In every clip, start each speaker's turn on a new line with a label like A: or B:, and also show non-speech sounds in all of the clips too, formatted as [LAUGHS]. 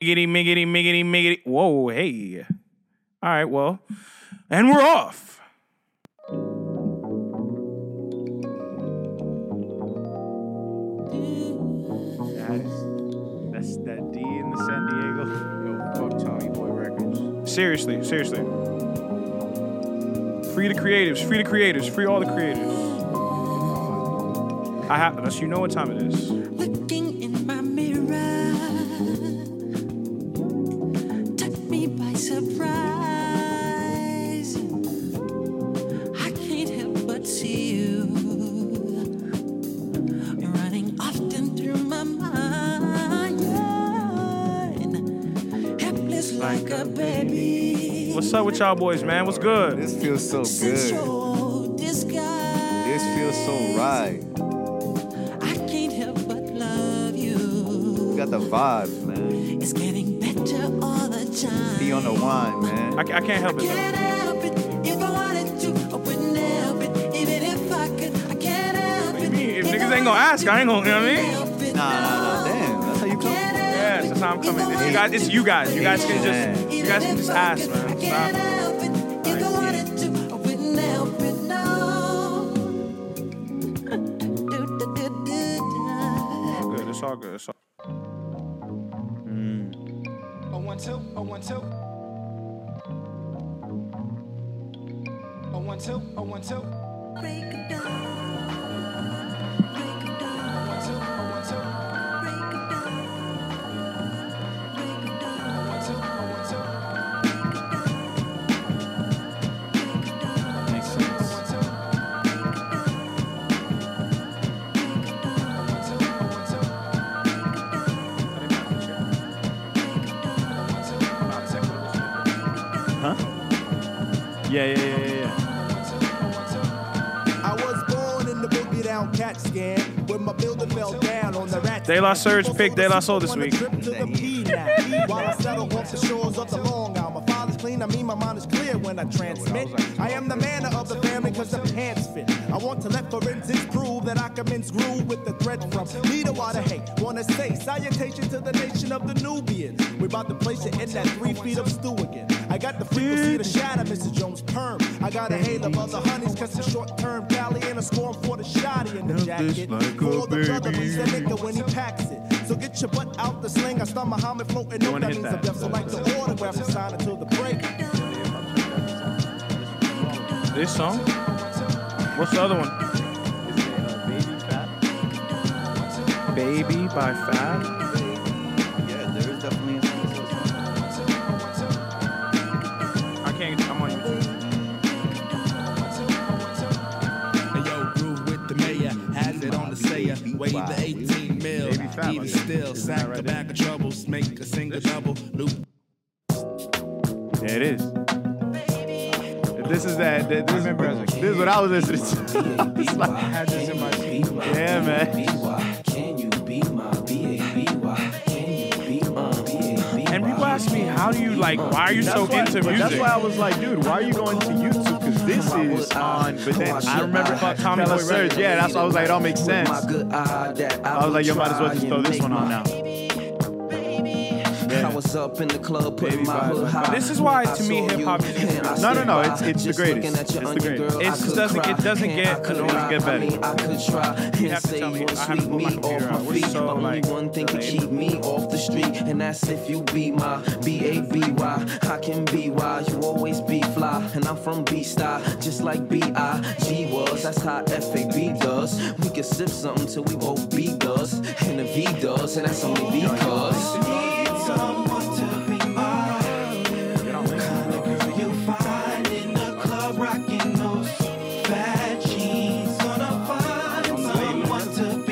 A: Miggity, miggity, miggity, miggity. Whoa, hey. All right, well, and we're off.
B: That's that D in the San Diego. Yo, fuck Tommy Boy Records.
A: Seriously, seriously. Free the creatives, free the creatives, free all the creatives. I have, that's, you know what time it is.
C: Looking in my mirror took me by surprise. I can't help but see you running often through my mind, helpless like a baby.
A: What's up with y'all boys, man? What's good?
D: This feels so
C: Since
D: good.
C: your disguise.
D: This feels so right.
C: I can't help but love you.
D: You got the vibes, man.
C: It's getting better all the time.
D: Be on the wine, man.
A: I, I can't help it. Though.
C: Can't help it if I wanted to. I wouldn't help it even if I could. I can't help
A: What do
C: it.
A: you mean? If niggas ain't gonna ask, I ain't gonna, you know what I mean?
C: help it.
D: Nah, nah, nah. Damn, that's how you come.
A: Yes, that's how I'm coming. It's you guys, it's you guys. You guys can just, you guys can just ask,
C: I can't
A: man.
C: help it if I wanted to. I wouldn't help it no. [LAUGHS]
A: It's all good. It's all good. It's all
E: A one two, a one two. A one two, a one two. A
C: Break it down. Break it down.
E: one two, a one two. A
C: Break it down. Break it down.
E: one two, a one two. A
C: Break it down. Break it down.
D: Makes sense.
E: one two, a one two, a one two. A one two, a one two.
B: Yeah, yeah, yeah, yeah, yeah.
E: A one two, a one two.
F: I was born in the boogie down cat scan when my building fell down on the rat.
A: De La Soul's pick, De La Soul this week.
F: Trip to the P now. While I settle off the shores of the Long Island, my father's clean. I mean, my mind is clear when I transmit. I am the manner of the family because the pants fit. I want to let forensics prove that I commence groove with the threat from Nita Wada Hey. Want to say salutation to the nation of the Nubians. We about to place it in that three feet of stew again. I got the frequency to shatter Mr. Jones' perm. I got a hail of other honeys, cause the short term valley and a storm for the shoddy in the jacket. For the brother, he's the nigga when he packs it. So get your butt out the sling. I start Muhammad floating up.
B: wanna
F: That means I'm
B: hit that.
F: deaf. So like the autograph and sign until the break.
A: good. This song? What's the other one?
B: Is it, uh, baby fat?
A: Baby by Fab.
D: Yeah, there is definitely a sense to this one.
A: I can't. I'm on YouTube.
G: And yo, groove with the mayor, has it on the sayer. Wave the 18 mil,
B: Baby fat,
G: eat
B: I
G: it
B: think.
G: still,
B: Isn't that
G: sack
B: right
G: the
B: there?
G: back of troubles, make a single double, loop
B: Yeah, it is. This is that. that- This,
D: remember as a kid.
B: this is what I was listening to.
D: [LAUGHS]
B: It's like- yeah, man.
A: And people ask me, how do you like? Why are you so
B: That's why-
A: into
B: but
A: music?
B: That's why I was like, dude, why are you going to YouTube? Because this is on. But then I remember
A: about Tommy
B: Tommy
A: Boy
B: Surge. Yeah, that's why I was like, it all makes sense. I
H: I
B: was like, yo, might as well just throw this one on now.
H: I was up in the club putting
B: Baby
H: my
B: vibes,
H: hood
B: like-
H: high.
A: This is why,
H: I
A: to me,
H: saw
A: hip hop
H: you,
A: music is-
H: and I
B: No,
H: stood
B: no, no,
H: by.
B: it's- it's the
H: Just looking
B: greatest.
H: at your
B: It's the
H: onion,
B: greatest.
H: girl,
A: It
H: I
A: just
H: could
A: doesn't-
H: cry.
A: it doesn't
H: And
A: get-
H: I
A: it
H: could
A: doesn't
H: lie.
A: get better.
H: I mean, I could try. You
A: have to tell me. I have to move my computer out. We're so, like,
H: one thing can
A: delayed.
H: keep me off the street, and that's if you be my B A B Y. I can be why you always be fly, and I'm from B Star, just like B I G was. That's how F A B does. We can sip something till we both be does, and a V does, and that's only because.
B: got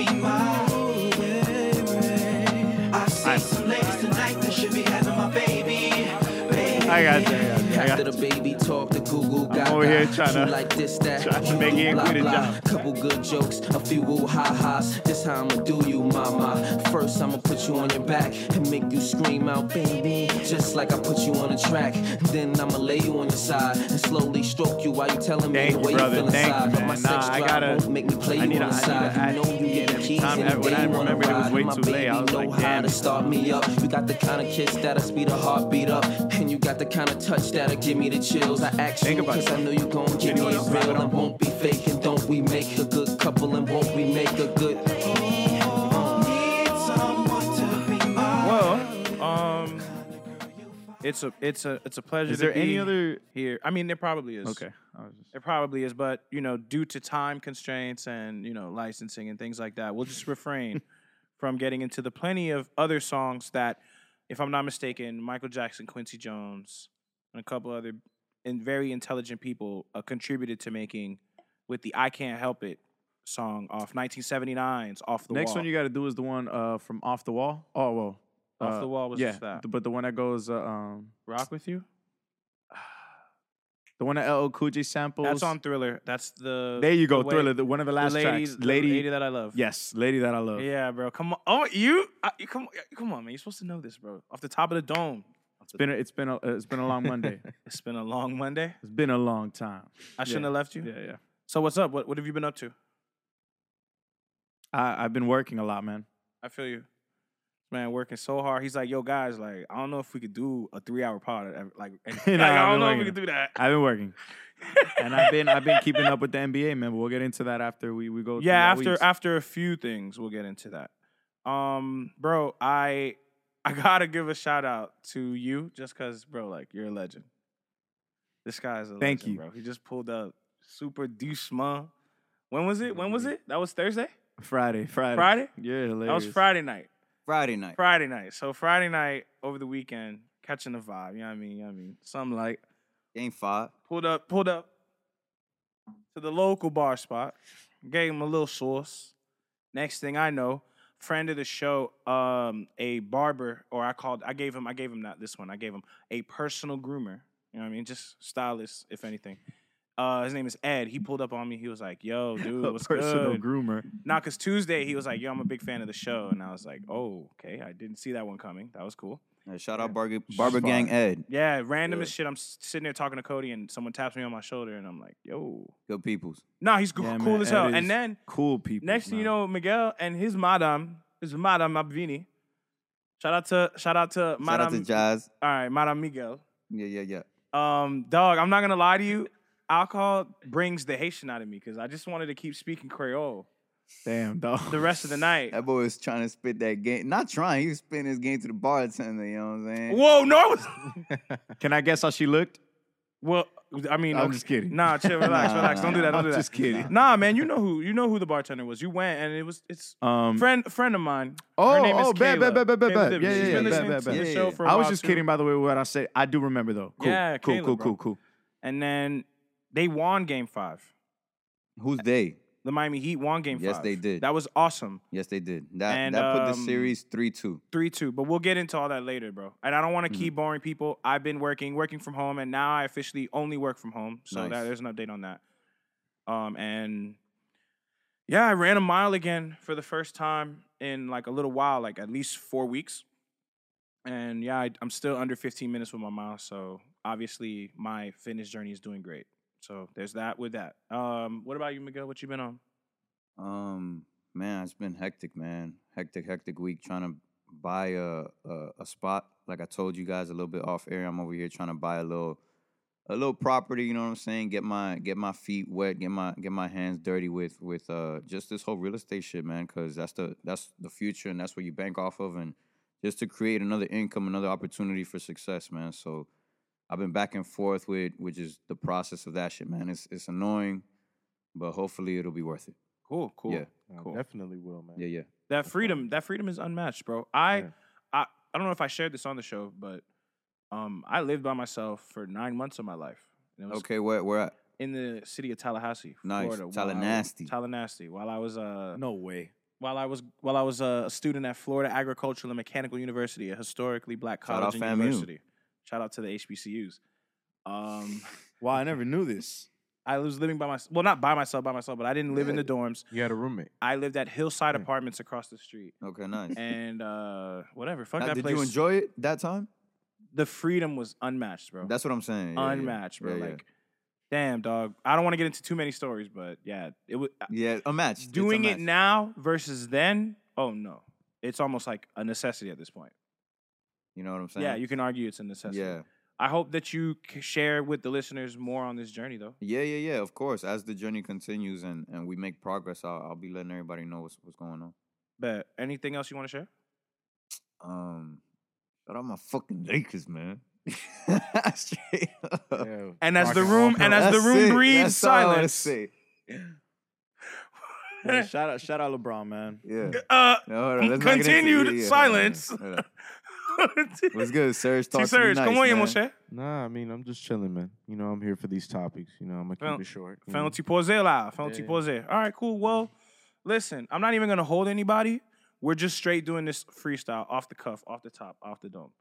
B: that.
H: After the baby talk, the goo goo gaga.
B: over here tryna-
H: You like this, that,
B: tryna
H: you
B: make
H: do
B: it
H: blah,
B: quit a
H: blah.
B: job.
H: Couple good jokes, a few woo ha ha's. This how I'ma do you, mama. First, I'ma put you on your back and make you scream out, baby, just like I put you on a track. Then I'ma lay you on your side and slowly stroke you while you telling me
B: Thank
H: the
B: you,
H: way
B: brother.
H: you feel
B: Thank you,
H: inside. but my
B: man. Nah,
H: sex
B: I
H: drive
B: gotta-
H: won't make me play
B: I
H: you
B: need
H: on
B: a-
H: the
B: I need
H: side.
B: a- I-
H: you know you get the keys
B: time
H: and
B: I- when I
H: they wanna
B: remembered it was
H: ride.
B: way
H: My
B: too late,
H: baby
B: I was
H: know
B: like,
H: how
B: damn.
H: to start me up. You got the kind of kiss that'll speed a heartbeat up, and you got the kind of touch that'll give me the chills. I asked
B: Think
H: you
B: about
H: because
B: it.
H: I know you gon' give me
B: Anyone
H: it
B: else?
H: real and won't be fake. And don't we make a good couple and won't we make a good?
A: Well, um, it's a it's a it's a pleasure.
B: Is
A: to
B: there any
A: be
B: other-
A: here? I mean, there probably is.
B: Okay. I was just-
A: It probably is, but you know, due to time constraints and you know licensing and things like that, we'll just
B: [LAUGHS]
A: refrain from getting into the plenty of other songs that, if I'm not mistaken, Michael Jackson, Quincy Jones, and a couple other and very intelligent people uh, contributed to making with the "I Can't Help It" song off 1979's "Off the
B: Next
A: Wall."
B: one you got to do is the one uh, from Off the Wall. Oh, well.
A: Off
B: Uh,
A: the Wall was
B: yeah,
A: just that.
B: th- but the one that goes, uh, um,
A: Rock with you.
B: the one that LL Cool J samples.
A: That's on Thriller. That's the
B: There you go,
A: the way-
B: Thriller. The, one of the
A: the
B: last
A: lady,
B: tracks.
A: the
B: Lady,
A: lady that I love.
B: yes, Lady That I Love.
A: Yeah, bro. Come on. Oh, you, I, you come, come on, man. You're supposed to know this, bro. Off the top of the dome.
B: It's been a, it's been a, uh, it's been a long
A: [LAUGHS]
B: Monday.
A: It's been a long Monday.
B: It's been a long time.
A: I shouldn't have left you.
B: Yeah, yeah.
A: So what's up? What what have you been up to?
B: I, I've been working a lot, man.
A: I feel you, man. Working so hard. He's like, yo, guys, like, I don't know if we could do a three hour pod. ever-
B: [LAUGHS]
A: Like, and-
B: Nah,
A: like,
B: I've
A: I
B: been
A: don't know if
B: working.
A: we could do that.
B: I've been working, and I've been I've been keeping up with the NBA, man. But we'll get into that after we we go. through
A: yeah
B: our
A: after
B: weeks.
A: after a few things we'll get into that um bro i [LAUGHS] i gotta give a shout out to you just because bro like you're a legend this guy's a
B: Thank
A: legend,
B: you.
A: bro he just pulled up super douchement when was it when was it that was thursday
B: Friday, Friday,
A: Friday?
B: Yeah, Mm-hmm. hilarious.
A: that was friday night
D: Friday night.
A: Friday night. So Friday night over the weekend, catching the vibe. You know what I mean? You know what I mean? Something like
D: Game five.
A: pulled up, pulled up to the local bar spot, gave him a little sauce. Next thing I know, friend of the show, um, a barber, or I called, I gave him, I gave him not this one, I gave him a personal groomer. You know what I mean? Just stylist, if anything. Uh, his name is Ed. He pulled up on me. He was like, "Yo, dude,
B: [LAUGHS] A
A: what's
B: personal
A: good?"
B: groomer.
A: Nah, cause Tuesday he was like, "Yo, I'm a big fan of the show," and I was like, "Oh, okay, I didn't see that one coming. That was cool."
D: Uh, shout out Barber, Barber Gang Ed.
A: Yeah, random as shit. I'm s- sitting there talking to Cody, and someone taps me on my shoulder, and I'm like, "Yo,
D: Good peoples.
A: nah, he's g-
B: Yeah,
A: cool
B: man,
A: as hell."
B: Ed is
A: And then
B: cool people.
A: next thing you
B: man.
A: know, Miguel and his madam, his madam Mabvini. Shout out to shout out to
D: Shout out to
A: madam.
D: Jazz.
A: all right, madam Miguel.
D: Yeah, yeah, yeah.
A: Um, dog, I'm not gonna lie to you. Alcohol brings the Haitian out of me because I just wanted to keep speaking Creole
B: damn dog. [LAUGHS]
A: the rest of the night.
D: That boy was trying to spit that game. Not trying. He was spitting his game to the bartender. You know what I'm saying?
A: Whoa, no, I was.
B: Can I guess how she looked?
A: Well, I mean,
B: I'm
A: okay.
B: just kidding.
A: Nah, chill, relax,
D: Nah,
A: relax. Don't do that. Don't
B: I'm
A: do that.
B: just kidding.
A: Nah, man, you know who you know who the bartender was. You went and it was it's
B: Um,
A: friend friend of mine.
B: Oh,
A: Her name is
B: oh, bet,
A: Kayla.
B: bet, bet, bet, bet,
A: Kayla
B: bet.
A: Dibbitt.
B: Yeah, yeah,
A: She's
B: yeah,
A: been
B: bet,
A: listening
B: bet,
A: to
B: bet.
A: the
D: Yeah,
A: show
D: yeah.
A: for a
B: I was
A: while,
B: just
A: too.
B: kidding, by the way. What I said, I do remember though. Cool,
A: Yeah,
B: cool,
A: Kayla,
B: cool,
A: bro.
B: cool, cool.
A: And then they won Game Five.
D: Who's they?
A: The Miami Heat won Game
D: Yes,
A: Five.
D: they did.
A: That was awesome,
D: Yes, they did. That
A: And,
D: that put
A: um,
D: the series three two.
A: three two. But we'll get into all that later, bro. And I don't want to keep boring people. I've been working, working from home, and now I officially only work from home. So
D: Nice.
A: that, there's an update on that. Um, and yeah, I ran a mile again for the first time in like a little while, like at least four weeks. And yeah, I, I'm still under 15 minutes with my mile, so obviously my fitness journey is doing great. So there's that with that. Um, what about you, Miguel? What you been on?
D: Um, man, it's been hectic, man. Hectic, hectic week trying to buy a, a a spot. Like I told you guys a little bit off air, I'm over here trying to buy a little a little property. You know what I'm saying? Get my get my feet wet, get my get my hands dirty with with uh just this whole real estate shit, man. Because that's the that's the future, and that's what you bank off of, and just to create another income, another opportunity for success, man. So. I've been back and forth with, which is the process of that shit, man. It's it's annoying, but hopefully it'll be worth it.
A: Cool, cool.
D: Yeah.
B: I
A: Cool.
B: Definitely will, man.
D: Yeah, yeah.
A: That freedom, that freedom is unmatched, bro. I,
B: Yeah.
A: I, I don't know if I shared this on the show, but um, I lived by myself for nine months of my life. And it was
D: Okay, where where at?
A: in the city of Tallahassee,
D: Nice.
A: Florida. while I-
D: Tallahassee.
A: Tallahassee. While I was uh,
B: No way.
A: while I was while I was uh, a student at Florida Agricultural and Mechanical University, a historically black
D: Shout out
A: college and
D: FAMU.
A: university. Shout out to the HBCUs. Um,
B: Wow, I never knew
A: [LAUGHS]
B: this.
A: I was living by myself. Well, not by myself, by myself, but I didn't live in the dorms.
B: You had a roommate.
A: I lived at Hillside Apartments across the street. [LAUGHS]
D: Okay, nice.
A: And uh, whatever, fuck
D: Now,
A: that
D: did
A: place.
D: you enjoy it that time?
A: the freedom was unmatched, bro.
D: That's what I'm saying. Yeah, yeah.
A: unmatched, bro.
D: Yeah, yeah.
A: Like, damn, dog. I don't want to get into too many stories, but yeah, it was
D: yeah, unmatched. It's
A: doing it
D: unmatched.
A: now versus then. Oh no, it's almost like a necessity at this point.
D: You know what I'm saying?
A: Yeah, you can argue it's a necessity.
D: Yeah.
A: I hope that you c- share with the listeners more on this journey, though.
D: Yeah, yeah, yeah. Of course, as the journey continues and, and we make progress, I'll, I'll be letting everybody know what's what's going on.
A: But anything else you want to share?
D: Um, shout out my fucking Lakers, man. [LAUGHS] Straight up.
B: Yeah.
A: And as the
B: Rockets
A: room
B: all
A: and as the
D: That's
A: room
D: it.
A: breathes
D: That's all I wanna
A: silence, [LAUGHS]
D: say.
B: Yeah, shout out, shout out, LeBron, man.
D: Yeah.
A: uh, [LAUGHS]
D: No, hold on, let's not get into-
A: Continued
D: yeah, yeah, yeah,
A: silence.
D: yeah, yeah. What's good, Serge? Talk
A: T
D: to me
A: Serge,
D: nice,
A: come on,
D: man.
A: Moshe.
B: Nah, I mean, I'm just chilling, man. You know, I'm here for these topics. You know, I'm gonna keep
A: Fel-
B: it short. you know?
A: Penalty pause live. Penalty
B: Yeah.
A: pause. All right, cool. Well, listen, I'm not even gonna hold anybody. We're just straight doing this freestyle off the cuff, off the top, off the dome.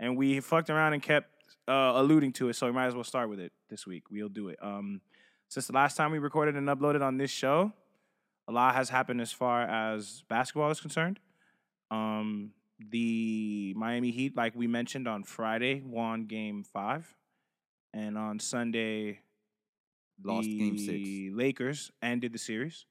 A: And we fucked around and kept uh, alluding to it, so we might as well start with it this week. We'll do it. Um, since the last time we recorded and uploaded on this show, a lot has happened as far as basketball is concerned. Um, the Miami Heat, like we mentioned on Friday, won Game Five, and on Sunday
D: Lost
A: the
D: game six.
A: Lakers ended the series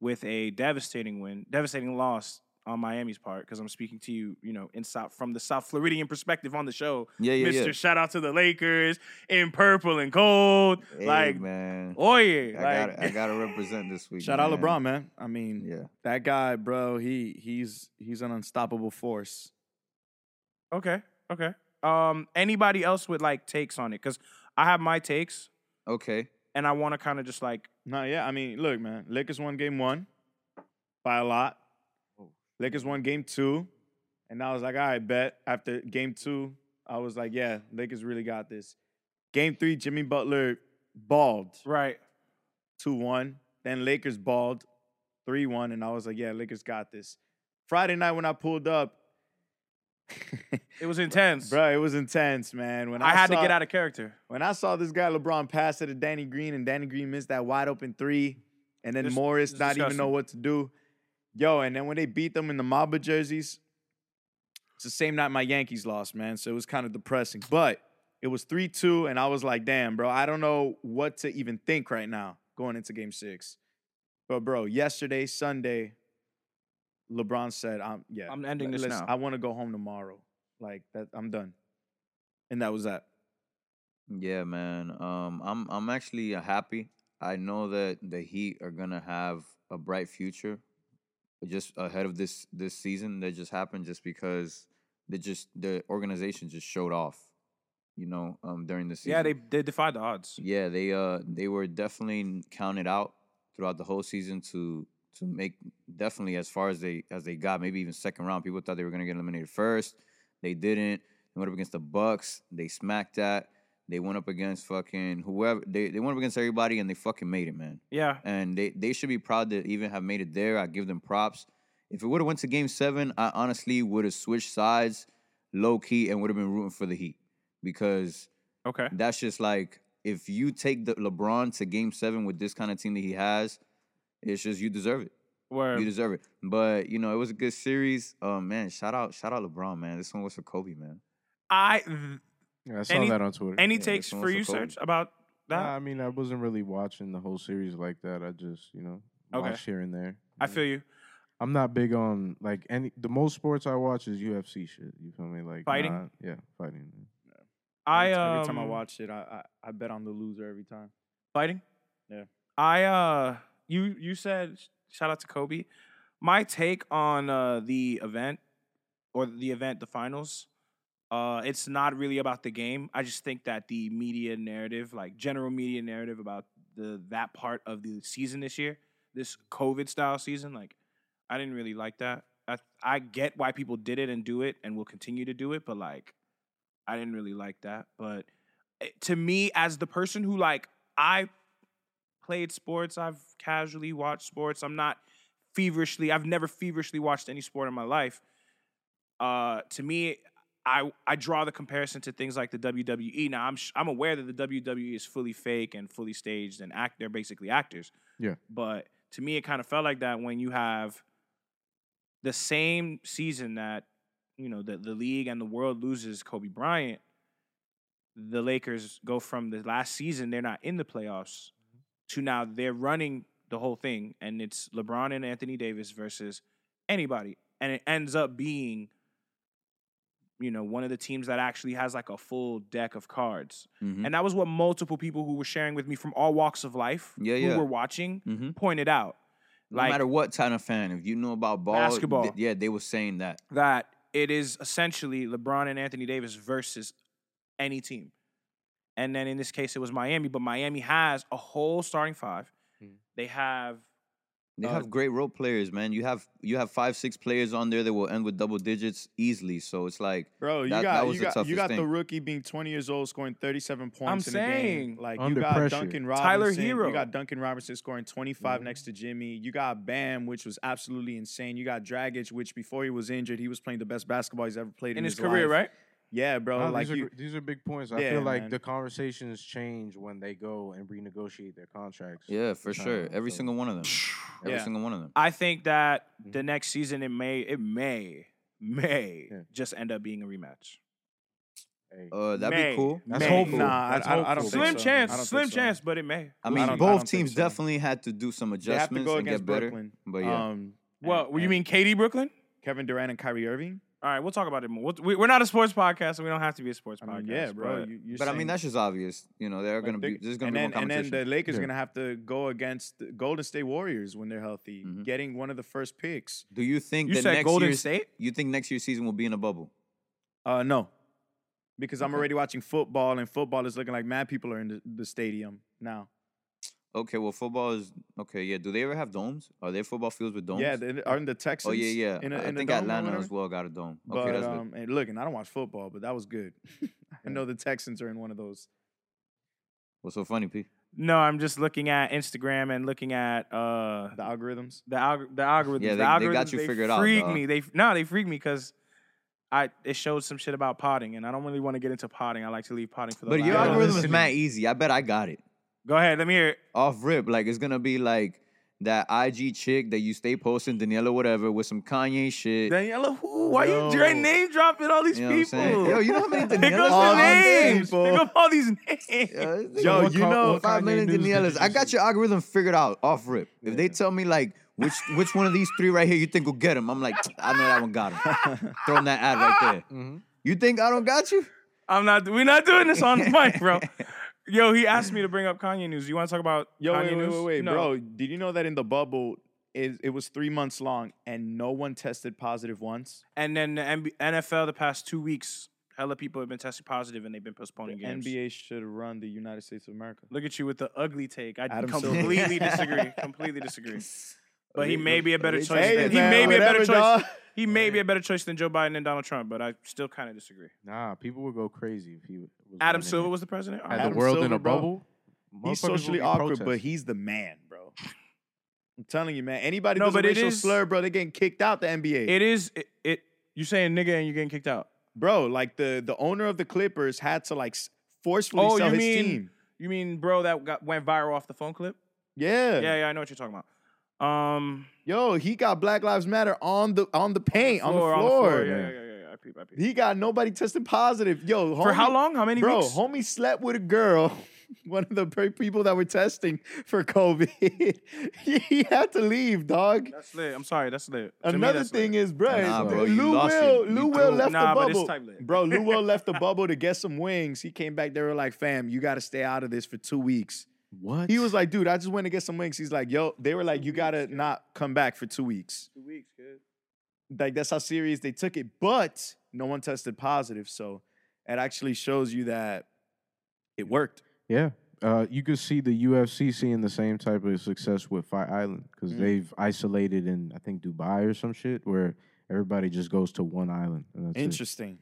A: with a devastating win, devastating loss on Miami's part. Because I'm speaking to you, you know, in South from the South Floridian perspective on the show,
D: Yeah, yeah,
A: Mister.
D: yeah.
A: Shout out to the Lakers in purple and gold,
D: Hey,
A: like
D: man.
A: oh
D: I
A: yeah, like
D: gotta, I
A: [LAUGHS]
D: gotta represent this week.
B: Shout out
D: man.
B: LeBron, man. I mean,
D: Yeah.
B: that guy, bro. He he's he's an unstoppable force.
A: [LAUGHS] okay, okay. Um, anybody else with like takes on it? Because I have my takes,
D: Okay.
A: and I want to kind of just like
B: No, yeah. I mean, look, man. Lakers won game one by a lot.
A: Oh,
B: Lakers won game two. And I was like, all right, bet. After game two, I was like, yeah, Lakers really got this. Game three, Jimmy Butler balled
A: right.
B: 2 1. Then Lakers balled 3 1. And I was like, yeah, Lakers got this. Friday night when I pulled up, [LAUGHS]
A: It was intense.
B: bro, it was intense, man. When
A: I
B: I,
A: had to
B: saw-
A: get out of character.
B: When I saw this guy LeBron pass it to Danny Green and Danny Green missed that wide open three, and then
A: This-
B: Morris
A: this is
B: not even know
A: disgusting.
B: what to do. Yo, and then when they beat them in the Mamba jerseys, it's the same night my Yankees lost, man. So it was kind of depressing. But it was 3 2, and I was like, damn, bro, I don't know what to even think right now going into game six. But, bro, yesterday, Sunday, LeBron said, I'm, yeah,
A: I'm ending this
B: let's-
A: now.
B: I want to go home tomorrow. Like, that, I'm done. And that was that.
D: Yeah, man. Um, I'm I'm actually uh, happy. I know that the Heat are gonna have a bright future, just ahead of this this season that just happened. Just because they just the organization just showed off, you know, um, during the season.
A: Yeah, they they defied the odds.
D: Yeah, they uh they were definitely n- counted out throughout the whole season to to make definitely as far as they as they got, maybe even second round. People thought they were gonna get eliminated first. They didn't. They went up against the Bucks. They smacked that. They went up against fucking whoever. They they went up against everybody and they fucking made it, man.
A: Yeah,
D: And they they should be proud to even have made it there. I give them props. If it would have went to game seven, I honestly would have switched sides, low key, and would have been rooting for the Heat because
A: okay.
D: that's just like if you take the LeBron to Game Seven with this kind of team that he has, it's just you deserve it.
A: Where
D: You deserve it. But you know, it was a good series. Oh man, shout out, shout out LeBron, man. This one was for Kobe, man.
A: I
B: Yeah, I saw
A: Any-
B: that on Twitter.
A: any
D: Yeah,
A: takes
D: this one
A: for
D: was
A: you,
D: for Kobe.
A: Serge, about that?
B: Nah, I mean, I wasn't really watching the whole series like that. I just, you know,
A: Okay.
B: watched here and there.
A: I feel you.
B: I'm not big on like any. The most sports I watch is UFC shit. You feel me? Like
A: Fighting?
B: not- yeah, fighting.
A: I um,
I: every time I watch it, I, I I bet on the loser every time.
A: fighting.
I: Yeah.
A: I uh, you you said sh- shout out to Kobe. My take on uh the event or the event, the finals. Uh, it's not really about the game. I just think that the media narrative, like general media narrative about the that part of the season this year, this COVID style season, like I didn't really like that. I I get why people did it and do it and will continue to do it, but like I didn't really like that. But it- to me, as the person who like I played sports, I've casually watched sports. I'm not feverishly. I've never feverishly watched any sport in my life. Uh, to me, I I draw the comparison to things like the WWE. Now I'm sh- I'm aware that the WWE is fully fake and fully staged and act. They're basically actors.
J: Yeah.
A: But to me, it kind of felt like that when you have the same season that you know the, the league and the world loses Kobe Bryant. The Lakers go from the last season they're not in the playoffs
D: Mm-hmm.
A: to now they're running the whole thing and it's LeBron and Anthony Davis versus anybody and it ends up being you know one of the teams that actually has like a full deck of cards
D: Mhm.
A: and that was what multiple people who were sharing with me from all walks of life
D: Yeah,
A: who
D: yeah.
A: were watching
D: Mhm.
A: pointed out
D: no matter what kind of fan, if you know about ball,
A: Basketball.
D: th- yeah, they were saying that.
A: that it is essentially LeBron and Anthony Davis versus any team. And then in this case, it was Miami, but Miami has a whole starting 5
B: Hmm.
A: They have
D: They
A: Uh,
D: have great role players, man. You have you have five, six players on there that will end with double digits easily. So it's like,
B: Bro, you
D: that,
B: got
D: that was
B: you
D: the
B: got,
D: toughest
B: you got
D: thing.
B: the rookie being 20 years old scoring 37 points in a
A: saying.
B: game. Like
J: Under
B: you got
J: pressure.
B: Duncan Robinson.
A: Tyler Hero.
B: You got Duncan Robinson scoring 25 next to Jimmy. You got Bam, which was absolutely insane. You got Dragic, which before he was injured, he was playing the best basketball he's ever played in,
A: in his, career,
B: life.
A: right?
B: Yeah, bro.
J: Nah,
B: Oh, like
J: these, are,
B: you,
J: gr- these are big points. I
B: Yeah,
J: feel like
B: man.
J: the conversations change when they go and renegotiate their contracts.
D: yeah, for
J: Nah,
D: sure. Every
J: so-
D: single one of them. Every
B: Yeah.
D: single one of them.
A: I think that
B: Hmm.
A: the next season it may it may may
J: Yeah.
A: just end up being a rematch.
J: Hey,
D: Uh, that'd
A: May.
D: be cool.
J: that's
B: man,
J: hopeful.
B: Nah, I-
J: That's
B: I, I don't
J: hopeful.
B: think
A: Slim
B: so. I
A: chance,
B: don't
A: slim
B: think so.
A: chance, but it may.
D: I
B: I
D: mean,
B: don't- I
D: both
B: don't think
D: teams
B: so.
D: definitely had to do some
B: They have to
D: adjustments
B: go
D: and
B: against
D: get better.
B: Brooklyn.
D: But yeah,
B: Um,
A: Well,
B: and-
A: you
B: and
A: mean KD Brooklyn?
B: Kevin Durant and Kyrie Irving?
A: All right, we'll talk about it more. We'll- we- We're not a sports podcast, and we don't have to be a sports
B: I
A: podcast.
B: mean, yeah, bro.
A: but-
B: You, you're
D: but I mean
B: saying-
D: that's just obvious. You know, they're gonna
B: Like,
D: be
B: they-
D: there's gonna
B: and
D: be
B: then,
D: more competition.
B: And then the Lakers
J: Yeah.
B: gonna have to go against the Golden State Warriors when they're healthy,
D: Mhm.
B: getting one of the first picks.
D: do you think
A: you
D: that
A: said
D: next
A: Golden
D: year's-
A: State?
D: You think next year's season will be in a bubble?
B: Uh, no, because I'm
D: Okay.
B: already watching football, and football is looking like mad people are in the, the stadium now.
D: Okay, well, football is okay. Yeah, do they ever have domes? Are there football fields with domes?
B: Yeah, they, aren't the Texans?
D: Oh yeah, yeah.
B: In a,
D: I
B: in a
D: think
B: dome or
D: Atlanta
B: whatever?
D: as well got a dome.
B: But
D: Okay, that's good.
B: um, and look, and I don't watch football, but that was good. [LAUGHS] I know the Texans are in one of those.
D: What's so funny, P?
A: No, I'm just looking at Instagram and looking at uh
B: The algorithms.
A: the alg- the algorithms.
D: Yeah,
A: the
D: they-
A: algorithms,
D: they got you figured out,
A: Freaked
D: dog.
A: me. They no, they freaked me because I it showed some shit about potting, and I don't really want to get into potting. I like to leave potting for the.
D: But
A: last.
D: your
J: Yeah,
D: algorithm is
J: listen.
D: mad easy. I bet I got it
A: Go ahead, let me hear. It.
D: off rip. Like it's gonna be like that IG chick that you stay posting Daniela whatever with some Kanye shit.
A: Daniela, who? Why
J: No.
A: you dra- name dropping all these
D: you know what I'm
A: people?
D: saying? Yo, you know how
B: [LAUGHS]
D: many
A: [LAUGHS] Pick up
D: Danielas
A: the
D: are on there?
A: names. Pick up all these names.
D: Yo, this
B: Yo,
D: nigga-
B: you know,
J: what
D: five
J: Kanye
D: million
J: news did you
D: Danielas. I
J: just
D: got your algorithm figured out off rip. If they tell me like which which one of these three right here you think will get him, I'm like I know that one got
B: [LAUGHS]
D: him. Throw him that ad right there.
B: Mm-hmm.
J: Mhm.
D: You think I don't got you?
A: I'm not. We're not doing this on
D: [LAUGHS]
A: the mic, bro. Yo, he asked me to bring up Kanye news. You want to talk about
B: Yo,
A: Kanye
B: wait, wait,
A: news?
B: wait, wait,
A: No.
B: bro. Did you know that in the bubble, it, it was three months long and no one tested positive once?
A: And then the NB- NFL the past two weeks, hella people have been tested positive and they've been postponing games.
B: NBA should run the United States of America.
A: Look at you with the ugly take. I
B: Adam Silver. [LAUGHS]
A: completely disagree. Completely disagree. But he may be a better
D: Hey,
A: choice. than, he
B: man,
A: may be a better
B: whatever,
A: choice.
B: dawg.
A: He may be a better choice than Joe Biden and Donald Trump. But I still kind of disagree.
J: Nah, people would go crazy if he was.
A: Adam
J: running
A: Silver
J: it.
A: was the president. All
J: had
A: right.
B: Adam
J: the world in
B: Silver,
J: a
B: bro.
J: bubble.
B: He's
J: motherfuckers would
B: socially
J: be
B: awkward, but
J: protesting.
B: he's the man, bro. I'm telling you, man. Anybody
A: No,
B: does
A: but
B: a
A: it
B: racial
A: is-
B: slur, bro, they're getting kicked out the NBA.
A: It is it, it. You saying nigga and you're getting kicked out.
B: bro, like the the owner of the Clippers had to like s- forcefully
A: Oh,
B: sell
A: you
B: his
A: mean-
B: team.
A: You mean bro that got went viral off the phone clip?
B: Yeah.
A: Yeah, yeah. I know what you're talking about. Um,
B: Yo, he got Black Lives Matter on the on the paint, on the floor.
A: on the floor. Yeah, yeah, yeah. yeah, yeah. I peep, I peep.
B: He got nobody tested positive. Yo, homie,
A: For how long? How many
B: bro,
A: weeks?
B: homie slept with a girl, [LAUGHS] one of the per- people that were testing for COVID. [LAUGHS] he, he had to leave, dog.
A: That's lit. I'm sorry. That's lit. To me,
B: Another
A: that's
B: thing
A: lit.
B: is, bro,
D: Nah, bro, you
B: Lou
D: lost
B: Will,
D: it.
B: Lou
D: You
B: Will
D: cool.
B: left
A: Nah,
B: the
A: but it's
B: bubble.
A: type lit.
B: Bro, Lou Will left the bubble to get some wings. He came back. They were like, "Fam, you got to stay out of this for two weeks."
J: what?
B: He was like, "Dude, I just went to get some wings." He's like, "Yo," they were like, "You got to not come back for two weeks."
A: two weeks, kid.
B: like that's how serious they took it. But no one tested positive, so it actually shows you that it worked.
J: Yeah. Uh, you could see the UFC seeing the same type of success with Fight Island because
B: Mm.
J: they've isolated in I think Dubai or some shit where everybody just goes to one island. And that's it.
B: Interesting.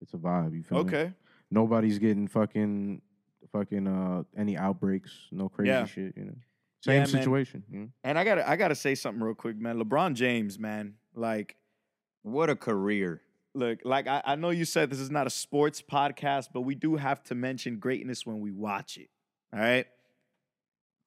J: It's a vibe. You feel me?
B: Okay.
J: Nobody's getting fucking fucking uh any outbreaks. No crazy
B: Yeah.
J: shit. You know. Same
B: Yeah, man.
J: situation. You know?
B: And I gotta I gotta say something real quick, man. LeBron James, man, like
D: What a career.
B: look, like I, I know you said this is not a sports podcast, but we do have to mention greatness when we watch it. All right.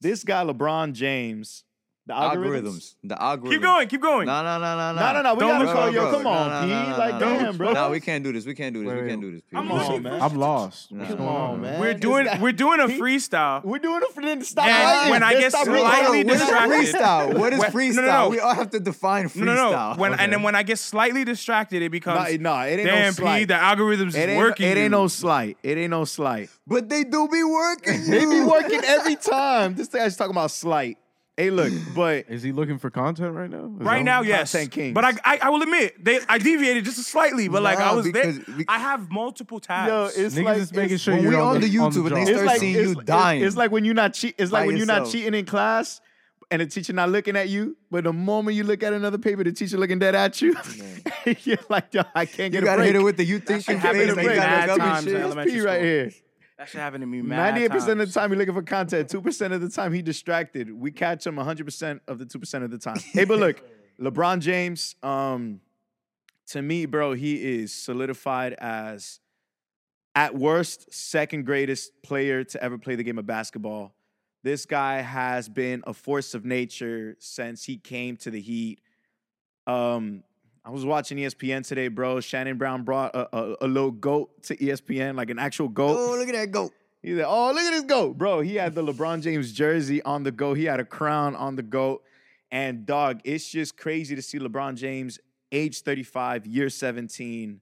B: This guy, LeBron James, the algorithms.
D: algorithms. The algorithms.
B: going,
A: keep going.
D: No, no, no, no, no.
B: No, no, no, we gotta
D: look
B: go,
D: at
B: yo,
D: it,
B: come
D: bro.
B: on,
D: No, no, no,
B: P,
D: no,
B: like,
D: no,
B: damn, bro.
D: No, we can't do this. We can't do this. We can't do this. P.
A: I'm
D: Come on,
A: looking
B: man.
A: for
J: I'm lost. What's
A: [LAUGHS]
D: Nah.
J: going on? man?
A: We're doing
B: that-
A: we're doing a
B: [LAUGHS] He-
A: freestyle.
B: We're doing it for them to stop.
A: And
B: hating.
A: when I
B: Just
A: get
B: stop hating.
A: slightly
D: Hold on, what
A: distracted.
D: is freestyle? What is
A: When-
D: freestyle?
A: no, no, no.
D: We all have to define freestyle.
A: No, no, no. When
D: Okay.
A: and then when I get slightly distracted, it becomes
B: Nah, nah, it ain't no
A: damn P.
B: slight."
A: The algorithms is
B: It ain't,
A: working.
B: it ain't
A: you."
B: no slight. It ain't no slight.
D: but they do be working.
B: They be
D: you.
B: working every time. This guy's talking about slight. Hey, look, but
J: Is he looking for content right now? Is
A: Right
J: that
A: now,
J: what-
A: yes.
B: content kings.
A: But I, I, I will admit, they, I deviated just slightly. But like
D: Nah,
A: I was
D: because-
A: there.
D: bec-
A: I have multiple tabs.
B: yo, it's
J: Niggas
B: like
J: is making
B: it's-
J: sure
D: when
J: you're
D: we
J: on,
D: on
J: the,
D: the
J: on
D: YouTube [LAUGHS] and
J: job.
D: they
B: it's
D: start
B: like
D: seeing
B: it's,
D: you
B: it's-
D: dying
B: It's like when you're not cheat. It's like
D: by
B: when you're not
D: yourself.
B: cheating in class, and the teacher not looking at you. But the moment you look at another paper, the teacher looking dead at you. [LAUGHS] you're like, yo, I can't
D: You
B: get a
D: gotta
B: break.
D: hit it with the you think
A: shit
D: you can
A: happened
D: hit
A: to
D: it.
A: me
D: You
A: mad
D: gotta look up and
A: times in
D: shit.
B: This
A: elementary
B: P right
A: school.
B: here.
A: That shit happened to me. mad
B: Ninety-eight percent of
A: times.
B: the time, you're looking for content. Two percent of the time, he distracted. We catch him hundred percent of the two percent of the time. hey,
A: [LAUGHS]
B: but look, LeBron James. Um, to me, bro, he is solidified as, at worst, second greatest player to ever play the game of basketball. This guy has been a force of nature since he came to the Heat. Um, I was watching ESPN today, bro. Shannon Brown brought a, a, a little goat to E ESPN, like an actual goat.
D: Oh, look at that goat.
B: He's like, oh, look at this goat. Bro, he had the LeBron James jersey on the go. He had a crown on the goat. And dog, it's just crazy to see LeBron James, age 35, year 17,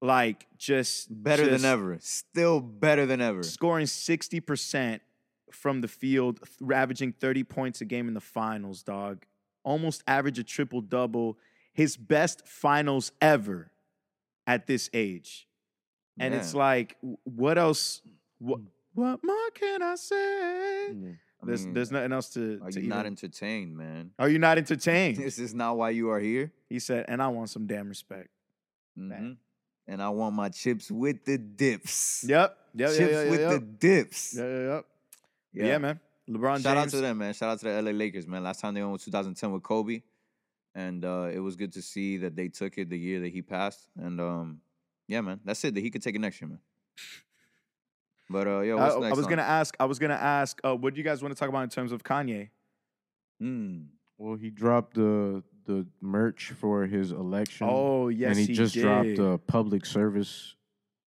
B: like just
D: Better
B: just
D: than ever. Still better than ever.
B: Scoring 60% from the field, th- ravaging 30 points a game in the finals, dog. Almost average a triple double. His best finals ever at this age. And it's
D: Yeah. Mm.
B: like, w- what else? What, what more can I say?
D: I
B: There's,
D: mean,
B: there's nothing else to.
D: Are
B: to
D: you not
B: even-
D: entertained, man? [LAUGHS]
B: are you not entertained?
D: This is not why you are here.
B: He said, and I want some damn respect.
D: Mhm. And I want my chips with the dips.
B: Yep. Yep.
D: chips
B: Yep. Yep.
D: with
B: Yep.
D: the
B: Yep.
D: dips.
B: yep, yep. Yeah. yeah, man. LeBron
D: Shout out
B: James.
D: to them, man. Shout out to the LA Lakers, man. Last time they won was 2010 with Kobe. And uh, it was good to see that they took it the year that he passed. And um, yeah, man, that's it. That he could take it next year, man. But uh, yeah,
B: I,
D: what's
B: I
D: next?
B: was
D: on-
B: gonna ask. I was gonna ask. Uh, what do you guys want to talk about in terms of Kanye?
D: Hmm.
J: Well, he dropped the the merch for his election.
B: Oh yes,
J: and he, just
B: did.
J: dropped a public service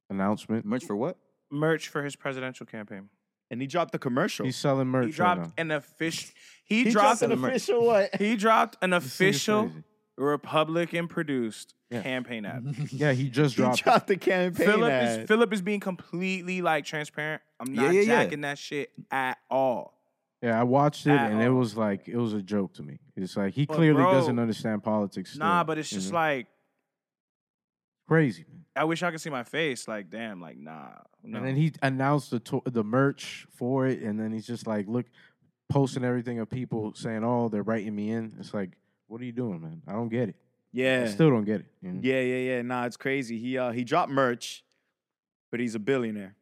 J: announcement.
D: merch for what?
A: merch for his presidential campaign.
B: and he dropped the commercial.
J: He's selling merch
A: He
J: right now.
A: dropped an official. He,
B: He
A: dropped
B: an
A: an official.
B: official
J: [LAUGHS]
B: what?
A: He dropped an
J: This thing is
A: official
J: crazy.
A: Republican produced
J: Yeah.
A: campaign ad.
J: Yeah, he
A: [LAUGHS]
J: just
B: He
J: dropped. it.
B: dropped the campaign
A: Philip
B: ad.
A: is Philip is being completely like transparent. I'm
D: Yeah,
A: not
D: yeah, yeah.
A: jacking that shit at all.
J: Yeah, I watched it
A: At
J: and it
A: all.
J: was like it was a joke to me. It's like he
A: But
J: clearly
A: bro-
J: doesn't understand politics.
A: Nah,
J: still, Mm-hmm.
A: but it's
J: you
A: just
J: know?
A: like
J: crazy. man.
A: I wish I could see my face. Like, damn, like nah. No.
J: And then he announced the to- the merch for it, and then he's just like, look, posting everything of people saying, "Oh, they're writing me in." It's like, what are you doing, man? I don't get it. I
B: yeah,
J: still don't get it. you know?
B: yeah, yeah, yeah. Nah, it's crazy. He uh, he dropped merch, but he's a billionaire.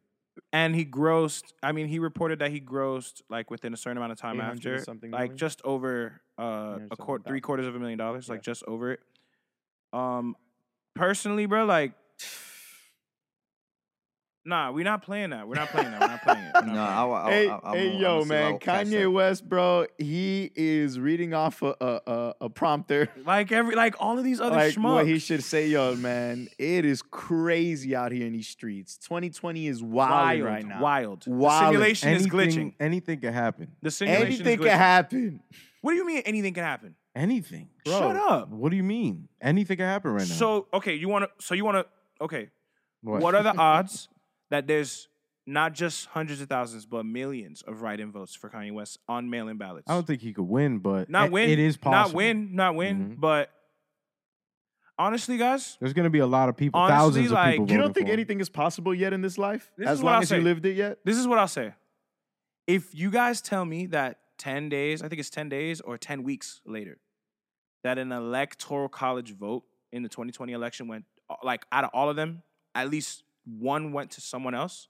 A: and he grossed. I mean, he reported that he grossed like within a certain amount of time
I: 800 and
A: after,
I: something
A: like
I: million?
A: just over uh, a
I: something
A: quarter, three
I: thousand.
A: quarters of a million dollars, like
I: Yeah.
A: just over it. Um, personally, bro, like, [SIGHS] nah, we're not playing that. We're not playing that. We're not playing it.
D: [LAUGHS]
A: We're not
D: No, I,
A: playing it.
D: I, I,
B: hey,
D: I, I,
B: hey,
D: wanna-
B: yo,
D: I'ma see if I
B: man,
D: will catch
B: Kanye
D: that.
B: West, bro, he is reading off a a, a, a prompter. [LAUGHS]
A: like every, like all of these other
B: like
A: schmucks.
B: what he should say, yo, man. It is crazy out here in these streets. 2020 is wild,
A: wild
B: right now.
A: Wild. The
B: Wildin'.
A: simulation is glitching.
J: Anything, anything could happen.
A: The simulation
B: Anything
A: is glitching.
B: can happen.
A: What do you mean anything can happen?
J: Anything.
A: Shut up.
J: What do you mean? Anything could happen right now.
A: So okay, you want to? So you want to? Okay,
J: what?
A: What
J: [LAUGHS]
A: are the odds that there's not just hundreds of thousands, but millions of write-in votes for Kanye West on mail-in ballots?
J: I don't think he could win, but
A: not
J: it-
A: win.
J: It is possible.
A: Not win. Not win.
J: Mhm.
A: But honestly, guys,
J: There's gonna be a lot of people,
A: Honestly,
J: thousands
A: like-
J: of people.
B: You don't
J: voting
B: think
J: for him.
B: anything is possible yet in this life?
A: This
B: as
A: is what
B: long
A: I'll
B: as
A: say.
B: you lived it yet?
A: this is what I'll say. If you guys tell me that ten days, I think it's ten days or ten weeks later, that an electoral college vote in the 2020 election went uh, like out of all of them, at least one went to someone else,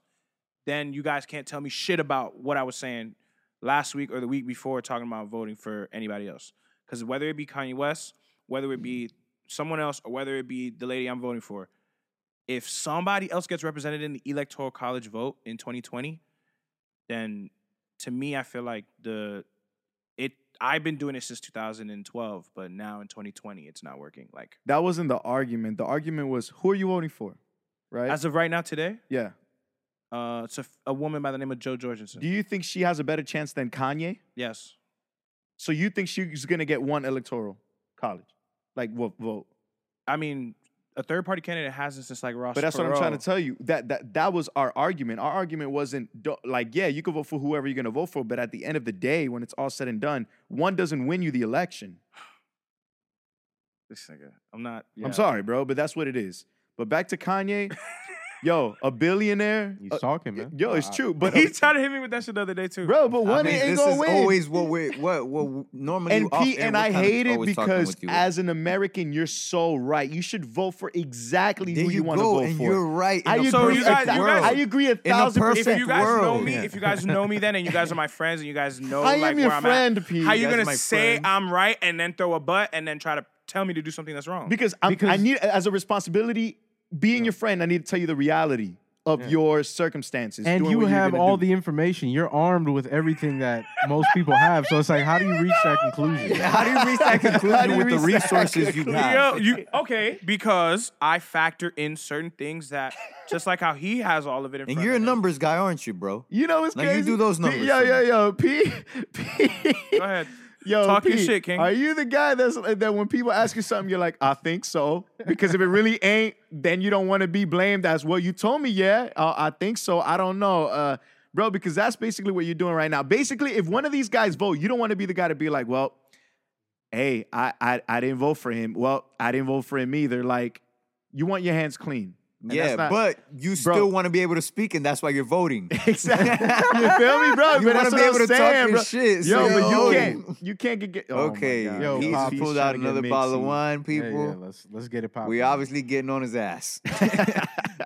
A: then you guys can't tell me shit about what I was saying last week or the week before talking about voting for anybody else. Because whether it be Kanye West, whether it be someone else or whether it be the lady I'm voting for, if somebody else gets represented in the electoral college vote in 2020, then to me I feel like the it I've been doing it since 2012, but now in 2020 it's not working. Like
B: That wasn't the argument. The argument was who are you voting for? Right?
A: as of right now today,
B: yeah.
A: uh, it's a, f- a woman by the name of Joe Georgensen.
B: Do you think she has a better chance than Kanye?
A: yes,
B: So you think she's gonna get one electoral college? Like what vote?
A: I mean a third party candidate hasn't since like Ross.
B: But that's what I'm trying
A: Perot.
B: to tell you. That that that was our argument. Our argument wasn't do- like, yeah, you can vote for whoever you're gonna vote for, but at the end of the day, when it's all said and done, one doesn't win you the election.
A: This nigga, I'm not. yeah.
B: I'm sorry, bro, but that's what it is. But back
D: [LAUGHS]
B: to Kanye, yo, a billionaire.
J: He's
B: uh,
J: talking, man.
B: yo, it's true, but
A: [LAUGHS] He tried to hit me with that shit the other day too.
B: bro, but one
D: I mean,
B: ain't
D: this
B: gonna
D: is
B: win.
D: always what we what what normally.
B: and
D: you off
B: Pete
D: air,
B: and
D: we're
B: I
D: kinda
B: hate it
D: always talking
B: because
D: with you.
B: as an American, you're so right. You should vote for exactly
D: there
B: who
D: you,
B: you, want to
D: go,
B: vote
D: and
B: for.
D: you're right.
B: I
D: in a
B: agree.
A: So you
D: perfect
A: guys- you
D: world.
A: guys-
B: I [LAUGHS] agree a
D: In a
B: thousand
D: perfect
A: if
D: Perfect
B: percent.
A: you guys know
D: world.
A: me,
D: Yeah.
A: if you guys know me, then and you guys are my friends and you guys know
B: I am
A: like
B: your
A: where I'm
B: friend,
A: at,
B: Pete.
A: how you
B: That's
A: gonna
B: my
A: say
B: friend.
A: I'm right and then throw a butt and then try to tell me to do something that's wrong?
B: Because, I'm, I
J: Because-
B: need, as a responsibility, being your friend, I need to tell you the reality of your circumstances.
J: and
B: doing
J: you
B: what you're
J: have
B: gonna
J: all
B: do.
J: the information. You're armed with everything that most people have. So it's like, how do you reach that
B: [LAUGHS]
J: conclusion?
D: How do you reach that
B: How do
D: conclusion
B: you
D: with the
B: reach that
D: resources
B: [LAUGHS]
D: you
B: conclusion?
D: have?
A: Yo, you okay? Because I factor in certain things that just like how he has all of it in
D: And
A: front
D: you're a
A: of him.
D: numbers guy, aren't you, bro?
B: You know it's
D: Now, you
B: crazy.
D: do those
B: P-
D: numbers
B: Yo,
D: for
B: yo,
D: me.
B: yo, P, [LAUGHS] P.
A: Go ahead.
B: Yo,
A: Talk your
B: P,
A: shit, King.
B: Are you the guy that's uh, that when people ask you something, you're like, I think so, because if it really ain't, then you don't want to be blamed as well. You told me, yeah, uh, I think so. I don't know, uh, bro, because that's basically what you're doing right now. Basically, if one of these guys vote, you don't want to be the guy to be like, well, hey, I, I I didn't vote for him. Well, I didn't vote for him either. Like, you want your
D: [LAUGHS]
B: hands clean. And that's
D: Yeah,
B: not-
D: but you
B: Bro.
D: still want to be able to speak, and that's why you're voting.
B: Exactly. [LAUGHS] You feel me, bro?
D: You
B: But
D: wanna
B: that's
D: be
B: what I'm
D: able to talk
B: saying,
D: your
B: bro.
D: shit,
B: Yo,
D: so
B: but you
D: yo.
B: can't. You can't get. oh my
D: okay,
B: God.
J: Yo,
D: he
J: Pops,
D: just
J: he's
D: pulled out another bottle of wine,
J: Yeah, yeah,
D: people.
J: let's let's get it popping.
D: We obviously getting on his ass.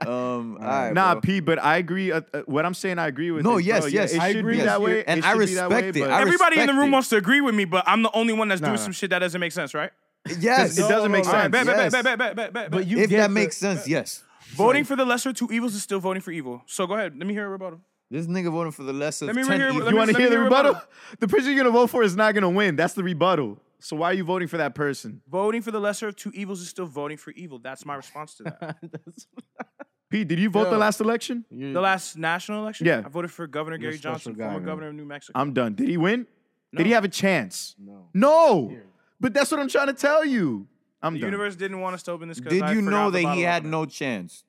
D: um, all right,
B: Nah,
D: bro.
B: P, but I agree. Uh, uh, what I'm saying, I agree with.
D: No,
B: it,
D: yes,
B: bro.
D: yes,
B: Yeah,
D: I
B: it should
D: agree.
B: be
D: Yes,
B: that way.
D: you're- and
B: it
D: I
B: should be that way,
D: respect it.
B: but-
D: I
A: Everybody in the
D: respect
A: room
D: it.
A: wants to agree with me, but I'm the only one that's
J: Nah,
A: doing
J: nah.
A: some shit that doesn't make sense, right?
D: yes,
B: it doesn't make
A: All
B: sense.
A: right, bet, bet,
D: Yes.
A: bet, bet, bet, bet, bet,
J: but
A: bet.
J: you
D: If
J: get
D: that
J: the-
D: makes sense, yes.
A: Voting for the lesser of two evils is still voting for evil. So go ahead. Let me hear a rebuttal.
D: This nigga voting for the lesser.
A: Let me
D: of
A: rehear-
D: 10 evils.
A: let
B: you
A: me-
B: want to hear the
A: hear a
B: rebuttal?
A: rebuttal.
B: The person you're gonna vote for is not gonna win. That's the rebuttal. So why are you voting for that person?
A: Voting for the lesser of two evils is still voting for evil. That's my response to that.
B: P, did you vote the
J: Yo.
B: last election?
A: the last national election,
B: Yeah.
A: I voted for Governor
J: You're a
A: Gary
J: special
A: Johnson,
J: guy,
A: former
J: man.
A: governor of New Mexico.
B: I'm done. Did he win? Did he
A: No.
B: have a chance?
J: No.
B: No. But that's what I'm trying to tell you. I'm
A: the
B: done.
A: universe didn't want us to open this. 'cause
D: Did
A: I
D: you
A: forgot
D: know
A: the
D: that he
A: bottle
D: had
A: opener.
D: no chance?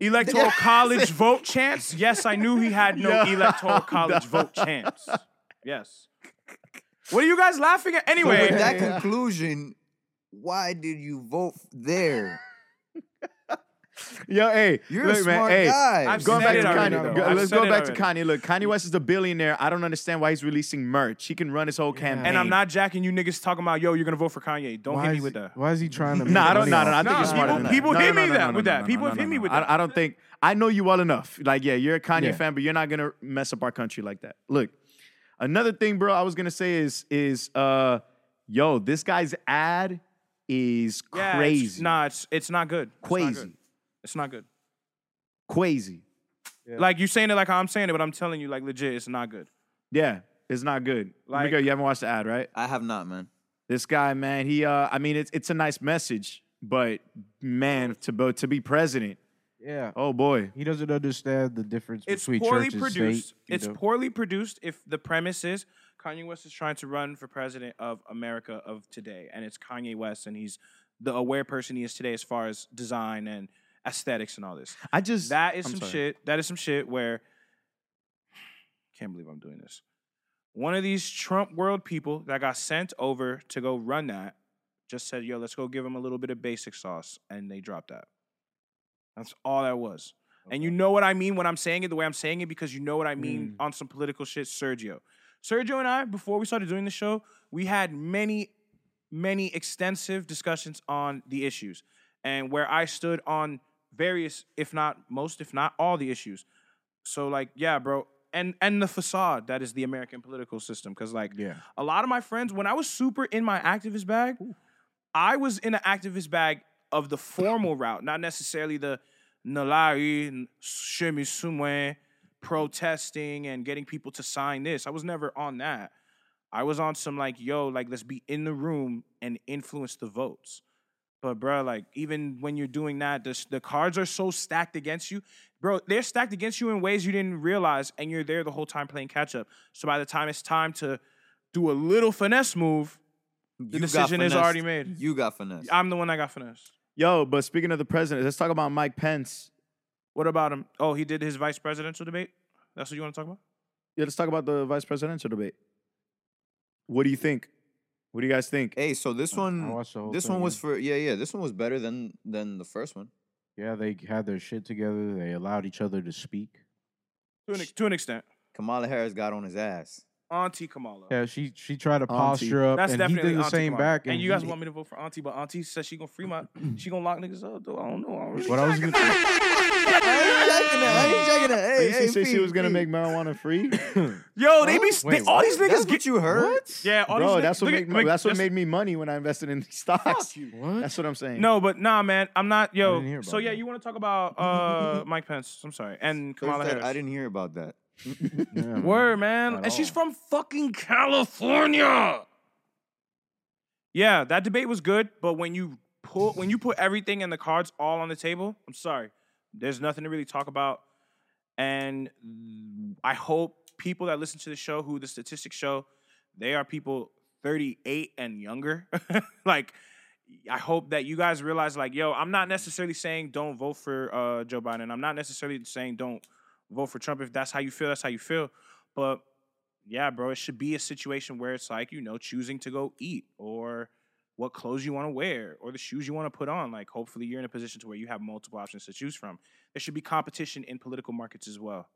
A: electoral college vote chance? Yes, I knew he had no
B: Yeah.
A: electoral college vote chance. Yes. What are you guys laughing at?
D: So
A: Anyway,
D: with that conclusion, why did you vote there?
B: Yo, hey,
D: You're
B: look,
D: a
B: man,
D: smart
B: hey,
D: guy.
A: I've
B: Going
A: said
B: back
A: it
B: to
A: already,
B: Kanye,
A: though.
B: go-
A: I've
B: let's
A: said
B: go
A: it
B: back to
A: already.
B: Kanye. Look, Kanye West is a billionaire. I don't understand why he's releasing merch. He can run his whole campaign.
A: and I'm not jacking you niggas talking about yo, you're gonna vote for Kanye. Don't
J: Why
A: hit me
J: is-
A: with that.
J: Why is he trying
A: [LAUGHS]
J: to?
B: Nah,
J: make
B: I
J: money
B: don't. Nah,
J: off
B: nah, I
J: this?
B: think you're
A: Nah,
B: smarter than
A: people- people
B: that. No, no,
A: hit me
B: no, no,
A: that-
B: no,
A: with
B: no,
A: that.
B: no,
A: People
B: no,
A: have
B: no,
A: hit me
B: no,
A: with
B: no.
A: that.
B: I, I don't think I know you well enough. Like, yeah, you're a Kanye
J: Yeah.
B: fan, but you're not gonna mess up our country like that. Look, another thing, bro. I was gonna say is is uh, yo, this guy's ad is
A: Yeah, It's,
B: crazy,
A: nah, it's it's not good. It's not good.
B: crazy,
A: It's not good.
B: crazy.
A: Like you saying it like how I'm saying it, but I'm telling you, like legit, it's not good.
B: Yeah, it's not good. Like,
A: Like-
B: you haven't watched the ad, right?
D: I have not, man.
B: This guy, man, he uh I mean it's it's a nice message, but man, to bo- to be president,
J: Yeah.
B: oh boy.
J: He doesn't understand the difference
A: It's
J: between
A: poorly
J: church and
A: produced.
J: state. you
A: it's
J: know?
A: poorly produced if the premise is Kanye West is trying to run for president of America of today, and it's Kanye West, and he's the aware person he is today as far as design and aesthetics and all this.
B: I just
A: That is
B: I'm
A: some
B: sorry.
A: shit. That is some shit where can't believe I'm doing this. One of these Trump world people that got sent over to go run that just said, "Yo, let's go give him a little bit of basic sauce," and they dropped that. That's all that was. And you know what I mean when I'm saying it the way I'm saying it because you know what I mean
B: Mm.
A: on some political shit, Sergio. Sergio and I, before we started doing the show, we had many, many extensive discussions on the issues and where I stood on various, if not most, if not all the issues. So like, yeah, bro. And and the facade that is the American political system. Cause like
J: Yeah.
A: a lot of my friends, when I was super in my activist bag, I was in the activist bag of the formal route, not necessarily the Nalari, Shemi Sumwe, protesting and getting people to sign this. I was never on that. I was on some like, yo, like let's be in the room and influence the votes. But bro, like even when you're doing that, the s- the cards are so stacked against you, bro. They're stacked against you in ways you didn't realize, and you're there the whole time playing catch up. So by the time it's time to do a little finesse move, the
D: You got
A: decision is
D: finessed.
A: already made.
D: You got finesse.
A: I'm the one that got finessed.
B: Yo, but speaking of the president, let's talk about Mike Pence.
A: What about him? Oh, he did his vice presidential debate. That's what you want to talk about?
B: Yeah, let's talk about the vice presidential debate. What do you think? What do you guys think?
D: Hey, so this
J: I
D: one,
J: watched the whole
D: this
J: thing,
D: one was
J: yeah.
D: for yeah, yeah. This one was better than than the first one.
J: Yeah, they had their shit together. They allowed each other to speak.
A: Uh, To an, ex- to an extent,
D: Kamala Harris got on his ass.
A: Auntie Kamala.
J: Yeah, she she tried to
B: Auntie.
J: posture up,
A: That's
J: and he
A: definitely
J: did the
A: Auntie
J: same
A: Kamala.
J: back.
A: And, you
J: he-
A: guys want me to vote for Auntie, but Auntie says she gonna free
J: [CLEARS THROAT]
A: my, she gonna lock niggas up. Though I don't know. I don't really
J: what I was gonna
B: Hey,
D: Oh,
B: she said she was gonna make marijuana [LAUGHS] free.
A: Yo, they be they-
J: Wait,
A: all these
D: That's
A: niggas
D: what
A: get
D: you heard.
A: yeah. All
B: Bro,
A: these niggas,
B: that's what
A: look
B: make,
A: at- look,
B: that's what
A: that's-
B: made me money when I invested in these stocks.
J: What?
B: That's what I'm saying.
A: No, but nah, man, I'm not. Yo,
J: didn't hear
A: so
J: about
A: yeah,
J: that.
A: you want to talk about
B: [LAUGHS]
A: uh Mike Pence? I'm sorry, and
D: There's
A: Kamala
D: that-
A: Harris.
D: I didn't hear about that.
J: Yeah, man.
A: Word, man.
J: At
A: and she's from fucking California. Yeah, that debate was good, but when you pull when you put everything and the cards all on the table, I'm sorry. There's nothing to really talk about. And I hope people that listen to the show who the statistics show, they are people 38 and younger. [LAUGHS] like I hope that you guys realize like, yo, I'm not necessarily saying don't vote for uh, Joe Biden. I'm not necessarily saying don't vote for Trump if that's how you feel, that's how you feel. But yeah, bro, it should be a situation where it's like, you know, choosing to go eat or what clothes you want to wear or the shoes you want to put on. Like, hopefully, you're in a position to where you have multiple options to choose from. There should be competition in political markets as well.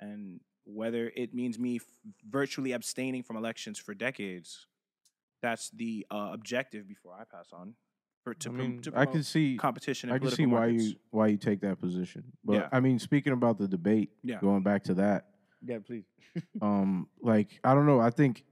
A: And whether it means me f- virtually abstaining from elections for decades, that's the uh, objective before I pass on. For, to
J: I
A: prom-
J: mean,
A: to
J: I
A: promote
J: can see
A: competition in
J: I can
A: political
J: see why
A: markets.
J: you why you take that position. But
A: Yeah.
J: I mean, speaking about the debate,
A: Yeah.
J: going back to that,
I: Yeah, please.
J: um, like I don't know, I think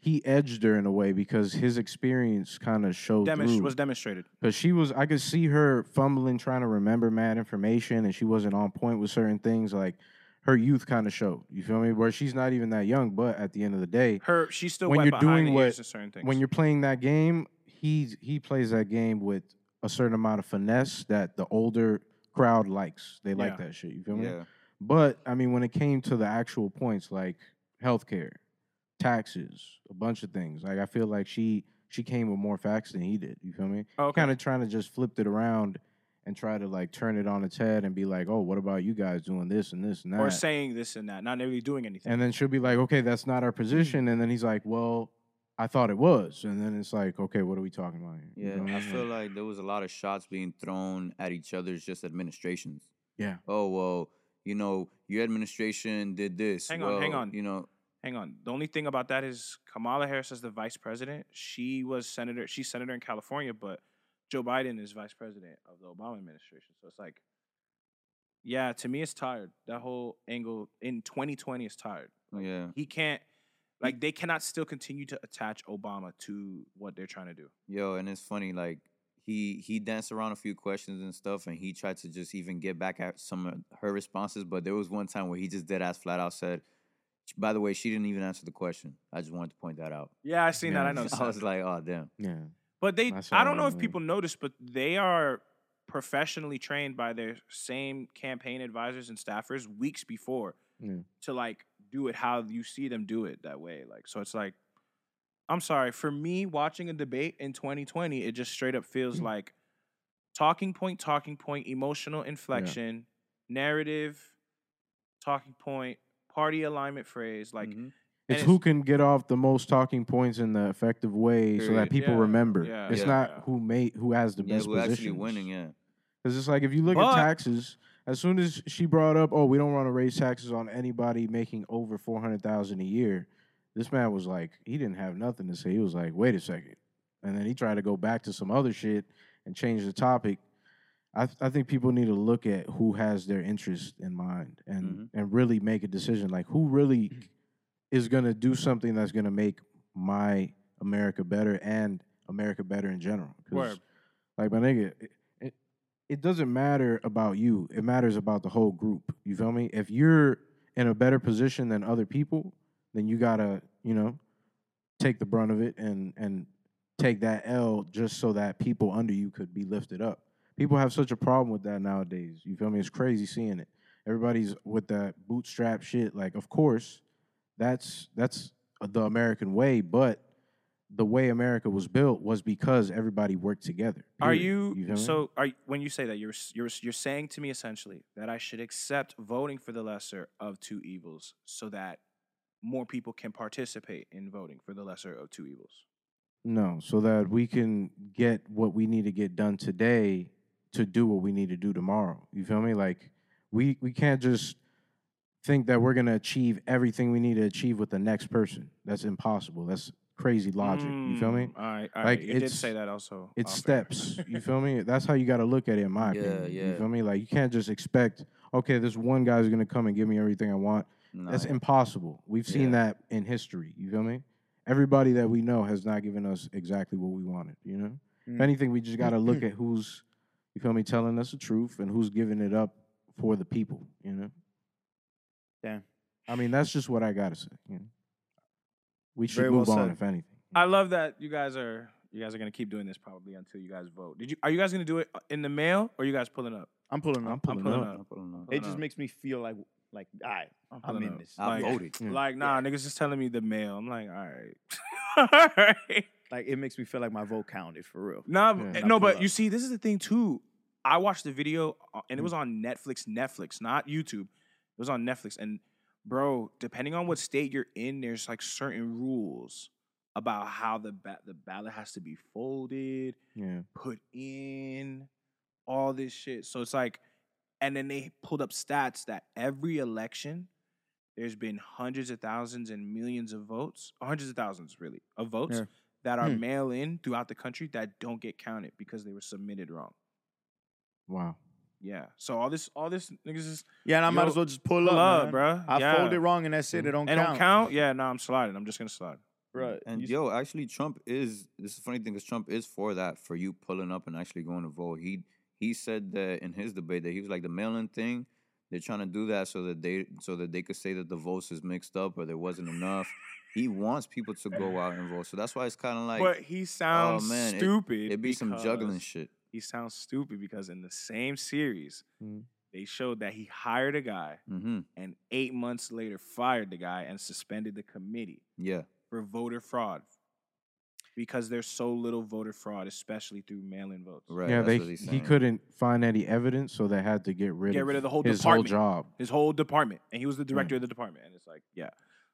J: he edged her in a way because his experience kind of showed
A: Demonst-
J: through.
A: was demonstrated.
J: Cause she was, I could see her fumbling, trying to remember mad information, and she wasn't on point with certain things. Like her youth kind of showed. You feel me? Where she's not even that young, but at the end of the day,
A: Her, she's still
J: When
A: wet
J: you're
A: behind
J: doing
A: the
J: what-
A: ears in certain things.
J: when you're playing that game, he he plays that game with a certain amount of finesse that the older crowd likes. They like
A: Yeah.
J: that shit. You feel me?
D: Yeah.
J: But I mean, when it came to the actual points, like healthcare, taxes, a bunch of things, like I feel like she she came with more facts than he did. You feel me?
A: Oh, okay.
J: Kind of trying to just flip it around and try to like turn it on its head and be like, oh, what about you guys doing this and this and that?
A: or saying this and that, not really doing anything.
J: and then she'll be like, okay, that's not our
D: Mm-hmm.
J: position. And then he's like, well, I thought it was. And then it's like, okay, what are we talking about here? You
D: Yeah,
J: feel me?
D: I feel like there was a lot of shots being thrown at each other's just administrations.
J: Yeah.
D: Oh well, you know, your administration did this.
A: Hang on, hang
D: well,
A: on.
D: You know,
A: Hang on. The only thing about that is Kamala Harris as the vice president. She was senator. She's senator in California, but Joe Biden is vice president of the Obama administration. So it's like, yeah, to me, it's tired. That whole angle in 2020 is tired. Like,
D: yeah,
A: He can't, like, they cannot still continue to attach Obama to what they're trying to do.
D: yo, and it's funny. Like he he danced around a few questions and stuff, and he tried to just even get back at some of her responses. But there was one time where he just dead ass flat out said, "By the way, she didn't even answer the question." I just wanted to point that out.
A: Yeah, I seen that. I
J: Yeah. [LAUGHS]
A: know.
D: [LAUGHS] I was like, "Oh damn."
J: Yeah.
A: But they,
J: That's what
A: I
J: I
A: don't know if
J: mean.
A: people notice, but they are professionally trained by their same campaign advisors and staffers weeks before
J: Yeah.
A: to like do it how you see them do it that way. Like, so it's like, I'm sorry, for me, watching a debate in 2020, it just straight up feels
J: Mm.
A: like talking point, talking point, emotional inflection, narrative, talking point, party alignment phrase. Like,
D: Mhm.
A: And
J: Mm-hmm. It's,
A: it's-
J: who can get off the most talking points in the effective way so that
D: Period.
J: people
A: Yeah,
J: remember.
A: yeah,
J: it's
D: yeah.
J: not who made who has the
D: yeah,
J: best
D: we're actually
J: position.
D: winning. Yeah,
J: Because it's like if you look
A: But-
J: at taxes, as soon as she brought up, oh, we don't want to raise taxes on anybody making over four hundred thousand a year, this man was like, he didn't have nothing to say. He was like, wait a second, and then he tried to go back to some other shit and change the topic. I, th- I think people need to look at who has their interest in mind and
D: Mhm.
J: and really make a decision like who really [CLEARS THROAT] is going to do something that's going to make my America better and America better in general. 'Cause,
A: Word.
J: Like my nigga, it, it, it doesn't matter about you. It matters about the whole group. You feel me? If you're in a better position than other people, then you gotta, you know, take the brunt of it and and take that L just so that people under you could be lifted up. People have such a problem with that nowadays. You feel me? It's crazy seeing it. Everybody's with that bootstrap shit. Like, of course, that's that's the American way, but the way America was built was because everybody worked together.
A: Are
J: period.
A: you,
J: feel me?
A: so? Are you- when you say that you're s- you're s- you're saying to me essentially that I should accept voting for the lesser of two evils so that more people can participate in voting for the lesser of two evils.
J: No, so that we can get what we need to get done today to do what we need to do tomorrow. You feel me? Like we we can't just think that we're going to achieve everything we need to achieve with the next person. That's impossible. That's crazy logic. you feel me?
A: Mm, All right, all right.
J: Like,
A: you did
J: it's-
A: say that also.
J: It's
A: off air. [LAUGHS]
J: steps. You feel me? That's how you got to look at it, in my
D: [LAUGHS] Yeah,
J: opinion. You
D: yeah.
J: feel me? Like you can't just expect, okay, this one guy's going to come and give me everything I want.
D: Nah,
J: That's impossible. We've seen that in history. You feel me? Everybody that we know has not given us exactly what we wanted. You know, if
B: Mm.
J: anything, we just got to look at who's, you feel me, telling us the truth and who's giving it up for the people. You know.
B: Damn.
J: I mean, that's just what I gotta say. You know? We should
B: Very well
J: move on,
B: said.
J: if anything.
A: I love that you guys are you guys are gonna keep doing this probably until you guys vote. Did you are you guys gonna do it in the mail or are you guys pulling up?
B: I'm pulling up.
A: I'm pulling up.
D: I'm pulling up.
B: It just makes me feel like like all right,
A: I'm,
B: I'm
A: pulling
B: in
A: up.
B: this.
D: I
A: Like,
D: voted.
A: like, nah, niggas is telling me the mail. I'm like, all right, [LAUGHS] all right.
B: Like it makes me feel like my vote counted for real.
A: Nah,
J: Yeah.
A: eh,
B: Not
A: no,
B: pull
A: but
B: up. Mm.
A: you see, this is the thing too. I watched the video uh, and it was on Netflix, Netflix, not YouTube. It was on Netflix. And bro, depending on what state you're in, there's like certain rules about how the ba- the ballot has to be folded,
J: Yeah.
A: put in, all this shit. So it's like, and then they pulled up stats that every election, there's been hundreds of thousands and millions of votes, hundreds of thousands really, of votes
B: Yeah.
A: that are
B: Hmm.
A: mail in throughout the country that don't get counted because they were submitted wrong.
J: Wow.
A: Yeah. So all this, all this niggas is
B: Yeah, and I might
A: Yo,
B: as well just pull,
A: pull up,
B: up, man.
A: bro.
B: I
A: yeah.
B: fold it wrong and that's it. It don't
A: And
B: count.
A: don't count? Yeah, no, I'm sliding. I'm just gonna slide.
B: Bruh,
D: And
B: you-
D: yo, actually, Trump is this is a funny thing because Trump is for that for you pulling up and actually going to vote. He he said that in his debate that he was like the mail-in thing. They're trying to do that so that they so that they could say that the votes is mixed up or there wasn't enough. he wants people to go out and vote, so that's why it's kind of like oh,
A: but he sounds
D: man, it-
A: stupid.
D: it'd be some juggling
A: because-
D: shit.
A: He sounds stupid because in the same series,
J: Mhm.
A: they showed that he hired a guy
D: Mm-hmm.
A: and eight months later fired the guy and suspended the committee
D: Yeah,
A: for voter fraud because there's so little voter fraud, especially through mail-in votes.
D: right.
J: yeah,
D: that's
J: they
D: what he's
J: he
D: saying.
J: couldn't find any evidence, so they had to get rid
A: Get
J: of
A: rid of the whole
J: his
A: department.
J: whole job.
A: His whole department, and he was the director of the department, and it's like, yeah.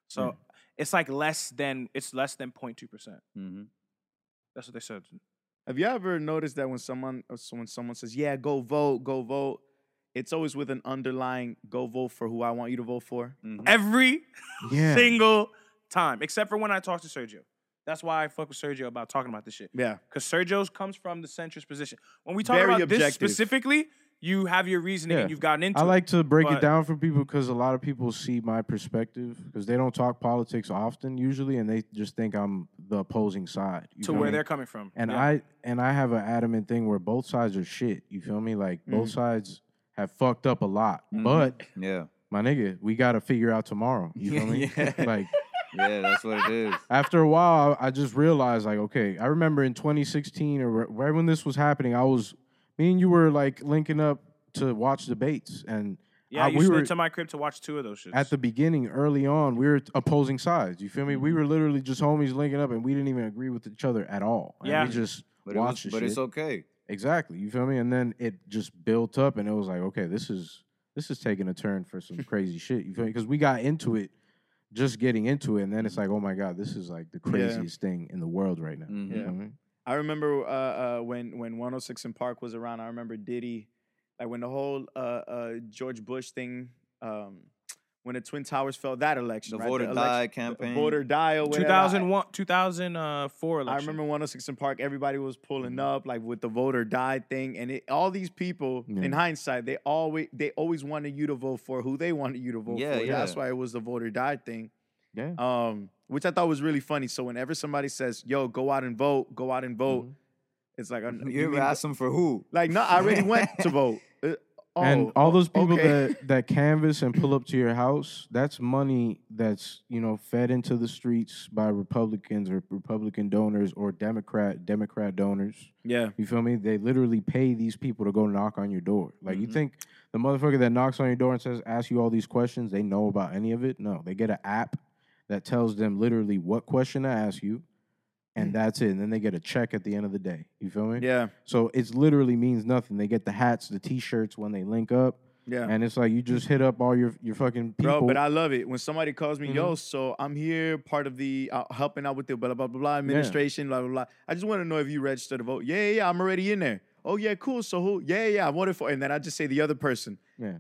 A: So it's like less than it's less than 0.2 percent.
D: Mhm.
A: That's what they said.
B: have you ever noticed that when someone uh, so when someone says, "Yeah, go vote, go vote," it's always with an underlying "Go vote for who I want you to vote for."
D: Mm-hmm.
A: Every
J: Yeah.
A: single time, except for when I talk to Sergio. That's why I fuck with Sergio about talking about this shit.
B: Yeah,
A: because Sergio's comes from the centrist position. When we talk
B: Very
A: about this
B: objective.
A: specifically, you have your reasoning and
J: Yeah.
A: you've gotten into.
J: I like
A: it.
J: to break
A: but-
J: it down for people because a lot of people see my perspective because they don't talk politics often usually, and they just think I'm the opposing side. you
A: to
J: feel
A: where
J: me?
A: they're coming from.
J: and
A: Yeah.
J: I and I have an adamant thing where both sides are shit. You feel me? Like
A: Mm.
J: both sides have fucked up a lot,
A: Mm-hmm.
J: but
D: Yeah,
J: my nigga, we gotta figure out tomorrow. You
A: [LAUGHS]
J: feel me?
D: Yeah.
J: [LAUGHS] Like
D: yeah, that's what it is.
J: after a while, I I just realized like, okay, I remember in 2016 or wh- right when this was happening, I was me and you were like linking up to watch debates and.
A: yeah,
J: I-
A: you
J: we
A: slid
J: were,
A: to my crib to watch two of those shits.
J: at the beginning, early on, we were opposing sides. You feel me? We were literally just homies linking up, and we didn't even agree with each other at all. And
A: Yeah.
J: we just
D: But, it was-
J: watched the
D: but
J: shit.
D: it's okay.
J: exactly. You feel me? And then it just built up, and it was like, okay, this is this is taking a turn for some crazy shit. You feel me? Because we got into it, just getting into it, and then it's like, oh my god, this is like the craziest thing in the world right now.
D: Mhm.
J: You know what I mean?
B: I remember uh, uh, when when 106 and Park was around. I remember Diddy, like when the whole uh, uh, George Bush thing, um, when the Twin Towers fell, that election,
D: The
B: right?
D: voter
B: elec-
D: die
B: the
D: campaign.
B: voter die or whatever. I-
A: 2001, 2004 election.
B: I remember 106 and Park. Everybody was pulling
D: Mm-hmm.
B: up, like with the vote or die thing, and it, all these people,
J: Yeah.
B: in hindsight, they always they always wanted you to vote for who they wanted you to vote
D: Yeah,
B: for. That's
D: yeah.
B: why it was the vote or die thing.
J: Yeah.
B: Um, which I thought was really funny. So whenever somebody says, "Yo, go out and vote, go out and vote," it's
D: [LAUGHS]
B: like I'm-
D: Mm-hmm.
B: [LAUGHS]
D: You ever
B: mean-
D: ask them for who?
B: Like, no, I already went
D: [LAUGHS]
B: to vote. Uh, oh,
J: and all those people
B: okay. [LAUGHS]
J: that that canvas and pull up to your house, that's money that's you know fed into the streets by Republicans or Republican donors or Democrat Democrat donors.
B: yeah,
J: You feel me? They literally pay these people to go knock on your door. Like
B: Mm-hmm.
J: you think the motherfucker that knocks on your door and says, "Ask you all these questions," they know about any of it? No, they get an app that tells them literally what question to ask you,
B: Mm.
J: and that's it. And then they get a check at the end of the day. You feel me?
B: yeah,
J: So it's literally means nothing. They get the hats, the t-shirts when they link up,
B: yeah.
J: and it's like you just hit up all your your fucking people.
B: Bro, but I love it when somebody calls me, yo, so I'm here, part of the uh, helping out with the blah blah blah, blah administration, blah blah blah. I just want to know if you registered to vote. Yeah, yeah, yeah, I'm already in there. Oh yeah, cool. So who? Yeah, yeah, I voted for, and then I just say the other person.
J: Yeah.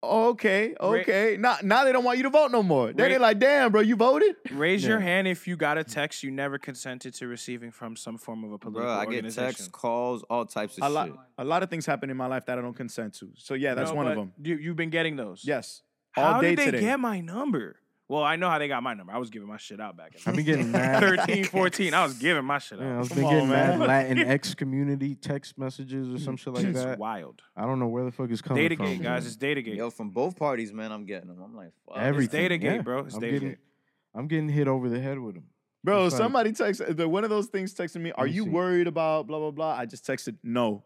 B: Oh, okay, okay. Now, now they don't want you to vote no more. Then they're
A: Right.
B: like, damn, bro, you voted.
A: Raise your
J: Yeah.
A: hand if you got a text you never consented to receiving from some form of a political
D: Bro, I get
A: organization.
D: texts, calls, all types of
B: A
D: shit.
B: lot, a lot of things happen in my life that I don't consent to. So yeah, that's
A: No,
B: one of
A: but
B: them.
A: You, you've been getting those.
B: Yes, all
A: How
B: day
A: did they
B: today.
A: get my number? Well, I know how they got my number. I was giving my shit out back
J: I've
A: in
J: been getting
A: [LAUGHS]
B: [LAUGHS]
J: mad.
A: 13, 14. I was giving my shit out.
J: Yeah, I've
B: Come
J: been
B: on,
J: getting mad
B: man. [LAUGHS]
J: Latin X community text messages or some shit like
A: it's
J: that.
A: wild.
J: I don't know where the fuck it's coming
A: Datagate,
J: from.
A: guys.
J: man.
A: It's Datagate.
D: Yo, from both parties, man, I'm getting them. I'm like, fuck.
J: Everything.
A: Datagate,
J: yeah.
A: bro. It's
J: I'm
A: Datagate.
J: Getting, I'm getting hit over the head with
B: [CLEARS THROAT]
J: them.
B: Bro,
J: It's like-
B: somebody texted the, one of those things texted me, "Are
J: me
B: you
J: see.
B: worried about blah blah blah?" I just texted no,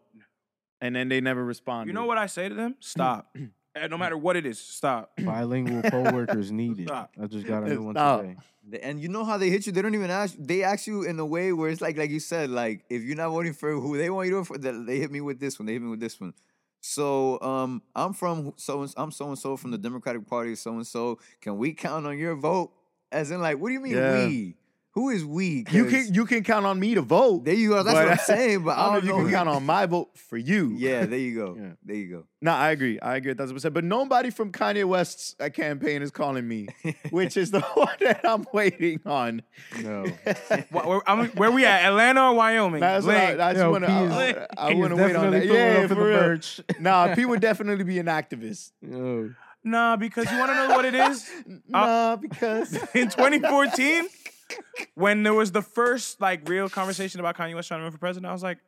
B: and then they never responded.
A: You know what I say
J: [CLEARS THROAT]
A: to them? Stop. Eh, no matter what it is, stop.
J: Bilingual co-workers needed.
A: Stop.
J: I just got a new one
B: Stop.
J: today.
D: Th- And you know how they hit you? They don't even ask. They ask you in a way where it's like, like you said, like if you're not voting for who they want you to vote for, th- they hit me with this one. They hit me with this one. So um, I'm from so I'm so and so from the Democratic Party. So and so, can we count on your vote? As in, like, what do you mean
B: Yeah.
D: we? Who is we?
B: You
D: 'Cause
B: can you can count on me to vote.
D: There you go. That's
B: but-
D: what
B: [LAUGHS]
D: I'm saying. But
B: I don't know if you can count on my vote for you.
D: [LAUGHS] Yeah, there you go.
J: Yeah.
D: There you go.
B: No, I agree. I agree a thousand percent. But nobody from Kanye West's uh, campaign is calling me, which is the [LAUGHS] one that I'm waiting on.
J: No.
A: Wh- where, I'm- where we at? Atlanta or Wyoming?
B: That's what I,
A: Link.
B: I just
J: Yo,
B: want
J: [LAUGHS]
B: to.
J: P is-
B: I,
J: He is
B: want to wait
J: definitely
B: on that.
J: putting it
B: Yeah,
J: up
B: for
J: in
B: real.
J: the merch. [LAUGHS]
B: Nah, P would definitely be an activist.
J: Yo.
A: Nah, because you want to know what
J: [LAUGHS]
A: it is?
J: Uh,
B: Nah, because
A: in 2014, when there was the first like real conversation about Kanye West trying to run for president, I was like,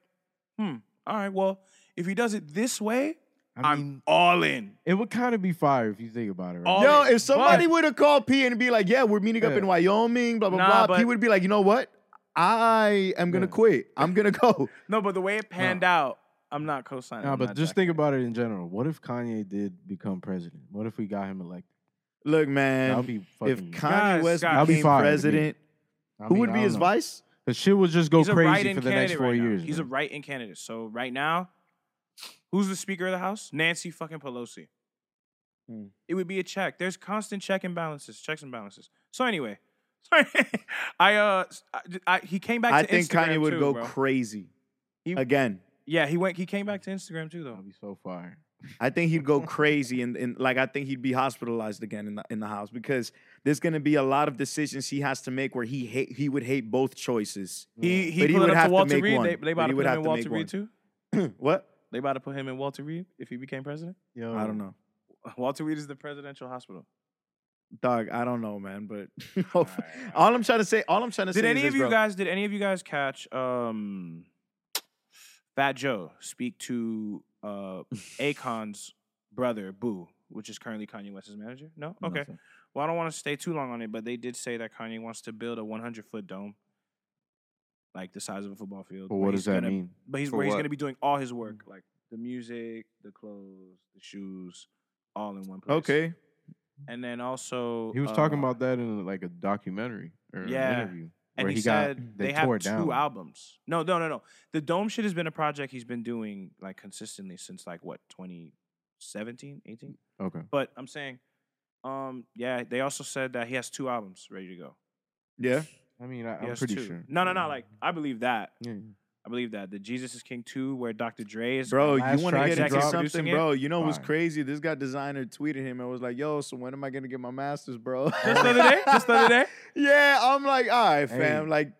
A: hmm, all right, well, if he does it this way,
J: I
A: I'm
J: mean,
A: all in.
J: it would kind of be fire if you think about it. Right?
A: All
B: Yo,
A: in.
B: if somebody
A: But-
B: would have called P and be like, "Yeah, we're meeting up
J: Yeah.
B: in Wyoming," blah blah
A: Nah,
B: blah, P
A: but-
B: would be like, "You know what? I am gonna
J: Yeah.
B: quit.
J: [LAUGHS]
B: I'm gonna go."
A: no, but the way it panned out, I'm not co-signing.
J: No,
A: on
J: but
A: that
J: just
A: jacket.
J: think about it in general. What if Kanye did become president? What if we got him elected?
B: Look,
J: That'll
B: man,
J: be
B: if
J: fucking.
B: Kanye
A: Guys,
B: West
A: guys.
B: became
J: That'd be fire to me.
B: president,
J: I
B: who
J: mean,
B: would
J: I
B: be
J: don't
B: his
J: know.
B: vice?
J: The shit would just go
A: He's a
J: crazy
A: write-in
J: for the next
A: candidate
J: four
A: right now.
J: years.
A: He's a
J: man.
A: write-in candidate. So right now, who's the Speaker of the House? Nancy fucking Pelosi.
B: Hmm.
A: It would be a check. There's constant check and balances, checks and balances. So anyway, [LAUGHS] sorry, I uh, I, I- he came back.
B: I
A: to
B: think
A: Instagram
B: Kanye would
A: too,
B: go
A: bro.
B: crazy.
A: He-
B: Again,
A: yeah, he went. He came back to
B: Hmm.
A: Instagram too, though.
J: That'd be so fire.
B: I think
A: [LAUGHS]
B: he'd go crazy, and, and like I think he'd be hospitalized again in the in the house because there's gonna be a lot of decisions he has to make where he hate he would hate both
J: [CLEARS THROAT]
B: choices.
A: He he
B: But he
A: put
B: would
A: it up
B: have
A: to
B: to
A: Walter
B: make
A: Reed.
B: one.
A: They, they
B: But
A: about
B: he
A: to
B: would
A: put him
B: have
A: in
B: to
A: Walter
B: make
A: Reed
B: one.
A: too.
B: what?
A: They about to put him in Walter Reed if he became
B: [LAUGHS]
A: president.
J: Yo,
B: I don't know,
A: Walter Reed is the presidential hospital.
B: dog. I don't know, man. But [LAUGHS] all I'm trying to say, all I'm trying to
A: Did
B: say
A: any
B: is this,
A: of you
B: bro.
A: guys? Did any of you guys catch um, Fat Joe speak to
J: [LAUGHS]
A: uh, Akon's brother Boo, which is currently Kanye West's manager? No, okay.
D: sir.
A: Well, I don't want to stay too long on it, but they did say that Kanye wants to build a 100 foot dome, like the size of a football field.
J: But
A: but
J: what
A: he's
J: does that
A: gonna-
J: mean? Mm.
A: But he's
D: For
A: where he's
D: what?
A: going to be doing all his work, like the music, the clothes, the shoes, all in one place.
B: Okay,
A: And then also
J: He was talking
A: uh,
J: about that in like a documentary or
A: Yeah.
J: an interview.
A: and
J: where
A: he,
J: got-
A: said they, have
J: tore it
A: two
J: down.
A: albums. No, no, no, no. The Dome shit has been a project he's been doing like consistently since like what 2017, 18.
J: Okay.
A: But I'm saying, um, yeah, they also said that he has two albums ready to go.
B: yeah.
J: I mean, I,
A: He
J: I'm
A: has
J: pretty
A: two.
J: sure.
A: No, no, no. Like I believe that.
J: Yeah.
A: I believe that the Jesus is King two, where Dr. Dre is.
B: Bro,
J: last
B: you want to
J: track
B: get
J: he
B: into
J: dropped-
B: something,
A: producing it?
B: bro? You know what's
J: Fire.
B: crazy? This guy designer tweeted him and was like, "Yo, so when am I gonna get my masters, bro?" [LAUGHS]
A: Just the other day. Just the
J: [LAUGHS]
A: other day.
B: yeah, I'm like, all right,
J: Hey,
B: fam. like,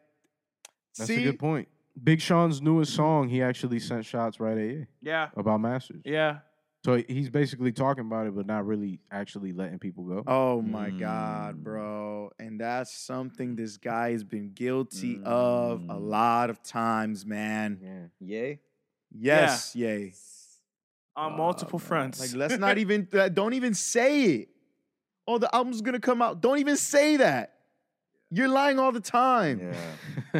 J: That's
B: see,
J: a good point. Big Sean's newest song, he actually sent shots right at you
A: Yeah.
J: about Masters.
A: Yeah.
J: So he's basically talking about it, but not really actually letting people go.
B: Oh my God, bro. And that's something this guy has been guilty of a lot of times, man. [LAUGHS]
D: Yay?
B: Yes, yay.
A: On multiple fronts.
B: Like, let's not even, th- don't even say it. Oh, the album's gonna come out. Don't even say that. You're lying all the time.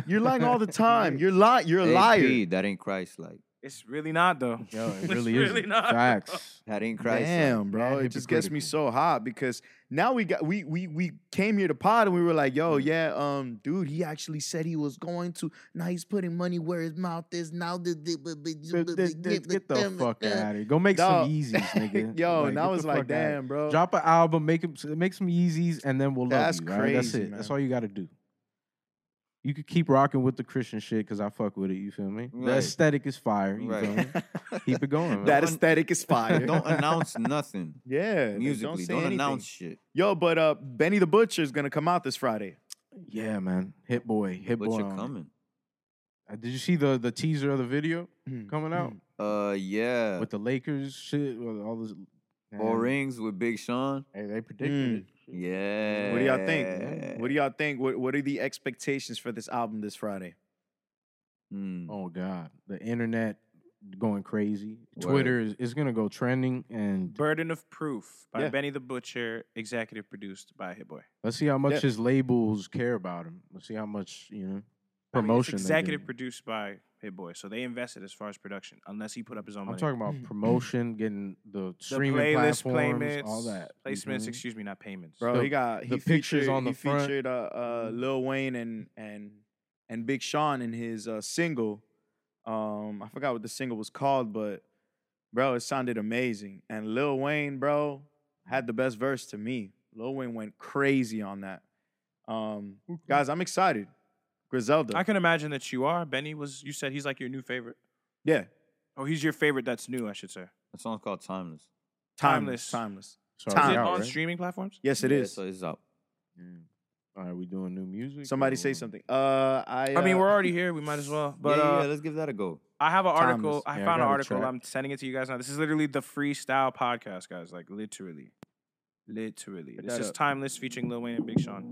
B: You're lying
J: [LAUGHS]
B: all the time. You're li- You're a
D: Hey,
B: liar.
D: P, that ain't Christ like.
A: It's really not though.
J: Yo,
A: it [LAUGHS] It's really really isn't. not. Facts.
D: That ain't Christ.
B: Damn, bro, it just gets me so hot because now we got we we we came here to pod and we were like, yo,
J: Mm.
B: yeah, um, dude, he actually said he was going to. Now he's putting money where his mouth is. Now the, the, the, the,
J: Th- th- th- get the fuck out of here. Go make
B: Dog.
J: some
B: [LAUGHS]
J: Yeezys, nigga.
B: Yo, and
J: get
B: I
J: the
B: was like,
J: fuck outta here.
B: damn, bro.
J: Drop an album, make 'em- make some Yeezys, and then we'll love
B: That's
J: you. right? That's it.
B: crazy,
J: That's
B: man.
J: all you got to do. You could keep rocking with the Christian shit because I fuck with it. You feel me? The
D: Right.
J: aesthetic is fire. You feel me?
B: [LAUGHS]
D: Right.
J: Keep it going. man.
B: That aesthetic is fire.
J: [LAUGHS]
B: [LAUGHS]
D: Don't announce nothing
B: yeah, like,
D: musically.
B: say
D: Don't,
B: anything.
D: announce shit.
B: Yo, but uh, Benny the Butcher is gonna come out this Friday.
J: yeah, man. Hit boy, hit
D: But
J: boy.
D: you're
J: on it.
D: coming.
J: Uh, Did you see the the teaser of the video coming out
B: Mm.
D: Uh, yeah.
J: with the Lakers shit? With all this Man,
D: Four rings with Big Sean.
J: Hey, they
B: Mm.
J: predicted it.
D: Yeah.
B: What do y'all think? What do y'all think? What What are the expectations for this album this Friday?
D: Mm.
J: Oh God, the internet going crazy.
D: Word.
J: Twitter is, is gonna go trending, and
A: Burden of Proof by
B: Yeah.
A: Benny the Butcher, executive produced by Hit Boy.
J: let's see how much
B: Yeah.
J: his labels care about him. Let's see how much you know
A: I mean,
J: promotion.
A: it's
J: they give
A: executive
J: him.
A: produced by Hit Boy, so they invested as far as production, unless he put up his own
J: I'm
A: money.
J: talking
D: Mm.
J: about promotion, getting the
A: [CLEARS THROAT] the
J: streaming
A: playlist
J: platforms,
A: payments,
J: all that You feel
A: placements.
J: me?
A: Excuse me, not payments.
B: Bro,
J: The-
B: he got he
J: the
B: featured,
J: pictures on the
B: he
J: front.
B: featured uh, uh, Lil Wayne and and and Big Sean in his uh, single. Um, I forgot what the single was called, but bro, it sounded amazing. And Lil Wayne, bro, had the best verse to me. Lil Wayne went crazy on that. Um, guys, I'm excited. Griselda,
A: I can imagine that you are. Benny was. You said he's like your new favorite.
B: yeah,
A: Oh, he's your favorite. That's new. I should say.
D: That song's called Timeless.
A: Timeless.
B: timeless, timeless.
J: Sorry,
A: Is
B: Time.
A: it
J: out,
A: on
J: right?
A: streaming platforms?
B: Yes, it
D: Yeah,
B: is.
D: So it's out.
J: All right, we doing new music.
B: Somebody
J: or-
B: say something. Uh, I.
A: I mean,
B: uh,
A: we're already here. We might as well. But
D: yeah,
A: uh,
D: yeah, let's give that a go.
A: I have an article.
B: Timeless.
A: I
J: Yeah, I
A: found
J: got
A: an
J: a
A: article.
J: track.
A: I'm sending it to you guys now. This is literally the freestyle podcast, guys. Like literally, literally. This
B: that
A: is
B: up.
A: timeless featuring Lil Wayne and Big Sean.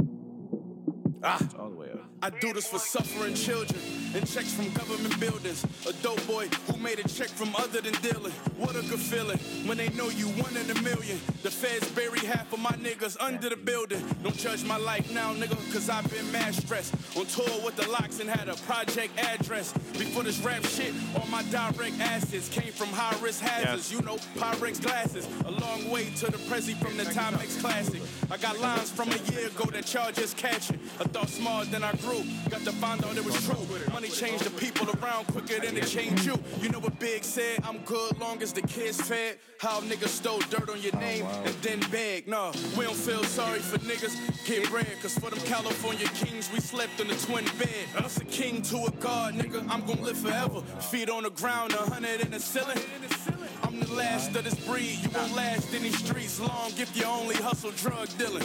G: Ah.
A: It's all the way up.
G: I do this for suffering children and checks from government buildings. A dope boy who made a check from other than dealing. What a good feeling when they know you one in a million. The feds bury half of my niggas under the building. Don't judge my life now, nigga, cause I've been mad stressed. On tour with the locks and had a project address. Before this rap shit, all my direct assets came from high risk hazards. You know, Pyrex glasses. A long way to the Prezi from the Timex Classic. I got lines from a year ago that y'all just catching. I thought small, then I grew. Got to find out it was true. Money changed the people around quicker than it changed you. You know what Big said? I'm good long as the kids fed. How niggas stole dirt on your name and then beg. Nah, we don't feel sorry for niggas. Get bread, cause for them California kings, we slept in the twin bed. Us a king to a god, nigga. I'm gonna live forever. Feet on the ground, a hundred in the ceiling. I'm the last of this breed. You won't last in these streets long if you only hustle drug dealing.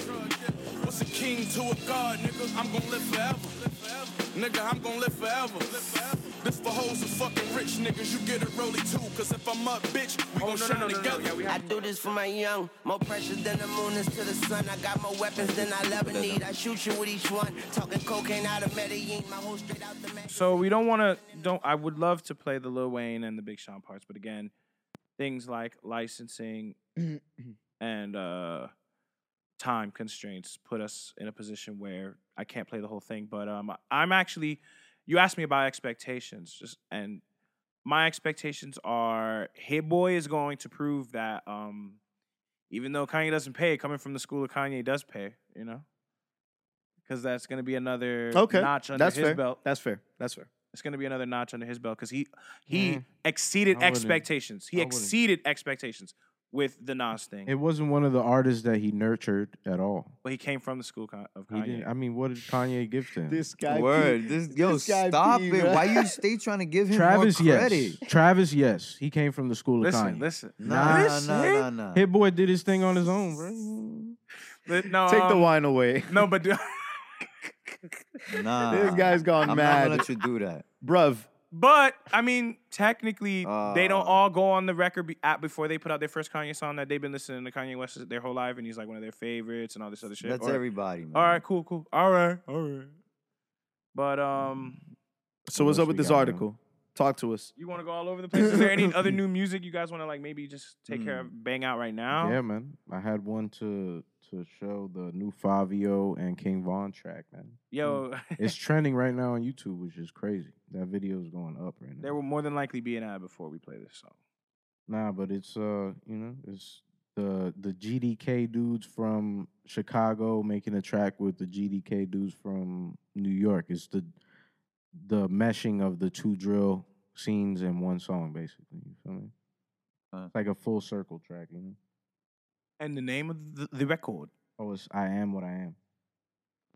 G: What's a king to a god, nigga? I'm gonna live forever. Nigga, I'm gonna live forever. This for hoes and fucking rich niggas. You get a rolly too, cause if I'm up, bitch,
K: Oh,
G: we gon' shine together.
E: I do this for my young. More precious than the moon is to the sun. I got more weapons than I'll ever need. I shoot you with each one. Talking cocaine out of Medellin. My whole straight out the mag-
A: So we don't want to. Don't. I would love to play the Lil Wayne and the Big Sean parts, but again, things like
B: [CLEARS THROAT]
A: licensing and uh, time constraints put us in a position where I can't play the whole thing. But um, I'm actually. You asked me about expectations, just and my expectations are Hit Boy is going to prove that um, even though Kanye doesn't pay, coming from the school of Kanye does pay. You know. Because that's going to be another
B: okay.
A: notch under
B: That's
A: his
B: fair.
A: belt.
B: That's fair. That's fair.
A: It's going to be another notch under his belt because he he
J: Mm. I
A: exceeded
J: wouldn't.
A: expectations. He
J: I wouldn't.
A: exceeded expectations with the Nas thing,
J: It wasn't one of the artists that he nurtured at all.
A: but he came from the school con- of
J: He
A: Kanye.
J: didn't. I mean, what did Kanye give to him?
B: This guy.
D: Word. This, yo, stop it. Why you stay trying to give him
J: Travis,
D: more
J: yes.
D: credit?
J: Travis, yes. He came from the school of
A: listen,
J: Kanye.
A: listen,
D: Nah,
A: listen.
D: nah, nah, nah.
J: Hit boy did his thing on his own, bro.
A: Li- No,
B: Take the
A: um,
B: wine away.
A: No, but [LAUGHS] do-
D: Nah.
B: This guy's gone
D: I'm
B: mad.
D: not gonna let you do that.
B: Bruv,
A: But I mean, technically, they don't
J: Oh.
D: Uh.
A: all go on the record be- app before they put out their first Kanye song that they've been listening to Kanye West their whole life, and he's like one of their favorites and all this other shit.
D: That's
A: Or-
D: everybody, man.
A: All right, cool, cool. All right, all right. But um,
B: So
J: What
B: what's
J: else
B: up with
J: we
B: this
J: got, man?
B: article? Talk to us.
A: you want to go all over the place? Is there any other new music you guys want to like maybe just take care of, bang out right now?
J: Yeah, man. I had one to to show the new Fabio and King Von track, man.
A: Yo,
J: Mm.
A: eh,
J: It's trending right now on YouTube, which is crazy. That video is going up right now.
A: [LAUGHS] there will more than likely be an ad before we play this song.
J: Nah, but it's uh, you know, it's the the GDK dudes from Chicago making a track with the GDK dudes from New York. It's the the meshing of the two drill scenes in one song, basically. You feel me?
D: Uh.
J: It's like a full circle track, you know.
A: And the name of the, the record
J: Oh, it's I am what I am.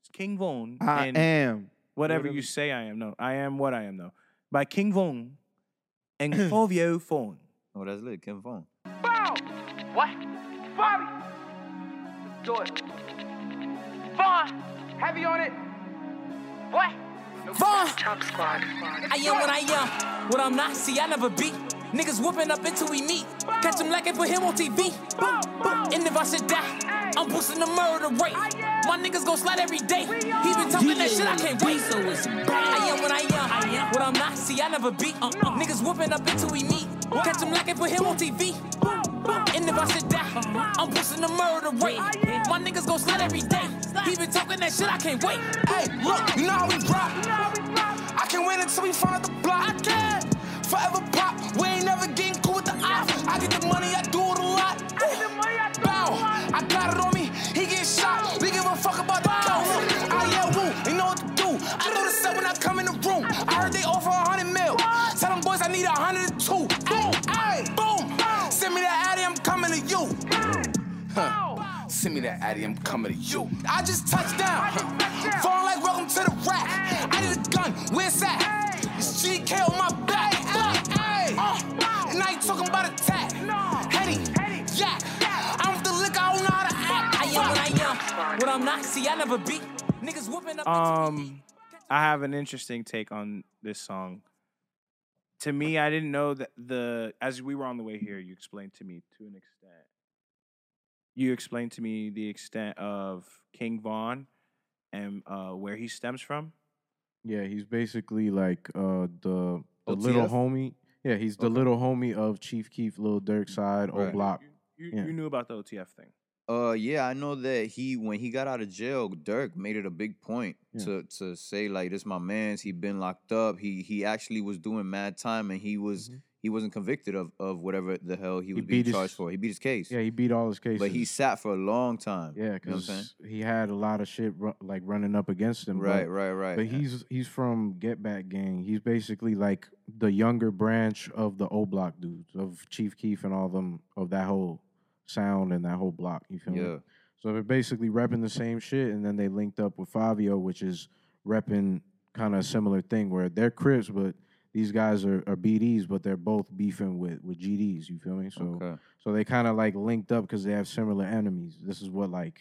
A: is King Von
B: I
A: and
B: am.
A: whatever
B: whatever-
A: you say I am. No, I am what I am though. By King Von and Fovio Fon.
D: Oh, that's lit. Kim Fong.
K: Boom! What? Bobby! Do it. Vaughn! Heavy on it! What?
L: Vaughn!
K: Chop Squad.
L: I am what I am. What I'm not, see, I never beat. Niggas whooping up until we meet. Catch him like it, put him on TV. Boom, boom. And if I should die, I'm boosting the murder rate. My niggas gon' slide every day. He been talking that shit, I can't wait. So it's I am what I am. What I'm not, see, I never beat. Uh, Niggas whooping up until we meet. Catch him like it, put him on TV. And if I should die, I'm boosting the murder rate. My niggas gon' slide every day. He been talking that shit, I can't wait.
E: Hey, look, you know how we rock. I can win until we find the block. I can. Forever pop. We ain't never getting cool with the ops. I get the money, I do it a lot. Bow. I got it on me. He get shot. We give a fuck about the count. I yell woo. You know what to do. I know the set when I come in the room. I heard they offer a hundred mil. Tell them boys I need a hundred and two. Boom. Ay, boom. Send me that Addy, I'm coming to you. Huh. Send me that Addy, I'm coming to you. I just touched down. Falling like welcome to the rack. I need a gun, where's that? It's GK on my back. Look, ayy. Uh, and I ain't talking about attack. Henny, yeah. I'm with the liquor, I don't know how to act.
L: I am what I am. What I'm not, see, I never beat. Niggas whooping up.
A: Um, I have an interesting take on this song. To me, I didn't know that the as we were on the way here, you explained to me to an extent. You explained to me the extent of King Von and uh, where he stems from.
J: Yeah, he's basically like uh the the little
D: OTF?
J: homie. Yeah, he's the
D: Okay. Mm,
J: little homie of Chief Keef, Lil Durk side, O
D: Right.
J: Block.
A: You,
J: Yeah.
A: you knew about the OTF thing.
D: Uh, yeah, I know that he when he got out of jail, Dirk made it a big point
J: Yeah.
D: to to say like, "This my man's. He been locked up. He he actually was doing mad time, and he was he wasn't convicted of of whatever the hell he was being
J: Mm-hmm. beat his-
D: charged for. He beat his case.
J: Yeah, he beat all his cases.
D: but he sat for a long time.
J: yeah,
D: you know what I'm saying?
J: because he had a lot of shit ru- like running up against him.
D: Right,
J: but,
D: right, right.
J: But he's he's from Get Back Gang. He's basically like the younger branch of the O Block dudes of Chief Keef and all them of that whole sound and that whole block. You feel me?
D: Uh, yeah,
J: So they're basically repping the same shit, and then they linked up with Fabio, which is repping kind of a similar thing where they're Crips, but these guys are, are BDs, but they're both beefing with with GDs. You feel me? So
D: okay.
J: so they kind of like linked up because they have similar enemies. This is what like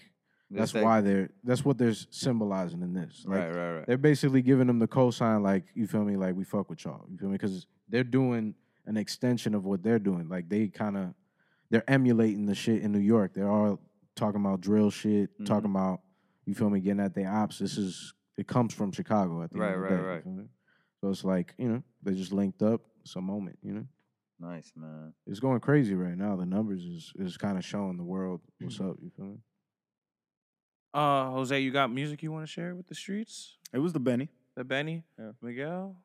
J: that's
D: That's that-
J: why they're that's what they're s- symbolizing in this. Like,
D: right, right, right.
J: They're basically giving them the cosign, like you feel me, like we fuck with y'all. You feel me? Because they're doing an extension of what they're doing. Like they kind of they're emulating the shit in New York. They're all talking about drill shit, talking
D: Mm-hmm.
J: about you feel me, getting at their ops. This is it comes from Chicago. I think.
D: Right,
J: of the
D: right,
J: day, you
D: right.
J: feel me? So it's like you know they just linked up. It's a moment, you know.
D: Nice man.
J: It's going crazy right now. The numbers is is kind of showing the world what's
D: Mm-hmm.
J: up. You feel me?
A: Uh, Jose, you got music you want to share with the streets?
B: It was the Benny.
A: The Benny,
I: Yeah.
A: Miguel.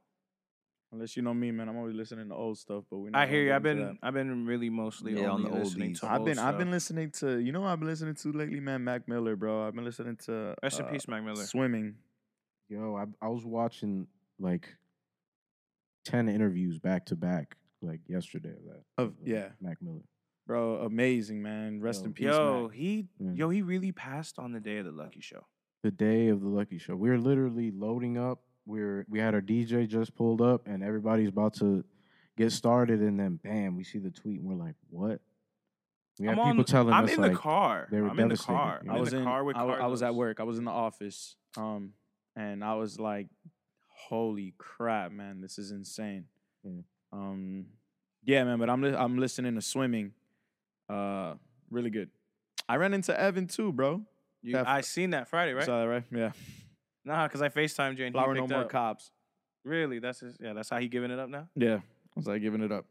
I: Unless you know me, man, I'm always listening to old stuff. But we.
A: I hear you. I've been I've been really mostly
D: Yeah, on
A: only
D: the oldies.
A: listening to
I: I've
A: old
I: been I've
A: stuff.
I: been listening to you know what I've been listening to lately, man. Mac Miller, bro. I've been listening to
A: Rest in
I: uh,
A: peace, Mac Miller.
I: Swimming.
J: Yo, I I was watching like ten interviews back to back like yesterday of that.
I: Of- yeah.
J: Mac Miller.
I: Bro, amazing, man. Rest
J: Yo.
I: in peace,
A: yo,
I: Mac.
A: he
J: Yeah.
A: yo he really passed on the day of the Lucky Show.
J: The day of the Lucky Show, we were literally loading up. We were we had our DJ just pulled up, and everybody's about to get started, and then bam, we see the tweet, and we're like, "What?" We had
A: I'm on-
J: people telling
A: I'm
J: us
A: in
J: like,
A: the car.
J: they were
A: I'm in the
J: devastated,
A: car.
J: you
A: I'm
J: know?
I: I was
A: in the car with
I: I, w- I was at
A: Carlos.
I: work. I was in the office. Um, and I was like
B: holy crap, man, this is insane.
A: Mm.
B: Um, yeah, man, but I'm li- I'm listening to swimming. Uh, really good. I ran into Evan too, bro.
A: You, I seen that Friday, right?
B: Saw that right? Yeah.
A: Nah, because I FaceTimed you and
B: Flower
A: he
B: no
A: picked
B: more
A: up.
B: cops.
A: Really? That's his, yeah. That's how he giving it up now.
B: Yeah, I was like giving it up.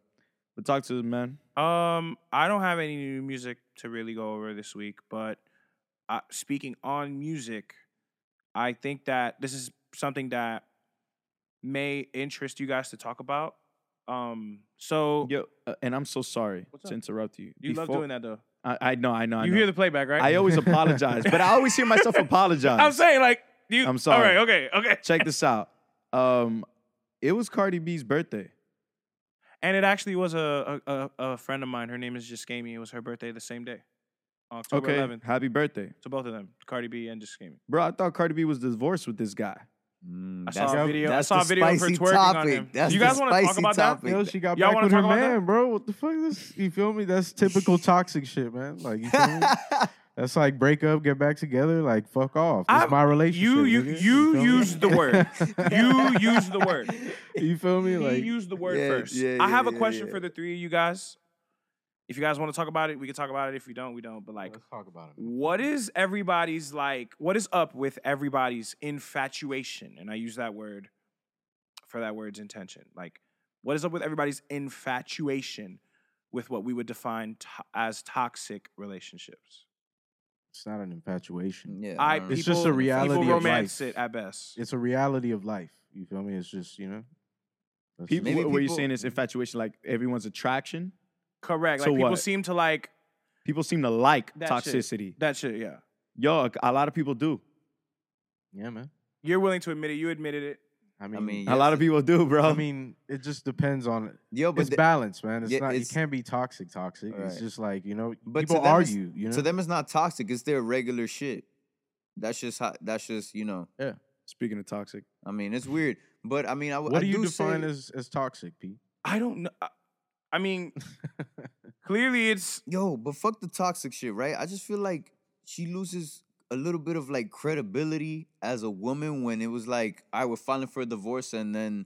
B: But talk to the man.
A: Um, I don't have any new music to really go over this week, but uh, speaking on music, I think that this is something that may interest you guys to talk about. Um, so
B: Yo, uh, and I'm so sorry
A: What's
B: to
A: up?
B: interrupt you.
A: you love
B: Before-
A: doing that though.
B: I, I know, I know. I
A: You
B: know.
A: hear the playback, right? [LAUGHS]
B: I always apologize, but I always hear myself apologize.
A: I'm saying like you.
B: I'm sorry.
A: All right. Okay. Okay.
B: Check this out. Um, it was Cardi B's birthday.
A: And it actually was a a, a, a friend of mine. Her name is Jaskami. It was her birthday the same day, October
B: okay,
A: 11th.
B: happy birthday,
A: To both of them, Cardi B and Jaskami.
B: bro. I thought Cardi B was divorced with this guy.
A: I saw a
D: Mm, that's-
A: video. I
D: that's
A: saw a
D: the
A: video of her
D: spicy
A: twerking on
D: topic.
A: him.
D: That's
A: you
D: the
A: guys want to talk
D: spicy
A: about
D: topic.
J: Yo, she got
A: Y'all
J: back
A: wanna
J: with her
A: talk about that?
J: man, bro. What the fuck is this? You feel me? That's typical toxic shit, man. Like you feel me? That's like break up, get back together, like fuck off. It's
A: I-
J: my relationship.
A: You you
J: nigga.
A: you
J: feel me?
A: used the
J: [LAUGHS]
A: word. you used the word.
J: You feel me?
A: You
J: Like
A: used the word
D: Yeah,
A: first.
D: yeah,
A: I have
D: yeah,
A: a
D: yeah,
A: question
D: yeah.
A: for the three of you guys. If you guys want to talk about it, we can talk about it. If you don't, we don't. But like,
J: talk about it.
A: what is everybody's like? What is up with everybody's infatuation? And I use that word for that word's intention. Like, what is up with everybody's infatuation with what we would define to- as toxic relationships?
J: It's not an infatuation.
D: Yeah,
A: I,
D: don't
A: people,
D: know.
J: It's just a reality of
A: People romance
J: life.
A: it at best.
J: It's a reality of life. You feel me? It's just you know. that's
B: People,
D: Maybe
B: were you
D: people-
B: saying this infatuation, like everyone's attraction?
A: Correct.
B: So
A: like people
B: what?
A: seem to like
B: People seem to like
A: That shit.
B: toxicity.
A: that shit. Yeah,
B: Yo, a, a lot of people do.
J: yeah, man.
A: you're willing to admit it. You admitted it.
J: I mean,
D: mean,
B: A
D: Yes,
B: lot of
D: it-
B: people do, bro.
J: I mean, it just depends on
D: Yo, but
J: it's
D: the-
J: balance, man. It's
D: yeah,
J: not.
D: it's-
J: you can't be toxic, toxic. It's
D: Right.
J: just like you know,
D: But to
J: people
D: them it's-
J: argue. You know,
D: to them it's not toxic. It's their regular shit. That's just how. That's just you know.
B: Speaking of toxic,
D: I mean, it's weird, but I mean, I w-
J: what
D: I
J: do you
D: do
J: define
D: say,
J: as as toxic, Pete?
A: I don't know. I- I
J: [LAUGHS]
A: mean, clearly it's
D: yo? But fuck the toxic shit, right? I just feel like she loses a little bit of like credibility as a woman when it was like, I we're filing for a divorce, and then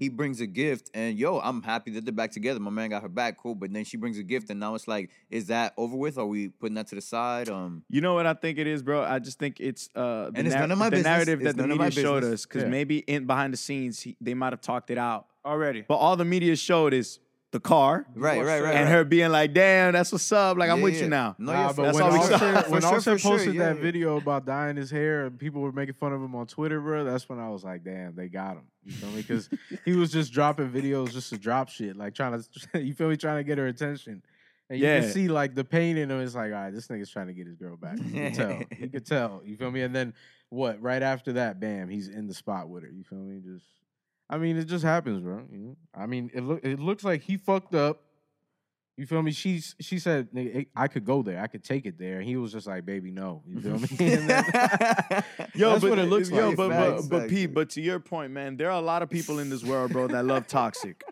D: he brings a gift, and yo, I'm happy that they're back together. My man got her back, cool. But then she brings a gift, and now it's like, is that over with? Are we putting that to the side? Um,
B: you know what I think it is, bro. I just think it's uh, the,
D: And it's none of my
B: the
D: business.
B: narrative
D: It's
B: that the
D: none of my
B: media showed
D: business.
B: us, because
J: Yeah.
B: maybe in behind the scenes he, they might have talked it out.
A: already.
B: But all the media showed is the car,
D: right, right, right.
B: and
D: right.
B: her being like, "Damn, that's what's up. Like I'm
D: Yeah,
B: with
D: yeah.
B: you now."
D: No,
J: Nah,
D: yeah, for-
J: but
B: that's
J: when
B: all we
J: Offset,
B: saw.
J: when
D: [LAUGHS] for sure,
J: Offset
D: for sure,
J: posted
D: yeah,
J: that
D: yeah.
J: video about dyeing his hair and people were making fun of him on Twitter, bro, that's when I was like, damn, they got him. You feel me? Because he was just dropping videos just to drop shit, like trying to, [LAUGHS] you feel me, trying to get her attention. And you
B: Yeah.
J: can see like the pain in him. It's like, all right, this nigga's trying to get his girl back. You could tell. [LAUGHS] You could tell. You feel me? And then what? Right after that, bam, he's in the spot with her. You feel me? Just, I mean, it just happens, bro. You know? I mean, it look, it looks like he fucked up. You feel me? She's she said "Nigga, it- I could go there, I could take it there, and he was just like, "Baby, no." You feel me? [LAUGHS] And
D: [LAUGHS]
J: then-
B: Yo,
J: That's
B: but,
J: what it looks
B: yo,
D: like.
B: But,
D: Facts,
B: but, but
D: facts,
B: Pete,
D: dude.
B: but to your point, man, there are a lot of people in this world, bro, that
J: [LAUGHS]
B: love toxic.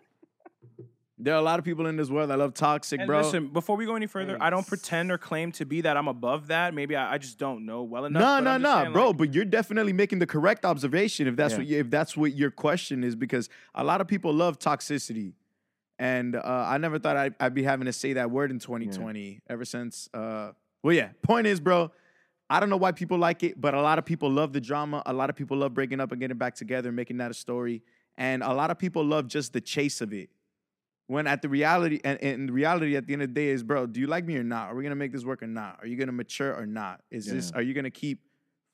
B: There are a lot of people in this world that love toxic,
A: And
B: bro.
A: listen, before we go any further, I don't pretend or claim to be that I'm above that. Maybe I, I just don't know well enough.
B: no,
A: but
B: no,
A: I'm just
B: no,
A: saying,
B: bro.
A: like,
B: but you're definitely making the correct observation if that's
J: Yeah.
B: what you, if that's what your question is, because a lot of people love toxicity, and uh, I never thought I'd, I'd be having to say that word in 2020. Ever since, uh, well, yeah. Point is, bro. I don't know why people like it, but a lot of people love the drama. A lot of people love breaking up and getting back together and making that a story. And a lot of people love just the chase of it. When at the reality and, and the reality at the end of the day is, bro, do you like me or not? Are we gonna make this work or not? Are you gonna mature or not? Is this
J: Yeah.
B: are you gonna keep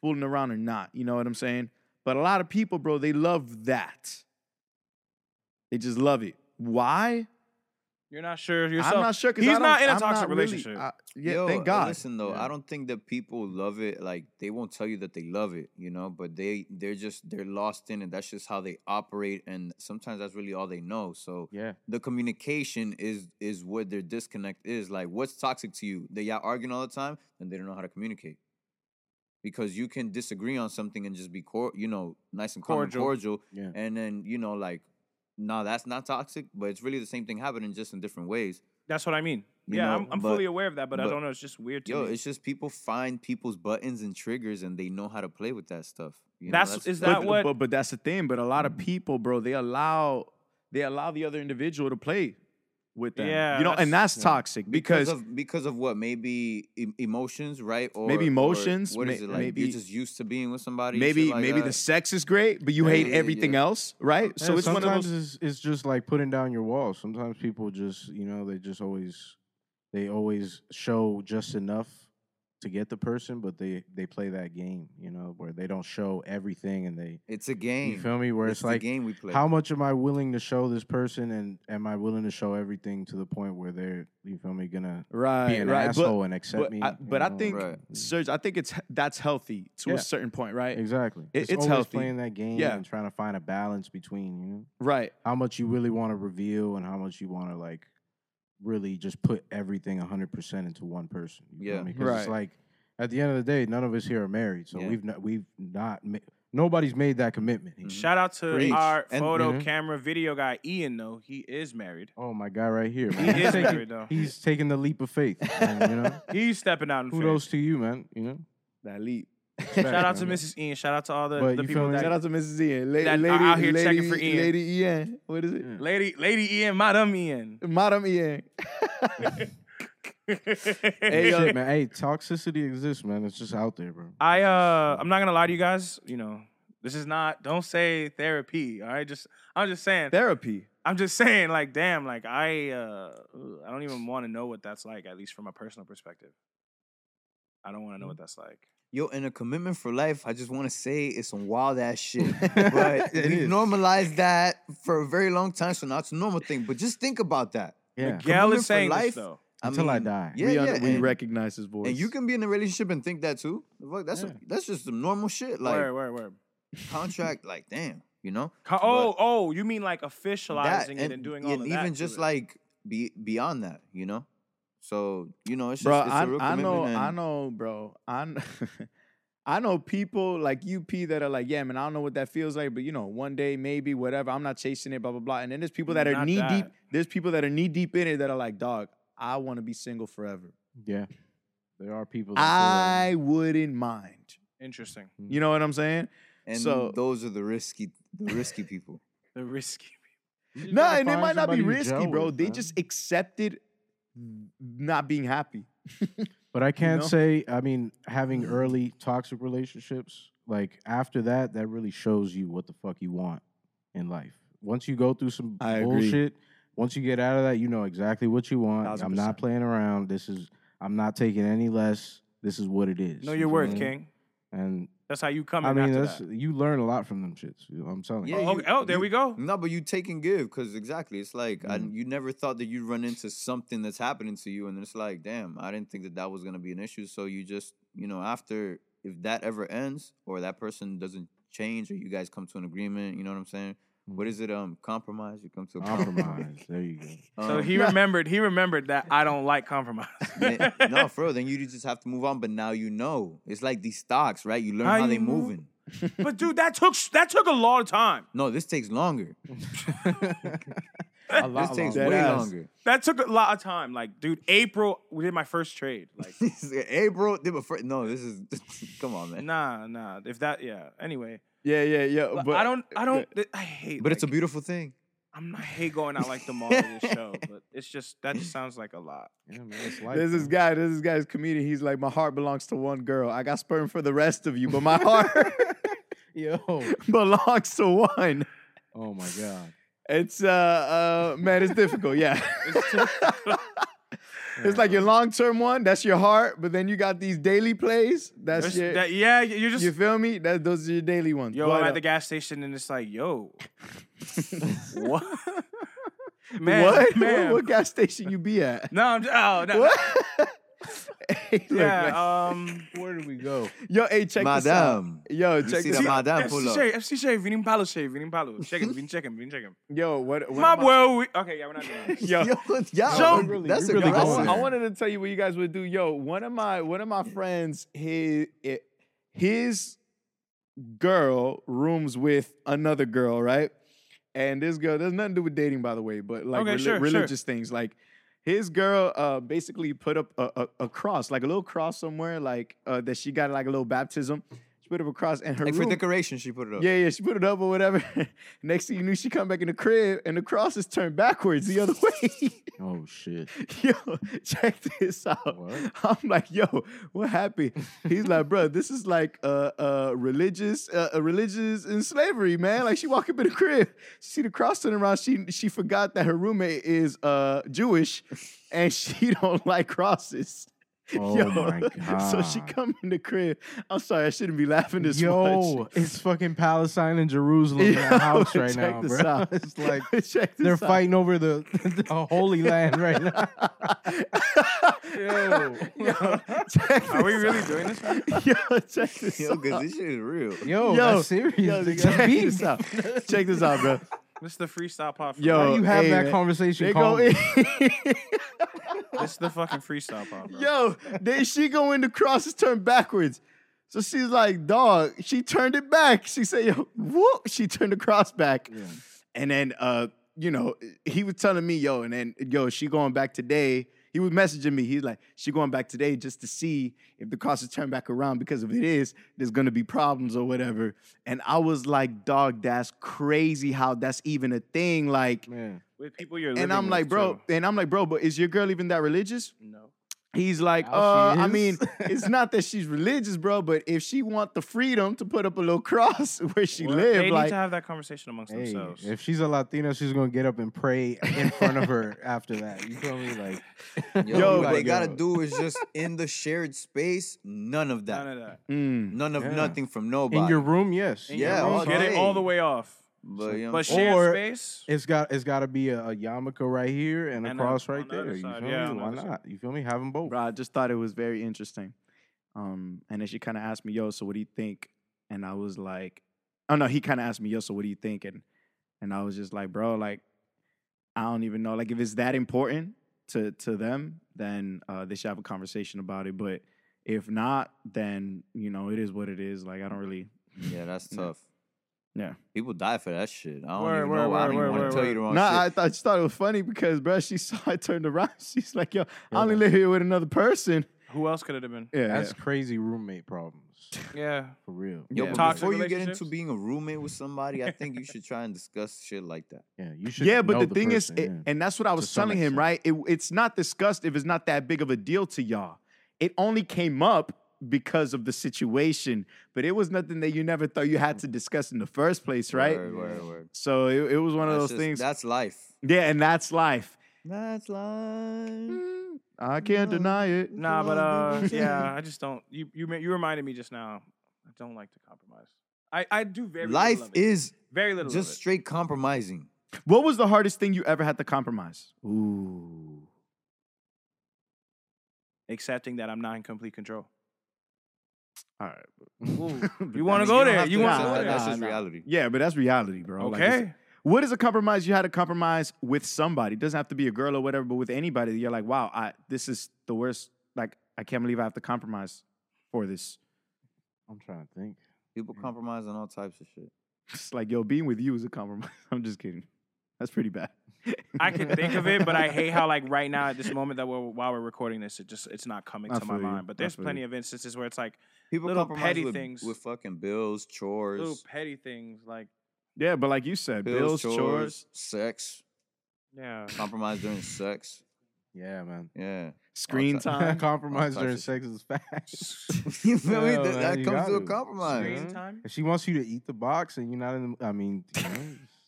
B: fooling around or not? You know what I'm saying? But a lot of people, bro, they love that. They just love it. Why?
A: you're not sure of yourself.
B: I'm not sure. 'cause I
A: He's
B: don't-
A: not in a
B: I'm
A: toxic
B: really-
A: relationship.
B: I- yeah,
D: Yo,
B: thank
D: uh,
B: God.
D: Listen though, I don't think that people love it. Like they won't tell you that they love it, you know. But they they're just they're lost in it. That's just how they operate, and sometimes that's really all they know. So
J: yeah,
D: the communication is is what their disconnect is. Like, what's toxic to you? That y'all arguing all the time, and they don't know how to communicate. Because you can disagree on something and just be cor- you know, nice and calm and
A: Cordial.
D: cordial,
J: Yeah.
D: and then you know, like, nah, that's not toxic, but it's really the same thing happening just in different ways.
A: That's what I mean.
D: You
A: Yeah,
D: know,
A: I'm, I'm
D: but-
A: fully aware of that, but, I
D: but-
A: don't know. It's just weird to
D: Yo,
A: me.
D: it's just people find people's buttons and triggers and they know how to play with that stuff. You know,
A: That's- is that
B: but,
A: what-
B: But, but that's the thing. But a lot
D: Mm-hmm.
B: of people, bro, they allow they allow the other individual to play with them.
A: Yeah,
B: you know, and
A: that's-
B: that's toxic because,
D: of because of what maybe e- emotions, right? Or
B: Maybe
D: or
B: emotions,
D: what
B: ma-
D: is it like?
B: maybe-
D: You're just used to being with somebody.
B: maybe
D: shit like
B: maybe the
D: that.
B: sex is great, but you
D: Yeah,
B: hate
D: yeah,
B: everything
D: yeah.
B: else, right?
J: Yeah,
B: [LAUGHS] so it's one
J: sometimes
B: of those.
J: it's, it's just like putting down your walls. Sometimes people just, you know, they just always they always show just enough to get the person, but they they play that game, you know, where they don't show everything and they
D: It's a game.
J: you feel me where it's,
D: It's the
J: like
D: game we play.
J: how much am I willing to show this person and am I willing to show everything to the point where they're you feel me gonna
B: Right,
J: be an
B: right. But-
J: asshole and accept
B: but
J: me?
B: I,
J: you
B: but I
J: know?
B: think,
D: Right.
B: Serge, I think it's that's healthy to
J: Yeah.
B: a certain point, right?
J: exactly
B: It-
J: it's,
B: it's
J: always
B: healthy.
J: playing that game
B: Yeah.
J: and trying to find a balance between you know.
B: Right.
J: how much you really want to reveal and how much you want to like really just put everything 100% into one person you
D: Yeah.
J: because it's
B: Right.
J: like at the end of the day none of us here are married so
D: Yeah.
J: we've not we've not ma- nobody's made that commitment
B: Mm.
J: here.
A: Shout out to
D: Preach.
A: our
D: And-
A: photo,
J: Mhm.
A: camera, video guy Ian. Though he is married,
J: oh my guy right here
A: he
J: man.
A: is
J: he's, taking,
A: married though.
J: he's taking the leap of faith man, you know
A: He's stepping out in faith.
J: kudos to you man you know
B: That leap.
J: [LAUGHS] Respect,
A: Shout out to
J: man.
A: Mrs. Ian. Shout out to all the,
J: But
A: the
J: you
A: people
J: feel me?
A: that
B: Shout out to Mrs. Ian. La-
A: That-
B: lady,
A: out here checking
B: lady-
A: for Ian.
B: Lady Ian. What is it?
A: lady, Lady Ian, Madam Ian.
B: Madam Ian.
J: Hey,
B: Hey, yo.
J: shit, man. hey toxicity exists man it's just out there bro
A: I uh, I'm not gonna lie to you guys. You know, this is not. Don't say therapy. All right, just I'm just saying.
B: Therapy.
A: I'm just [LAUGHS] saying. Like, damn. Like, I uh, ugh, I don't even want to know what that's like. At least from a personal perspective, I don't want to know what that's like.
D: Yo, and a commitment for life, I just want to say it's some wild ass shit. [LAUGHS] But
J: It
D: we've
J: is.
D: normalized that for a very long time, so now it's a normal thing. But just think about that.
J: yeah
A: Gail
D: Commitment
A: is
D: for
A: saying this
D: life?
A: though.
J: Until I die.
D: Yeah,
B: we
D: yeah.
B: un- we
D: and,
B: recognize his voice.
D: and you can be in a relationship and think that too. Fuck, that's
J: Yeah.
D: that's just some normal shit. Like
A: where, where, where?
B: [LAUGHS]
D: contract, like damn, you know.
A: Co- oh, oh, you mean like officializing it and doing all
D: and
A: of
D: even
A: that to
D: just
A: it.
D: like be beyond that, you know. So you know, it's
B: bro,
D: just it's
B: I,
D: a real
B: I know,
D: commitment
B: I
D: and-
B: know, bro. I, kn- [LAUGHS] I know people like UP that are like, yeah, man, I don't know what that feels like, but you know, one day maybe, whatever. I'm not chasing it, blah blah blah. And then there's people that are
A: Not
B: knee deep.
A: that.
B: There's people that are knee deep in it that are like, dog, I want to be single forever.
J: yeah there are people that
B: I wouldn't mind.
A: Interesting.
D: Hmm.
B: You know what I'm saying?
D: And
B: So-
D: those are the risky, the risky people.
A: The risky. [LAUGHS]
B: No, and it might not be risky, bro. they
J: just.
B: just accepted n- not being happy.
J: But I can't
B: know?
J: say, I mean, having early toxic relationships, like after that, that really shows you what the fuck you want in life. Once you go through some
B: I agree.
J: bullshit, once you get out of that, you know exactly what you want.
B: Thousand
J: I'm not
B: percent.
J: playing around. This is, I'm not taking any less. This is what it is.
A: Know
J: You
A: your
J: feel
A: worth,
J: me?
A: King.
J: And
A: That's how you come
J: I
A: in
J: mean,
A: after
J: that's,
A: that.
J: you learn a lot from them shits. you know, I'm telling you.
A: Oh,
D: you-
A: okay. Oh, there
D: you-
A: we go.
J: [LAUGHS]
D: No, but you take and give because exactly, it's like
A: Mm.
D: I, you never thought that you'd run into something that's happening to you, and it's like, damn, I didn't think that that was gonna be an issue. So you just, you know, after if that ever ends or that person doesn't change or you guys come to an agreement, you know what I'm saying?
A: Mm-hmm.
D: What is it? Um, compromise. You come to a [LAUGHS]
J: [LAUGHS]
D: compromise.
J: Compromise. there you go.
A: So
D: Um, [LAUGHS]
A: he remembered. He remembered that I don't like compromise.
D: then- [LAUGHS]
A: [LAUGHS]
D: no, for real. Then you just have to move on. But now you know. It's like these stocks, right? You learn
A: How
D: how, they
A: you move-
D: moving.
A: but dude, that took that took a long time.
D: No, this takes
A: [LAUGHS]
D: longer. [LAUGHS]
B: A
D: This takes
B: longer.
D: way
B: Deadass.
D: longer.
A: That took a lot of time. Like, dude, April we did my first trade.
B: [LAUGHS]
A: Like,
D: [LAUGHS] hey, bro. they were fir- No, this is. [LAUGHS] come on, man.
A: nah, nah. If that, yeah. Anyway,
B: Yeah, yeah, yeah.
A: but,
B: Uh, But,
A: I don't, I don't. I hate.
D: But it's a
A: like,
D: beautiful thing.
A: I'm not I hate going out like the mall of this show, but it's just that just sounds like a lot.
J: Yeah, man,
B: [LAUGHS]
J: it's life,
B: There's this
J: man.
B: guy, there's this guy's comedian. He's like, my heart belongs to one girl. I got sperm for the rest of you, but
A: [LAUGHS]
B: my heart [LAUGHS]
J: Yo.
B: belongs to one.
J: [LAUGHS] Oh, my God.
B: It's uh, uh man, it's difficult.
A: [LAUGHS]
B: Yeah, [LAUGHS] it's like your long term one. That's your heart, but then you got these daily plays. That's
A: There's-
B: your.
A: that- yeah, you're just
B: you feel me? That those are your daily ones.
A: yo.
B: But,
A: I'm
B: uh,
A: at the gas station and it's like
B: [LAUGHS]
A: yo, what? [LAUGHS] Man,
B: what? [LAUGHS]
A: man.
B: what gas station you
A: [LAUGHS]
B: be at? [LAUGHS]
A: No, I'm just, oh no.
B: What? [LAUGHS] hey, look, man.
A: Yeah, um,
J: Where do we
B: [LAUGHS]
J: go?
B: Yo, hey, check this out.
D: Madame.
B: Yo,
D: You
B: check
D: see
B: this
D: that
B: out.
D: Madame pull up.
A: FCJ, FCJ, Vinim Palo, Shay, Vinim Palo. Check him, Vin check him, Vin check
D: [LAUGHS]
A: him.
B: Yo, what? what
A: My
B: am I- [LAUGHS]
A: boy, we, okay, yeah, we're not doing this.
B: Yo,
D: [LAUGHS] Yo, yeah,
A: Yo,
D: we-
J: really-
D: that's
J: we
D: a
J: really
D: good
B: I,
J: going
B: wa-
J: on
B: I
J: there.
B: wanted to tell you what you guys would do. Yo, one of my one of my friends, his it, his girl rooms with another girl, right? And this girl there's nothing to do with dating, by the way, but like
A: Okay,
B: reli-
A: sure, sure.
B: religious things. Like his girl uh, basically put up a, a, a cross, like a little cross somewhere, like uh, that she got like a little baptism. She She put it up across and her
D: Like for
B: room-
D: decoration, she put it up.
B: [LAUGHS] Yeah, yeah, she put it up or whatever. [LAUGHS] Next thing you knew, she come back in the crib and the cross is turned backwards the other way. [LAUGHS]
J: Oh shit.
B: yo, [LAUGHS] check this out. I'm like, yo, what happened? He's like, bro, this is like uh, uh, religious, uh, uh, religious in slavery, man. Like she walk up in the crib, she see the cross turn around. She she forgot that her roommate is uh Jewish, and [LAUGHS] she don't like crosses.
J: Oh my
B: [LAUGHS] So she
J: God.
B: come in the crib. I'm sorry, I shouldn't be laughing this much.
J: Yo, it's fucking Palestine and Jerusalem
B: [LAUGHS]
J: in
B: Yo,
J: that house right
B: check
J: now,
B: this
J: bro. [LAUGHS]
B: out.
J: It's like
B: [LAUGHS] Check this
J: they're [LAUGHS]
B: out.
J: fighting over the, the holy land right
B: [LAUGHS]
J: now.
B: Yo, check
D: [LAUGHS]
A: Are we
B: this
A: really
B: out.
A: doing this? right
B: Yo, check
D: [LAUGHS]
B: this
D: Yo,
B: out.
D: cause this shit is real.
J: Yo,
B: Yo,
J: that's serious.
B: yo,
J: nigga.
B: check
J: That's
B: this
J: beef.
B: out. Check this out,
J: [LAUGHS]
B: bro.
A: now? This is the freestyle pod. For
B: Yo,
J: Why you have
B: hey,
J: that
B: man.
J: conversation?
B: They go
J: calm?
B: in. [LAUGHS]
A: This is the fucking freestyle pod. Bro.
B: Yo, then she go in the crosses turn backwards. So she's like, dog, she turned it back. She said, yo, whoop, she turned the cross back. And then uh, you know, he was telling me, yo, and then yo, she going back today. He was messaging me. He's like, she going back today just to see if the cross is turned back around because if it is, there's gonna be problems or whatever. And I was like, dog, that's crazy how that's even a thing. Like,
J: Man.
A: With people you're living
B: and I'm
A: with,
B: like, bro,
A: too.
B: and I'm like, bro, but is your girl even that religious?
A: No.
B: He's like,
J: Now
B: uh,
J: she
B: I
J: is.
B: mean, [LAUGHS] it's not that she's religious, bro, but if she want the freedom to put up a little [LAUGHS] cross where she
A: Well,
B: live,
A: They
B: like,
A: need to have that conversation amongst
J: Hey,
A: themselves.
J: if she's a Latina, she's gonna get up and pray in front of her after that. You feel me? Like,
D: Yo,
B: Yo,
D: what
B: but-
D: they gotta do is just in the shared space, none of that,
A: None of that.
B: Mm.
D: none of
J: Yeah.
D: nothing from nobody.
J: in your room, yes.
A: In
D: Yeah,
A: your room,
D: all
A: get it
D: day.
A: all the way off.
D: Oh, but, you know what I'm
A: But
D: saying?
A: shared
J: Or-
A: space.
J: It's got it's got to be a, a yarmulke right here and a
A: And a-
J: cross right
A: on the other
J: there. You
A: side,
J: feel
A: yeah,
J: me?
A: on the
J: Why
A: other side.
J: not? You feel me? Have them both.
B: bro, I just thought it was very interesting. Um, and then she kind of asked me, yo, so what do you think? And I was like, oh no, he kind of asked me, yo, so what do you think? And and I was just like, bro, like, I don't even know. Like, if it's that important to to them, then uh, they should have a conversation about it. But if not, then you know, it is what it is. Like, I don't really.
D: Yeah, that's tough.
B: Yeah.
D: People die for that shit. I don't
A: Word,
D: even
A: word,
D: know. why. I
A: word,
D: don't even
A: word,
D: want
A: word,
D: to tell you
A: word.
D: the wrong
B: nah,
D: Oh, shit.
B: I, thought- I just thought it was funny because, bro, she saw I turned around. [LAUGHS] She's like, yo, I only
J: Really?
B: live here with another person.
A: Who else could it have been?
B: Yeah.
J: That's crazy roommate problems
A: Yeah.
J: for real.
D: Yo,
B: Yeah,
D: but
A: Toxic
D: before you get into
A: relationships?
D: being a roommate with somebody, I think you should try and discuss shit like that.
J: Yeah, you should.
B: yeah, but
J: know
B: the thing is,
J: person,
B: it-
J: yeah.
B: and that's what I was
J: some
B: telling him,
J: extent.
B: right? It, it's not discussed if it's not that big of a deal to y'all. It only came up because of the situation, but it was nothing that you never thought you had to discuss in the first place, right?
D: Word, word, word.
B: So it, it was one of
D: That's
B: those
D: just-
B: things.
D: That's life.
B: Yeah, and that's life.
D: That's
A: Mm.
D: life.
B: I can't deny it.
A: Nah, but uh,
D: [LAUGHS]
A: yeah, I just don't. You you ma- you reminded me just now. I don't like to compromise. I I do very
D: life
A: little of it.
D: is
A: very little.
D: just
A: of it.
D: straight compromising.
B: What was the hardest thing you ever had to compromise? [LAUGHS] Ooh.
A: accepting that I'm not in complete control.
B: All right.
A: You want
D: I
A: to
D: mean,
A: go
D: don't
A: there?
D: have
A: You
D: to
A: want
D: accept
A: to
D: that.
A: go there?
D: That's just reality.
B: Yeah, but that's reality, bro. Like, it's-
A: Okay.
B: What is a compromise? You had to compromise with somebody. It doesn't have to be a girl or whatever, but with anybody, you're like, wow, I this is the worst. Like, I can't believe I have to compromise for this. [LAUGHS]
J: I'm trying to think.
D: People
A: Mm.
D: compromise on all types of shit.
B: It's like, yo, being with you is a compromise. [LAUGHS] I'm just kidding. That's pretty bad.
A: [LAUGHS] I can think of it, but I hate how like right now at this moment that we're while we're recording this, it just it's not coming
B: I
A: to my
B: feel you.
A: mind. But
B: I
A: there's
B: feel
A: plenty of instances where it's like
D: People
A: Little
D: compromise
A: petty
D: with,
A: things.
D: with fucking bills, chores,
A: little petty things, like
B: [LAUGHS] Yeah, but like you said, bills, chores.
D: sex.
A: yeah,
D: Compromise during sex.
J: Yeah, man.
D: Yeah. [LAUGHS]
B: screen
J: [LAUGHS]
D: All ty-
B: time.
J: Compromise
D: types
J: during
D: of
J: sex is facts.
D: [LAUGHS] you feel me?
J: Yeah,
D: That,
J: man,
D: that
J: you
D: comes to a
J: gotta.
D: compromise. [LAUGHS]
J: Screen
A: Screen
J: Mhm.
A: time.
J: If she wants you to eat the box and you're not in the, I mean, you, know,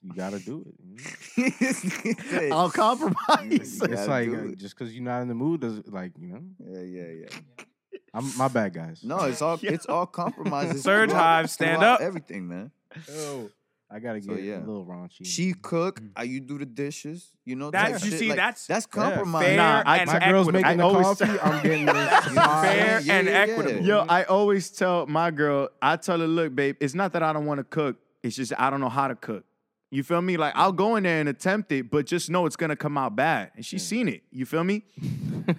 J: you gotta do it. you know?
A: [LAUGHS]
B: I'll
D: I'll
B: compromise.
D: You
J: It's
D: gotta
J: like
D: do
J: uh,
D: it.
J: just because you're not in the mood, does like you know?
A: uh,
D: Yeah, yeah, yeah.
J: I'm my bad, guys.
D: No,
A: [LAUGHS]
D: it's all it's all compromises.
A: Surge
D: throughout-
A: hive, stand
D: throughout
A: up.
D: Everything, man.
J: Yo, I gotta
D: So,
J: get
D: yeah.
J: a little raunchy.
D: She cook, I you do the dishes. You know
A: Mm. That-
D: type
A: you
D: shit,
A: see,
D: like,
A: that's
D: that's
J: fair.
D: compromise.
A: Fair
B: Nah, I-
A: and
J: my girl's
A: equitable.
J: making
B: I
J: the
B: always- [LAUGHS]
J: coffee. I'm getting
A: [LAUGHS]
J: this.
A: fair and equitable.
B: Yo, I always tell my girl, I tell her, look, babe, it's not that I don't want to cook. It's just I don't know how to cook. You feel me? Like I'll go in there and attempt it, but just know it's gonna come out bad. And she's seen it. You
A: [LAUGHS]
B: feel me?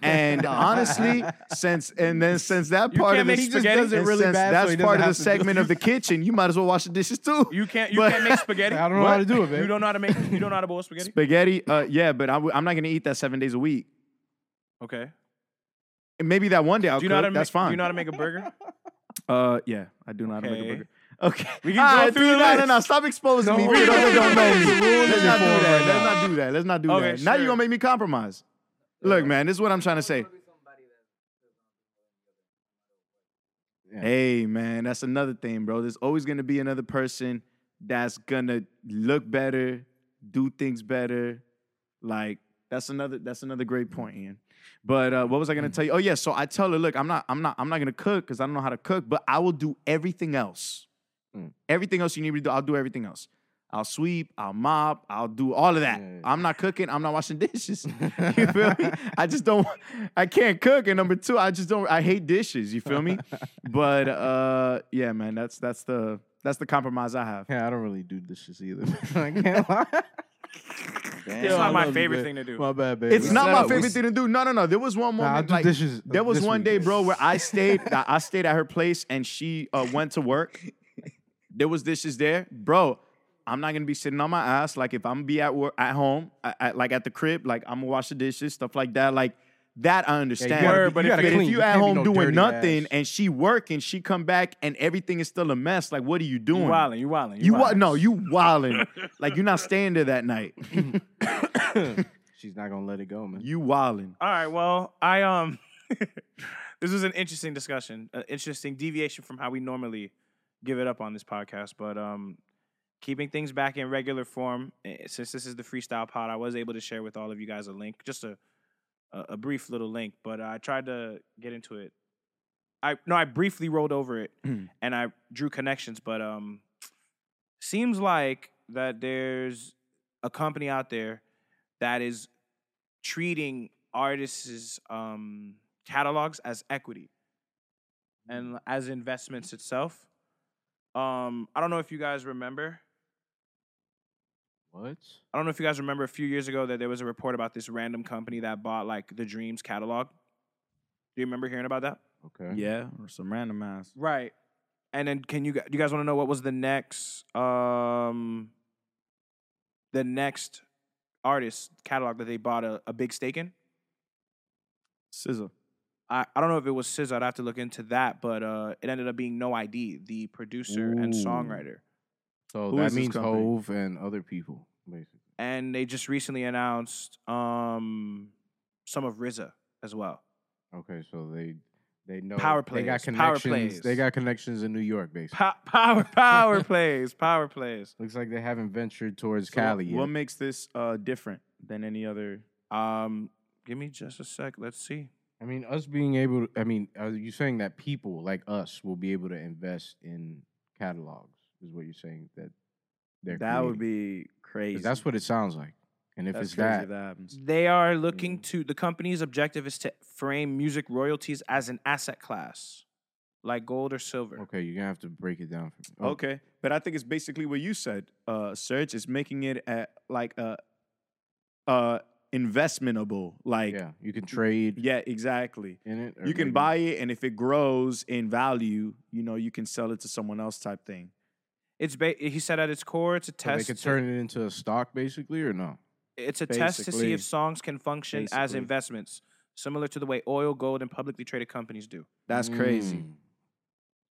B: And honestly, since and then since that
A: You
B: part
A: can't
B: of
A: make
B: the
A: He just spaghetti? does it
B: and
J: really
B: since
J: bad, so
B: that's
J: he doesn't
B: part of the
J: have to do
B: segment
J: it.
B: of the kitchen, you might as well wash the dishes too.
A: You can't you
B: But- [LAUGHS]
A: can't make spaghetti.
J: I don't know how to do it, man.
A: You don't know how to make. You don't know how to boil spaghetti.
B: spaghetti. Uh, yeah, but I w- I'm not gonna eat that seven days a week.
A: Okay.
B: And maybe that one day I'll
A: Do you know
B: cook.
A: how to
B: that's
A: make,
B: fine.
A: Do you know how to make a burger?
B: Uh, yeah, I do not like a
A: Okay.
B: booger. Okay,
A: We can go
B: Alright,
A: through
B: no, no,
A: this.
B: No, no, stop exposing me.
A: Don't
B: to
A: worry.
B: the other
A: Don't
B: domain.
A: worry.
B: Let's not do
A: Don't worry.
B: that. Let's not do that. Let's not do
A: Okay,
B: that. Now you're
A: sure.
B: gonna make me compromise. Look, man, this is what I'm trying to say. Hey, man, that's another thing, bro. There's always gonna be another person that's gonna look better, do things better. Like that's another that's another great point, Ian. But uh, what was I gonna tell you? Oh yeah, so I tell her, look, I'm not I'm not I'm not gonna cook because I don't know how to cook, but I will do everything else. Everything else you need me to do, I'll do everything else. I'll sweep, I'll mop, I'll do all of that. I'm not cooking, I'm not washing dishes. You feel me? I just don't I can't cook. And number two, I just don't I hate dishes, you feel me? but uh yeah, man, that's that's the that's the compromise I have.
J: Yeah, I don't really do dishes either. [LAUGHS] I can't lie.
A: It's
B: I
A: not
J: love
A: my
J: you,
A: favorite
J: babe.
A: thing to do.
J: My bad, baby.
B: It's not
D: set
B: my
D: up. We
B: favorite
D: s-
B: thing to do. No, no, no. There was one moment.
J: I'll do
B: like,
J: dishes
B: There was
J: this
B: one
J: week.
B: day, bro, where
J: [LAUGHS]
B: I stayed. I I stayed at her place, and she uh, went to work. There was dishes there, bro. I'm not gonna be sitting on my ass. Like if I'm gonna be at work, at home, at, at- like at the crib, like I'm gonna wash the dishes, stuff like that. Like that, I understand.
J: gotta be-
B: but
J: you
B: if,
J: gotta
B: but if
J: clean.
B: you
J: You
B: at
J: can't be
B: home
J: no
B: doing
J: dirty
B: nothing
J: ass.
B: and she working, she come back and everything is still a mess. Like what are you doing?
A: You wildin', you wildin', you
B: You wa-
A: wildin'.
B: no, you wildin'. like you're not staying there
J: [LAUGHS]
B: that night.
J: She's not gonna let it go, man.
B: You wildin'.
A: All right. Well, I um, [LAUGHS] this was an interesting discussion, an interesting deviation from how we normally give it up on this podcast. But um, keeping things back in regular form, eh, since this is the freestyle pod, I was able to share with all of you guys a link, just a a, a brief little link. But I tried to get into it. I no, I briefly rolled over it and I drew connections, but um, seems like that there's a company out there that is treating artists' um, catalogs as equity and as investments itself. Um, I don't know if you guys remember.
J: What?
A: I don't know if you guys remember a few years ago that there was a report about this random company that bought like the Dreams catalog. Do you remember hearing about that?
J: Okay.
B: Yeah, or some random ass.
A: Right. And then can you gu- you guys want to know what was the next um the next artist catalog that they bought a, a big stake in?
B: Scissor.
A: I, I don't know if it was SZA. I'd have to look into that, but uh, it ended up being No ID, the producer and
J: Ooh.
A: songwriter.
J: So
B: Who is
J: that
B: this
J: means
B: company?
J: Hove and other people, basically.
A: And they just recently announced um, some of RZA as well.
J: Okay, so they they know
A: Power
J: They got
A: plays, power
J: connections. They
A: plays.
J: got connections in New York, basically.
A: Po- power,
B: [LAUGHS]
A: power plays, power plays.
J: Looks like they haven't ventured towards
B: So what-
J: Cali yet.
B: What makes this uh, different than any other?
A: Um, give me just a sec. Let's see.
J: I mean, us being able. To, I mean, are you saying that people like us will be able to invest in catalogs? Is what you're saying that they're
B: that would
J: creating?
B: be crazy.
J: 'Cause That's what it sounds like. And if
B: That's
J: it's
B: crazy
J: that,
B: if that happens.
A: They are looking
B: Mm.
A: to the company's objective is to frame music royalties as an asset class, like gold or silver.
J: okay, you're gonna have to break it down for me. Oh,
B: Okay, but I think it's basically what you said. Uh, Search is making it a like a uh, investmentable. Like yeah,
J: yeah, you can trade
B: exactly.
J: in it. or
B: You can
J: maybe-
B: buy it, and if it grows in value, you know you can sell it to someone else. Type thing.
A: It's ba- he said at its core, it's a
J: So they
A: test.
J: could
A: to-
J: turn it into a stock, basically, or no?
A: It's a test to see
B: Basically.
A: if songs can function as
B: Basically.
A: investments, similar to the way oil, gold, and publicly traded companies do.
B: That's crazy.
J: Mm.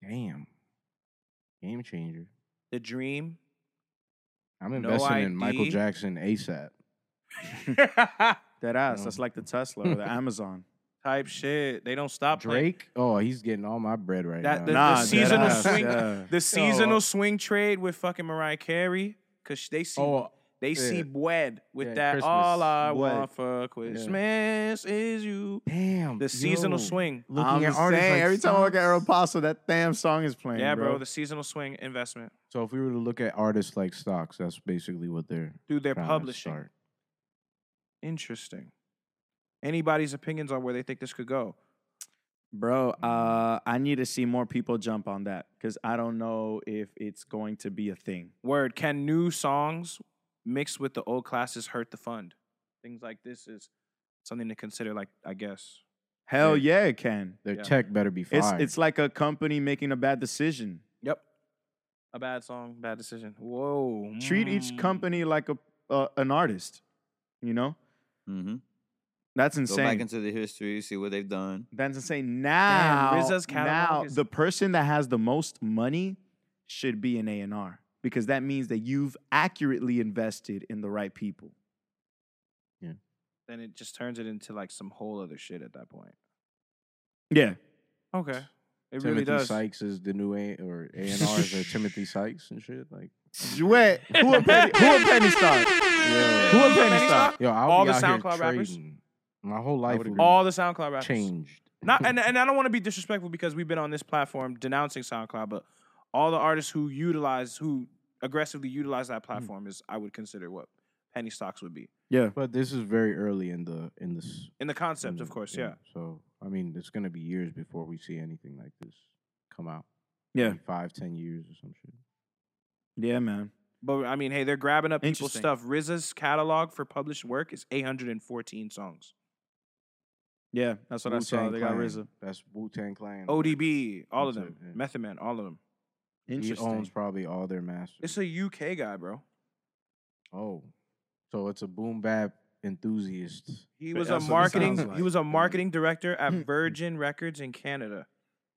J: Damn. Game changer. [LAUGHS]
A: The dream.
J: I'm
A: No
J: investing in Michael
A: ID.
J: Jackson ASAP.
B: That ass.
J: No.
B: That's like the Tesla or
J: [LAUGHS]
B: the Amazon.
A: Type shit. They don't stop. playing.
J: Drake? Oh, he's getting all my bread right
A: That-
J: now.
A: the-
B: nah, dead
A: seasonal
B: ass,
A: swing-
B: yeah.
A: The seasonal swing trade with fucking Mariah Carey, cause sh- they see
J: oh,
A: they see
J: yeah.
A: bread with
J: Yeah,
A: that.
J: Christmas.
A: All I
J: Bread.
A: want for Christmas is you.
J: damn.
A: The seasonal
J: yo.
A: swing.
J: Looking
B: I'm
J: at
B: just
J: artists
B: saying,
J: like
B: every time I look at
J: Stocks.
B: Aeropostale, that damn song is playing.
A: Yeah,
B: bro.
A: bro. The seasonal swing investment
J: So if we were to look at artists like stocks, that's basically what they're
A: through their
J: trying to
A: publishing.
J: start.
A: Interesting. Anybody's opinions on where they think this could go?
B: Bro, uh, I need to see more people jump on that because I don't know if it's going to be a thing.
A: Word. Can new songs mixed with the old classes hurt the fund? Things like this is something to consider. Like I guess.
B: Hell yeah, it can.
J: Their
A: Yeah.
J: tech better be
B: It's
J: fire.
B: it's like a company making a bad decision.
A: Yep. A bad song, bad decision. Whoa.
B: Treat each
A: mm.
B: company like a uh, an artist, you know.
D: Mm-hmm.
B: That's
D: Go back
B: insane.
D: into the history, see what they've done.
B: That's insane. Now,
A: RZA's catalog
B: now
A: is-
B: the person that has the most money should be an A and R because that means that you've accurately invested in the right people.
A: Then it just turns it into like some whole other shit at that point.
B: Yeah.
A: Okay. It
J: Timothy
A: really does.
J: Sykes is the new A
A: [LAUGHS]
J: or A and R is a Timothy Sykes and shit. Like
B: Wait, who a penny, who a penny star? Who a penny star?
J: yo, I'll
A: All
J: be
A: the
J: out here
A: SoundCloud rappers?
J: trading. My whole life would
A: All the SoundCloud rappers.
J: changed.
A: Not and, and I don't want to be disrespectful because we've been on this platform denouncing SoundCloud, but all the artists who utilize who aggressively utilize that platform is I would consider what penny stocks would be.
B: Yeah.
J: But this is very early in the in this
A: In the concept,
J: Mm,
A: of course, yeah.
J: So I mean, it's gonna be years before we see anything like this come out.
B: Yeah.
J: Maybe five, ten years or some shit.
B: Yeah, man.
A: But I mean, hey, they're grabbing up people's
B: Interesting.
A: stuff. RZA's catalog for published work is 814 songs.
B: Yeah, that's what I saw.
J: Wu-Tang
B: They got
J: Clan.
B: RZA.
J: That's Wu Tang Clan.
B: Oh,
A: ODB, all of
J: That's
A: them.
J: it, yeah.
A: Method Man, all of them.
J: he owns
B: Interesting.
J: probably all their masters.
A: It's a UK guy, bro.
J: oh, so it's a boom bap enthusiast.
A: He
B: But
A: was a
B: that's what it
A: marketing
B: sounds
A: he
B: like. Mm.
A: was a marketing director at Virgin Records in Canada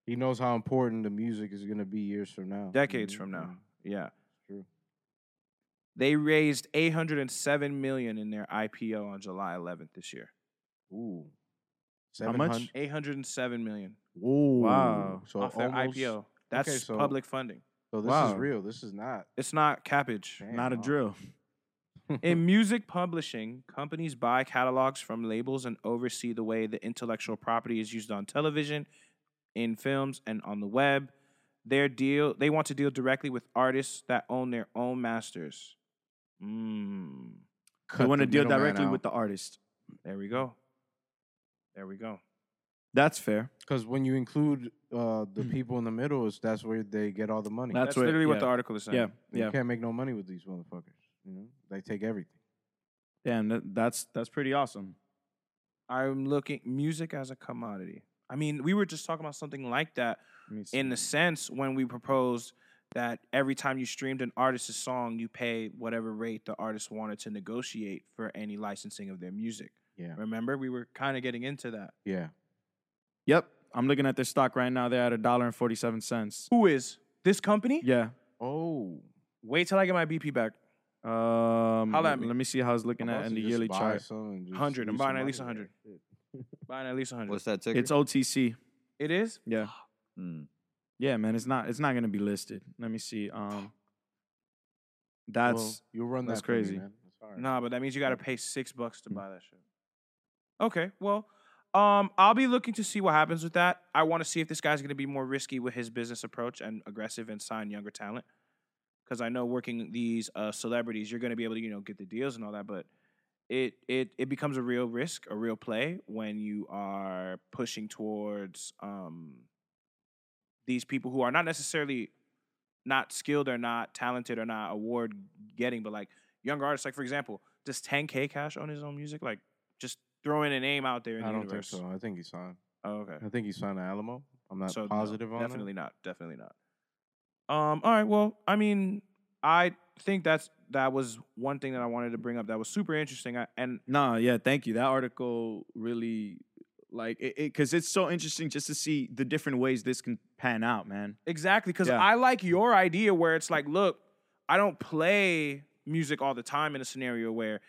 J: He knows how important the music is gonna be years from now,
A: decades
J: Mhm.
A: from now. Yeah.
J: True.
A: They raised 807 million in their IPO on July 11th this year.
J: Ooh,
B: How much?
J: 700
A: 807 million
J: Whoa,
B: Wow.
J: So
A: off their
J: almost-
A: IPO. That's
J: so-
A: public funding.
J: So this
B: Wow.
J: is real. This is not
A: It's not cappage.
J: damn,
B: Not a
J: wow.
B: drill.
A: In music publishing, companies buy catalogs from labels and oversee the way the intellectual property is used on television, in films, and on the web. Their deal they want to deal directly with artists that own their own masters. Mm,
B: They
J: Cut
B: want to
J: the
B: deal
J: middleman
B: directly
J: out.
B: with the artist.
A: there we go. There we go.
B: That's fair.
J: Because when you include uh, the people in the middle, it's, that's where they get all the money.
B: Mm. That's
A: That's,
B: what-
A: literally
B: yeah.
A: what the article is saying.
B: Yeah,
J: you
B: yeah.
J: can't make no money with these motherfuckers. You know, they take everything.
B: Damn, that, that's that's pretty awesome.
A: I'm looking music as a commodity. I mean, we were just talking about something like that
B: Let me see.
A: in the sense when we proposed that every time you streamed an artist's song, you pay whatever rate the artist wanted to negotiate for any licensing of their music.
J: Yeah,
A: Remember, we were kind of getting into that.
J: yeah.
B: Yep, I'm looking at their stock right now. They're at a dollar and forty seven cents.
A: Who is this company?
B: Yeah.
J: Oh,
A: Wait till I get my BP back.
B: Um,
A: Holla at me.
B: Let me see how it's looking at in the yearly chart.
A: Hundred. I'm buying at least
J: hundred.
A: hundred. Buying at least 100.
D: What's that ticker?
B: It's OTC.
A: It is?
B: Yeah.
D: Mm. [LAUGHS]
B: Yeah, man. It's not. It's not gonna be listed. Let me see. Um, that's
J: you'll run
B: that's
J: that for me,
B: crazy.
J: man. That's all right.
A: Nah, but that means you got to pay six bucks to buy that shit. Okay, well, um, I'll be looking to see what happens with that. I want to see if this guy's going to be more risky with his business approach and aggressive and sign younger talent. Because I know working these uh, celebrities, you're going to be able to you know get the deals and all that, but it it it becomes a real risk, a real play when you are pushing towards um, these people who are not necessarily not skilled or not talented or not award getting, but like younger artists. Like for example, does 10K Cash own his own music? Like just throwing a name out there in
J: I
A: the
J: don't
A: universe.
J: think so. I think he signed.
A: Oh, okay.
J: I think he signed to Alamo. I'm not
A: So, no,
J: positive on
A: definitely not. Definitely not. Um. All right. Well, I mean, I think that's that was one thing that I wanted to bring up that was super interesting. I, and
B: Nah, yeah, thank you. That article really like it because it's so interesting just to see the different ways this can pan out, man.
A: Exactly, because
B: Yeah.
A: I like your idea where it's like, look, I don't play music all the time in a scenario where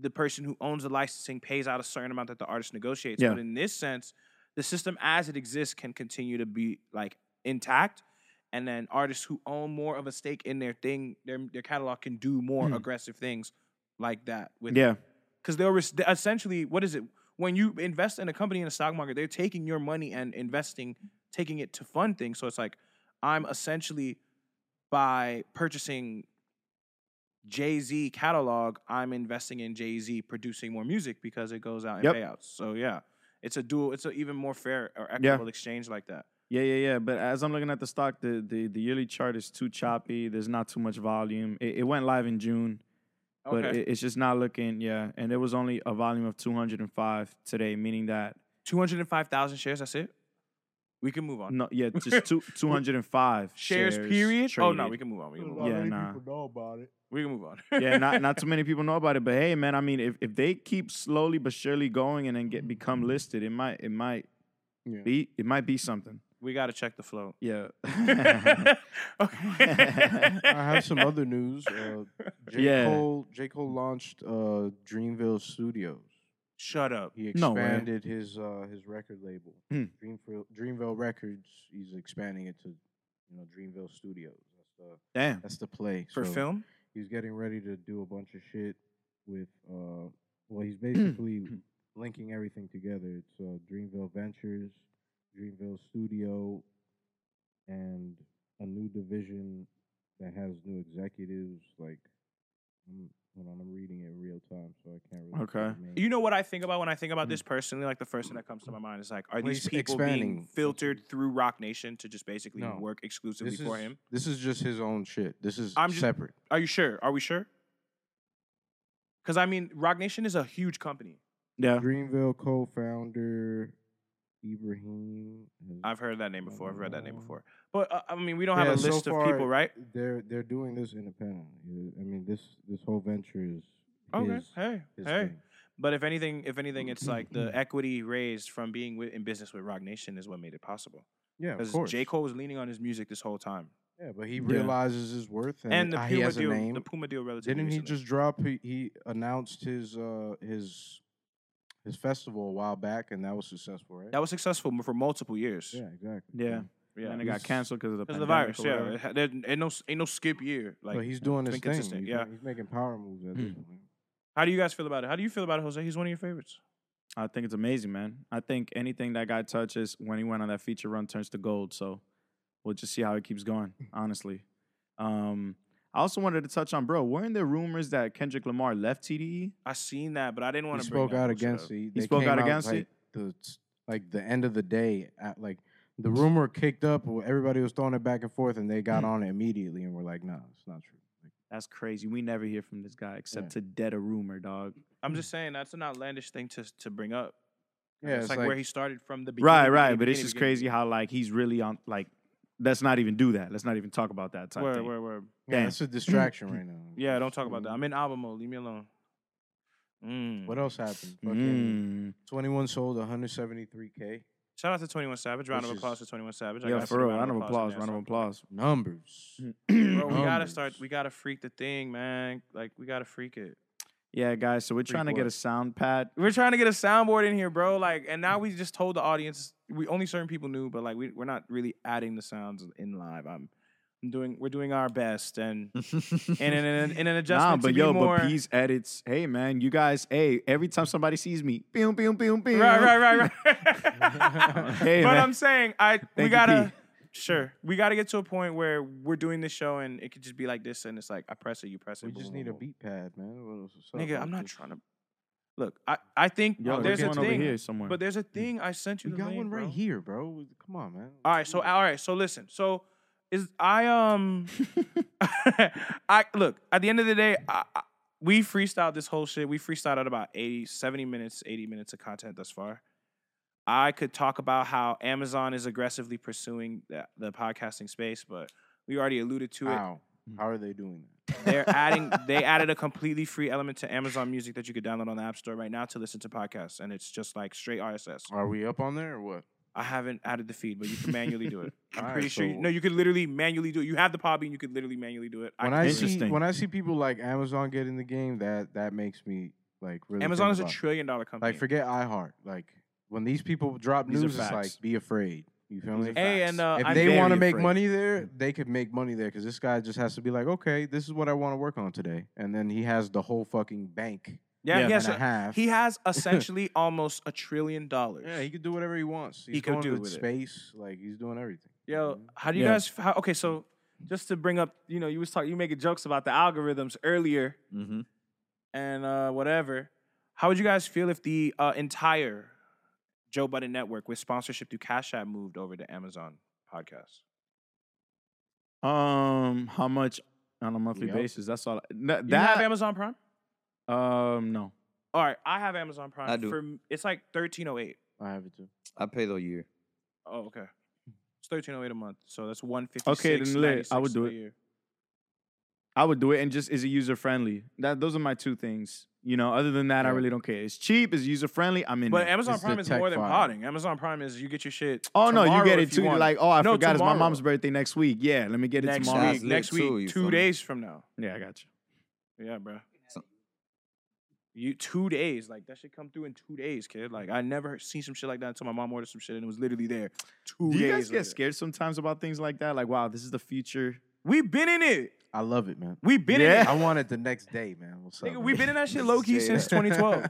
A: the person who owns the licensing pays out a certain amount that the artist negotiates.
B: Yeah.
A: But in this sense, the system as it exists can continue to be like intact. And then artists who own more of a stake in their thing, their their catalog can do more
B: Hmm.
A: aggressive things like that with
B: Yeah,
A: because they'll res- they- essentially what is it when you invest in a company in the stock market they're taking your money and investing taking it to fund things so it's like i'm essentially by purchasing jay-z catalog i'm investing in jay-z producing more music because it goes out in
B: Yep.
A: payouts so yeah it's a dual it's an even more fair or equitable exchange like that
B: yeah, yeah, yeah. But as I'm looking at the stock, the the, the yearly chart is too choppy. There's not too much volume. It, it went live in June, but
A: okay
B: it, it's just not looking. Yeah, and there was only a volume of 205 today, meaning that
A: 205000 shares that's it We can move on.
B: No, yeah, just
A: [LAUGHS]
B: two two hundred and five
A: Shares, period. Oh no, we can move on. We can move on.
B: Yeah, nah.
J: know about it.
A: We can [LAUGHS] move on.
B: yeah, not not too many people know about it. But hey, man, I mean, if, if they keep slowly but surely going and then get
A: Mm-hmm.
B: become listed, it might it might
J: Yeah.
B: be it might be something.
A: we got to check the flow. [LAUGHS]
B: Yeah. [LAUGHS]
A: okay.
J: I have some other news. [LAUGHS] Uh, J.
B: Yeah.
J: Cole, J. Cole launched uh, Dreamville Studios.
A: Shut up.
J: He
B: No way.
J: expanded his uh, his record label,
B: Hmm.
J: Dreamville, Dreamville Records. He's expanding it to, you know, Dreamville Studios. That's the
B: Damn.
J: that's the play
A: For
J: So
A: film?
J: He's getting ready to do a bunch of shit with. Uh, well,
A: Mm.
J: he's basically linking everything together. It's uh, Dreamville Ventures, Dreamville Studio, and a new division that has new executives. Like, I'm, hold on, I'm reading it in real time, so I can't really. say
B: Okay.
J: the name.
A: You know what I think about when I think about this personally? Like the first thing that comes to my mind is like, are
J: Well,
A: these
J: Hmm. he's
A: people being
J: expanding.
A: filtered through Rock Nation to just basically
J: No.
A: work exclusively
J: this
A: for
J: is,
A: him?
J: This is just his own shit. This is
A: I'm just-
J: separate.
A: Are you sure? Are we sure? Because I mean, Rock Nation is a huge company.
B: Yeah.
J: Greenville co-founder Ibrahim. has-
A: I've heard that name before. I've read that name before. But uh, I mean, we don't
J: Yeah,
A: have a
J: so
A: list of
J: far,
A: people, right?
J: They're they're doing this independently. I mean this this whole venture is
A: Okay.
J: his-
A: hey.
J: his
A: Hey.
J: thing.
A: But if anything, if anything, it's
J: [CLEARS THROAT]
A: like the equity raised from being with, in business with Rock Nation is what made it possible.
J: Yeah, of
A: Because
J: course.
A: J Cole was leaning on his music this whole time,
J: Yeah, but he realizes his worth and,
A: and the
J: uh,
A: Puma
J: he has a
A: deal,
J: name.
A: the Puma deal, relatively
J: Didn't he
A: recently.
J: just drop? He, he announced his uh his his festival a while back, and that was successful, right?
A: That was successful m- for multiple years.
J: yeah, exactly.
B: Yeah.
A: Yeah.
B: And it got
J: He's-
B: canceled because of the,
A: Because of the
B: pandemic
A: virus,
B: or
A: yeah.
B: whatever.
A: It ha- there ain't no ain't no skip year. Like,
J: so he's doing
A: it's
J: his
A: been
J: thing.
A: consistent,
J: He's,
A: yeah.
J: ma- he's making power moves at this point.
A: how do you guys feel about it? How do you feel about it, Jose? He's one of your favorites.
B: I think it's amazing, man. I think anything that guy touches when he went on that feature run turns to gold. So we'll just see how it keeps going,
A: [LAUGHS]
B: honestly. Um, I also wanted to touch on, bro, weren't there rumors that Kendrick Lamar left E? TDE?
A: I seen that, but I didn't
J: He
A: want to.
J: spoke out against
A: it.
J: it. They
B: spoke
J: came
B: out against
J: like,
B: it?
J: The like the end of the day, at, like the rumor kicked up. where Everybody was throwing it back and forth, and they
A: Mm.
J: got on it immediately and were like, "No, it's not true." Like,
B: That's crazy. We never hear from this guy except
J: Yeah.
B: to dead a rumor, dog.
A: I'm just saying that's an outlandish thing to to bring up.
J: yeah,
A: it's, like, where he started from the beginning.
B: right, right. but it's
A: beginning,
B: just
A: beginning,
B: crazy how like he's really on. Like, let's not even do that. Let's not even talk about that type
A: beginning.
B: thing.
A: Word, word, word.
J: yeah,
B: Damn.
J: it's a distraction right now.
A: [CLEARS THROAT] Yeah,
J: It's-
A: don't talk
J: I
A: about that.
J: mean,
A: I'm in album mode. Leave me alone. Mm.
J: What else happened? Fucking
B: Mm.
J: Twenty one sold 173k
A: Shout out to 21 Savage. Round of
J: Which
A: applause
J: is-
A: to 21 Savage. I
B: Yeah,
A: gotta
B: for
A: put a
B: real. Round of applause.
A: in there
B: Round of
A: somewhere.
B: applause.
J: numbers.
A: Mm. Bro,
B: Oh,
A: we gotta
J: Numbers.
A: start. We gotta freak the thing, man. Like we gotta freak it.
B: Yeah, guys. So we're
J: Freak
B: trying to get
J: what?
B: a sound pad.
A: We're trying to get a soundboard in here, bro. Like, and now we just told the audience we only certain people knew, but like we we're not really adding the sounds in live. I'm, I'm doing we're doing our best and and in an, in an
B: [LAUGHS] Nah,
A: adjustment
B: but
A: to
B: yo,
A: be more.
B: but P's edits. Hey, man, you guys. Hey, every time somebody sees me, boom, boom, boom, boom.
A: right, right, right, right.
B: [LAUGHS] Hey,
A: but
B: man.
A: I'm saying I we
B: you,
A: gotta sure we gotta get to a point where we're doing this show and it could just be like this and it's like I press it, you press it.
J: We
A: boom,
J: just
A: boom,
J: need a
A: boom.
J: beat pad, man. What else is up?
A: Nigga,
J: Like
A: I'm not
J: this-
A: trying to. Look, I, I think
B: Yo,
A: there's a
B: one over
A: thing,
B: here somewhere.
A: but there's a thing I sent you.
J: We
A: the
J: got
A: link,
J: one right
A: bro.
J: here, bro. Come on, man.
A: All right, so all right, so listen, so is
J: [LAUGHS]
A: I um, [LAUGHS] I look at the end of the day, I, I, we freestyled this whole shit. We freestyled out about 80, 70 minutes, eighty minutes of content thus far. I could talk about how Amazon is aggressively pursuing the, the podcasting space, but we already alluded to it.
J: How? How are they doing that? [LAUGHS]
A: They're adding they added a completely free element to Amazon Music that you could download on the App Store right now to listen to podcasts, and it's just like straight RSS.
J: Are we up on there or what?
A: I haven't added the feed, but you can manually do it.
J: [LAUGHS]
A: I'm
J: All right,
A: pretty sure. You,
J: so-
A: no, you could literally manually do it. You have the Podbean, you could literally manually do it.
J: When
A: can
J: I
A: do it.
J: see
B: Interesting.
J: when I see people like Amazon get in the game, that that makes me like really. think
A: Amazon is a
J: about it.
A: trillion dollar company.
J: Like forget iHeart. Like when these people drop
B: These are
J: news, it's
B: facts.
J: like be afraid. You feel
B: These
J: me?
B: are
A: hey,
B: facts.
A: and uh,
J: if
A: I,
J: they
B: very
J: want to make
B: afraid.
J: money there, they could make money there because this guy just has to be like, okay, this is what I want to work on today, and then he has the whole fucking bank
A: yeah,
B: yeah,
A: he has
J: and
A: a-
J: a half.
A: he
J: [LAUGHS]
A: has essentially almost a trillion dollars.
J: yeah, he could do whatever he wants. He's
A: could
J: going
A: do
J: to
A: with it.
J: space, like he's doing everything. you
A: Yo,
J: know?
A: how do you
B: Yeah.
A: guys? How, okay, so just to bring up, you know, you was talking, you making jokes about the algorithms earlier
D: hmm
A: and uh, whatever. How would you guys feel if the uh, entire Joe Budden network with sponsorship through Cash App moved over to Amazon Podcasts?
B: Um, how much on a monthly
J: Yep.
B: basis? That's all. I- No,
A: You have
B: that
A: Amazon Prime?
B: um no.
A: All right, I have Amazon Prime.
D: I do.
A: For, m- it's like thirteen oh eight.
J: I have it too.
D: I pay the year.
A: Oh, okay. thirteen oh eight a month, so that's one fifty.
B: Okay, then lit. I would do it. I would do it, and just is it user friendly? That those are my two things. You know, other than that, I really don't care. It's cheap. It's user friendly. I'm in.
A: But
B: it.
A: Amazon
B: It's the
A: Prime is
B: tech
A: more than
B: file.
A: potting. Amazon Prime is you get your shit.
B: Oh no, you
A: tomorrow
B: get it
A: if
B: too.
A: want
B: like, oh, I
A: No,
B: forgot it's
A: tomorrow.
B: my mom's birthday next week. Yeah, let me get it
A: next
B: tomorrow.
A: week. Next
D: lit, too,
A: week,
D: you
A: two
D: feel me?
A: days from now.
B: Yeah, I got you.
A: Yeah, bro.
D: So-
A: You two days like that should come through in two days, kid. Like I never seen some shit like that until my mom ordered some shit and it was literally there two
B: Do
A: days.
B: you guys
A: later.
B: get scared sometimes about things like that? Like, wow, this is the future.
A: We've been in it.
J: I love it, man.
A: We've been
B: Yeah.
A: in it.
J: I want it the next day, man. What's up?
A: Nigga, we've been in that shit
D: Niggas
A: low key
D: say
A: since
J: [LAUGHS]
D: that.
A: 2012.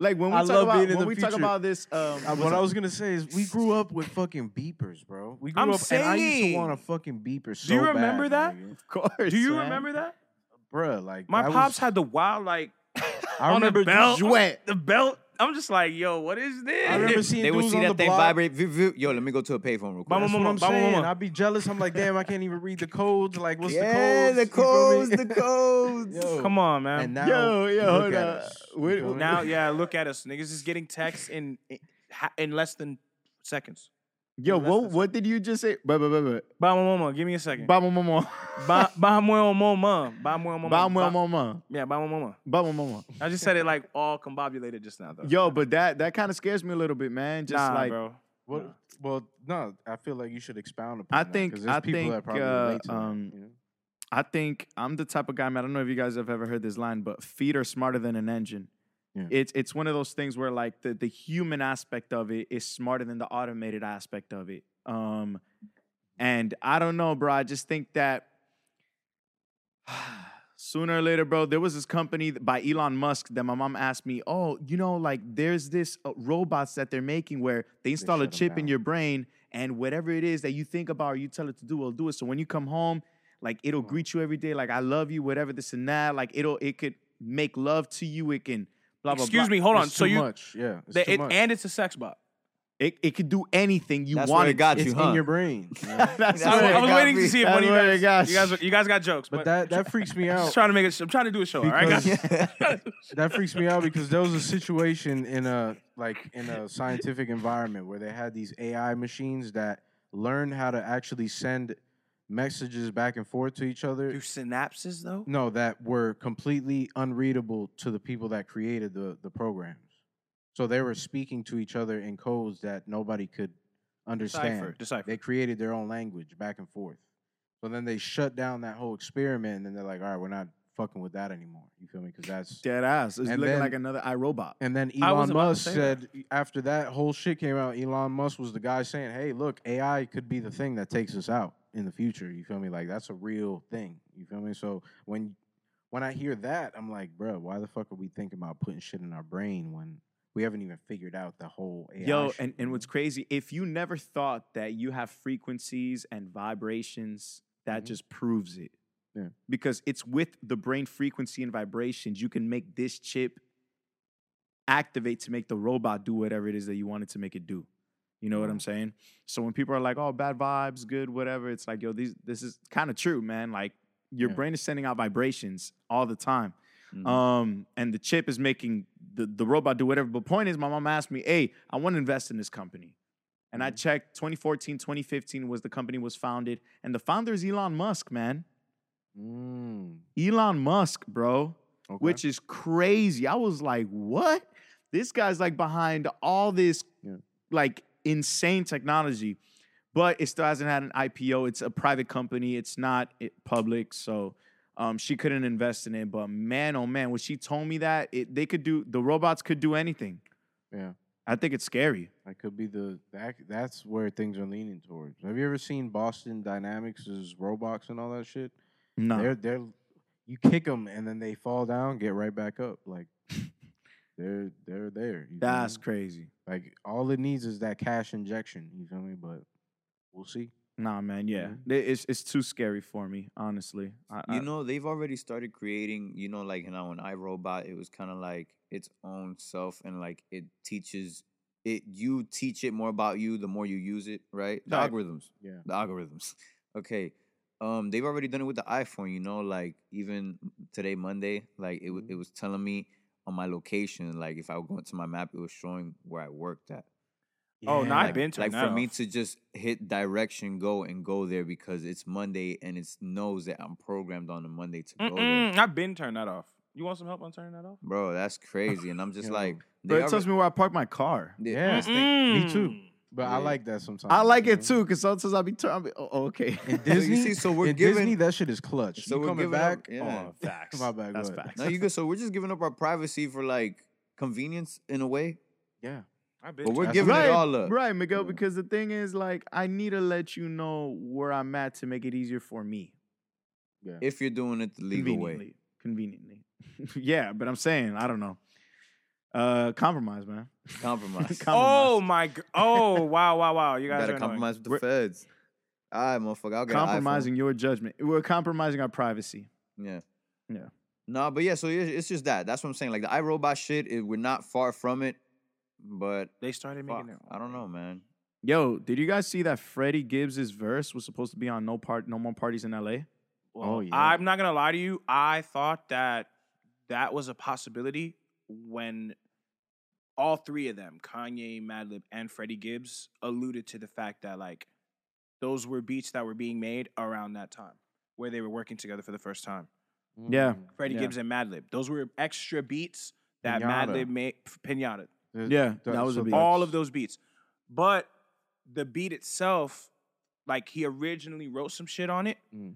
B: Like
A: [LAUGHS]
B: when we
J: I
B: talk
J: love
B: about
J: being in
B: when
J: the
B: we talk
J: future.
B: about this. Um,
J: Uh, what I was gonna say is, we grew up with fucking beepers, bro. We grew
A: I'm
J: up, and I used
A: saying.
J: to want a fucking beeper. So
A: you remember
J: bad,
A: that?
J: nigga.
B: of course.
A: Do you
B: man.
A: remember that?
J: bruh? Like
A: My
J: that
A: pops
J: was-
A: had the wild like
J: [LAUGHS] I
A: on the
J: remember
A: belt.
B: Jouet.
A: The belt. I'm just like, yo, what is
J: [LAUGHS]
A: this?
J: I
A: [LAUGHS]
J: remember seeing
D: They would
J: dudes
D: see
J: on
D: that
J: the
D: thing
J: block.
D: vibrate. voo, voo. Yo, let me go to a payphone real quick.
A: Mama,
J: That's what
A: mama,
J: I'm
A: mama,
J: saying.
A: mama.
J: I'd be jealous. I'm like, damn, I can't even read the codes. Like, what's
D: Yeah,
J: the
D: the
J: codes?
D: codes,
J: You feel
D: the
J: me?
D: codes.
J: Yo.
A: Come on, man.
J: And now,
B: Yo, yo,
J: look
B: hold
J: at
B: up.
J: us.
B: Wait,
J: You feel me? [LAUGHS]
A: Now, yeah, look at us. Niggas is getting texts in in less than seconds.
B: Yo,
A: That's-
B: what
A: that's-
B: what did you just say? But but but
A: Bama mama, give me a second.
B: but. Bama mama. [LAUGHS]
A: Ba- Bahamuel mama. Bahamuel mama.
B: Bama
A: Ba-
B: mama.
A: Yeah, Bahamuel mama.
B: Bama mama.
A: I just said it like all combobulated just now, though.
B: Yo, but that that kind of scares me a little bit, man. Just
A: nah,
B: like
A: bro.
J: What, well, no, I feel like you should expound upon
B: I
J: that,
B: think-
J: 'cause there's
B: I
J: people
B: think,
J: that probably
B: uh,
J: relate to that,
B: um,
J: you know?
B: I think I'm the type of guy, man. I don't know if you guys have ever heard this line, but feet are smarter than an engine.
J: Yeah.
B: It's it's one of those things where like the the human aspect of it is smarter than the automated aspect of it. Um, and I don't know, bro. I just think that [SIGHS] sooner or later, bro, there was this company th- by Elon Musk that my mom asked me, oh, you know, like there's this uh, robots that they're making where they install a
J: shut 'em
B: chip in
J: down.
B: your brain and whatever it is that you think about or you tell it to do, it'll do it. So when you come home, like it'll greet you every day, like I love you, whatever this and that. Like it'll, it could make love to you. It can blah blah.
A: Excuse
B: blah.
A: me, hold on.
J: It's
A: So
J: too
A: you
J: much, yeah, it's
A: that
J: too
A: it,
J: much.
A: and it's a sex bot.
B: It, it could do anything you
D: That's
B: want.
D: where it got
J: it's
D: you,
J: in
D: huh?
J: your brain. you
A: [LAUGHS]
J: know?
B: That's
D: That's
A: I was,
D: where
B: right.
D: it
A: I was
D: got
A: waiting to
D: me.
A: see if one of you
B: That's
A: guys,
B: where it got
A: you guys, you guys got jokes, but,
J: But that that freaks me
A: I'm
J: out.
A: just trying to make it. I'm trying to do a show. all right, guys?
J: because- that freaks me out because there was a situation in a like in a scientific environment where they had these AI machines that learn how to actually send messages back and forth to each other.
A: Do synapses
D: Mm,
A: though?
J: No, that were completely unreadable to the people that created the the programs. So they were speaking to each other in codes that nobody could understand.
A: Decipher, decipher.
J: They created their own language back and forth. So then they shut down that whole experiment, and then they're like, "All right, we're not fucking with that anymore." You feel me? Because that's
B: Dead ass. It's
J: And
B: looking
J: then-
B: like another iRobot.
J: and then
A: I
J: Elon
A: was about to
J: Musk
A: say that.
J: said e, after that whole shit came out, Elon Musk was the guy saying, "Hey, look, AI could be the thing that takes us out in the future." You feel me? Like that's a real thing. You feel me? So when when I hear that, I'm like, "Bruh, why the fuck are we thinking about putting shit in our brain when we haven't even figured out the whole AI?"
B: Yo,
J: shit,
B: and,
J: you
B: and
J: know?
B: what's crazy, if you never thought that you have frequencies and vibrations, that
J: Mhm.
B: just proves it.
J: Yeah.
B: Because it's with the brain frequency and vibrations, you can make this chip activate to make the robot do whatever it is that you wanted to make it do. You know what I'm saying? So when people are like, oh, bad vibes, good, whatever, it's like, yo, these, this is kind of true, man. Like your
J: Yeah.
B: brain is sending out vibrations all the time.
D: Mhm.
B: Um, and the chip is making the, the robot do whatever. But point is, my mom asked me, hey, I want to invest in this company. And I checked 2014, 2015 was the company was founded. And the founder is Elon Musk, man.
J: Mm,
B: Elon Musk, bro,
J: okay.
B: which is crazy. I was like, what? This guy's like behind all this
J: Yeah.
B: like insane technology, but it still hasn't had an IPO. It's a private company, it's not i- public. So um, she couldn't invest in it. But man, oh man, when she told me that, it, they could do, the robots could do anything.
J: Yeah.
B: I think it's scary.
J: That could be the that, that's where things are leaning towards. Have you ever seen Boston Dynamics' robots and all that shit?
B: No.
J: They're they're you kick them and then they fall down, get right back up.
B: [LAUGHS]
J: Like they're they're there. you feel
B: That's
J: me?
B: crazy.
J: like all it needs is that cash injection. You feel me? But we'll see.
B: Nah, man. Yeah, They- it's it's too scary for me, honestly. I, I-
D: You know, they've already started creating, you know, like now in iRobot, it was kind of like its own self and like it teaches it you teach it more about you the more you use it, right? The
B: Right.
D: algorithms.
J: Yeah.
D: The algorithms. [LAUGHS] Okay. Um, they've already done it with the iPhone, you know, like even today, Monday, like it,
B: Mm-hmm.
D: w- it was telling me on my location, like if I would go into my map, it was showing where I worked at.
A: Oh, no, I've
D: Like-
A: been to
D: Like
A: it now.
D: for me to just hit direction go and go there because it's Monday and it knows that I'm programmed on a Monday to go there.
A: Mm-mm, I've been turned that off. You want some help on turning that off?
D: Bro, that's
J: [LAUGHS]
D: crazy. And I'm just like,
B: But
D: they
B: it tells
D: alre-
B: me where I park my car.
D: Yeah, I was thinking- [LAUGHS]
J: Me too. But I like that sometimes.
B: I like it too, cause sometimes I'll be, tur- I'll be oh, oh, okay.
J: [LAUGHS] Disney,
D: So you see, so we're
J: in
D: giving.
J: Disney, that shit is clutch.
D: So
J: So
D: we're
J: you coming
D: giving up-
J: back?
D: yeah.
J: Oh,
B: [LAUGHS] facts.
J: My bad,
B: That's
J: go ahead.
B: facts.
D: No, you good. So we're just giving up our privacy for like convenience in a way.
J: Yeah.
A: I've been.
D: But we're
A: to-
J: That's
D: giving
B: right,
D: it all up.
B: right, Miguel. Because the thing is, like, I need to let you know where I'm at to make it easier for me.
D: If you're doing it the legal way.
B: Conveniently. Conveniently. [LAUGHS] yeah, but I'm saying, I don't know. Uh, compromise, man.
D: Compromise.
A: oh my! g-
D: [LAUGHS]
A: Oh wow! Wow! Wow! You
D: You
A: guys
D: gotta
A: are annoying.
D: compromise with the
B: We're-
D: feds. All right, motherfucker. I'll get an iPhone.
B: compromising your judgment. We're compromising our privacy.
D: Yeah.
B: Yeah.
D: No, but yeah, so it- it's just that. That's what I'm saying. Like the iRobot shit, it, we're not far from it, but
A: They started making
D: fuck,
A: their. Own.
D: I don't know, man.
B: Yo, did you guys see that Freddie Gibbs' verse was supposed to be on No Part No More Parties in LA?
J: Oh, yeah.
A: I'm not gonna lie to you. I thought that that was a possibility when all three of them, Kanye, Madlib, and Freddie Gibbs, alluded to the fact that like those were beats that were being made around that time where they were working together for the first time.
B: Yeah.
J: Mm.
A: Freddie
B: Yeah.
A: Gibbs and Madlib. Those were extra beats that
J: Pinata.
A: Madlib made. Pinata.
J: Th-
B: Yeah,
J: th-
B: that was a
J: so
B: beat.
J: that's-
A: all of those beats. But the beat itself, like he originally wrote some shit on it.
J: Mm.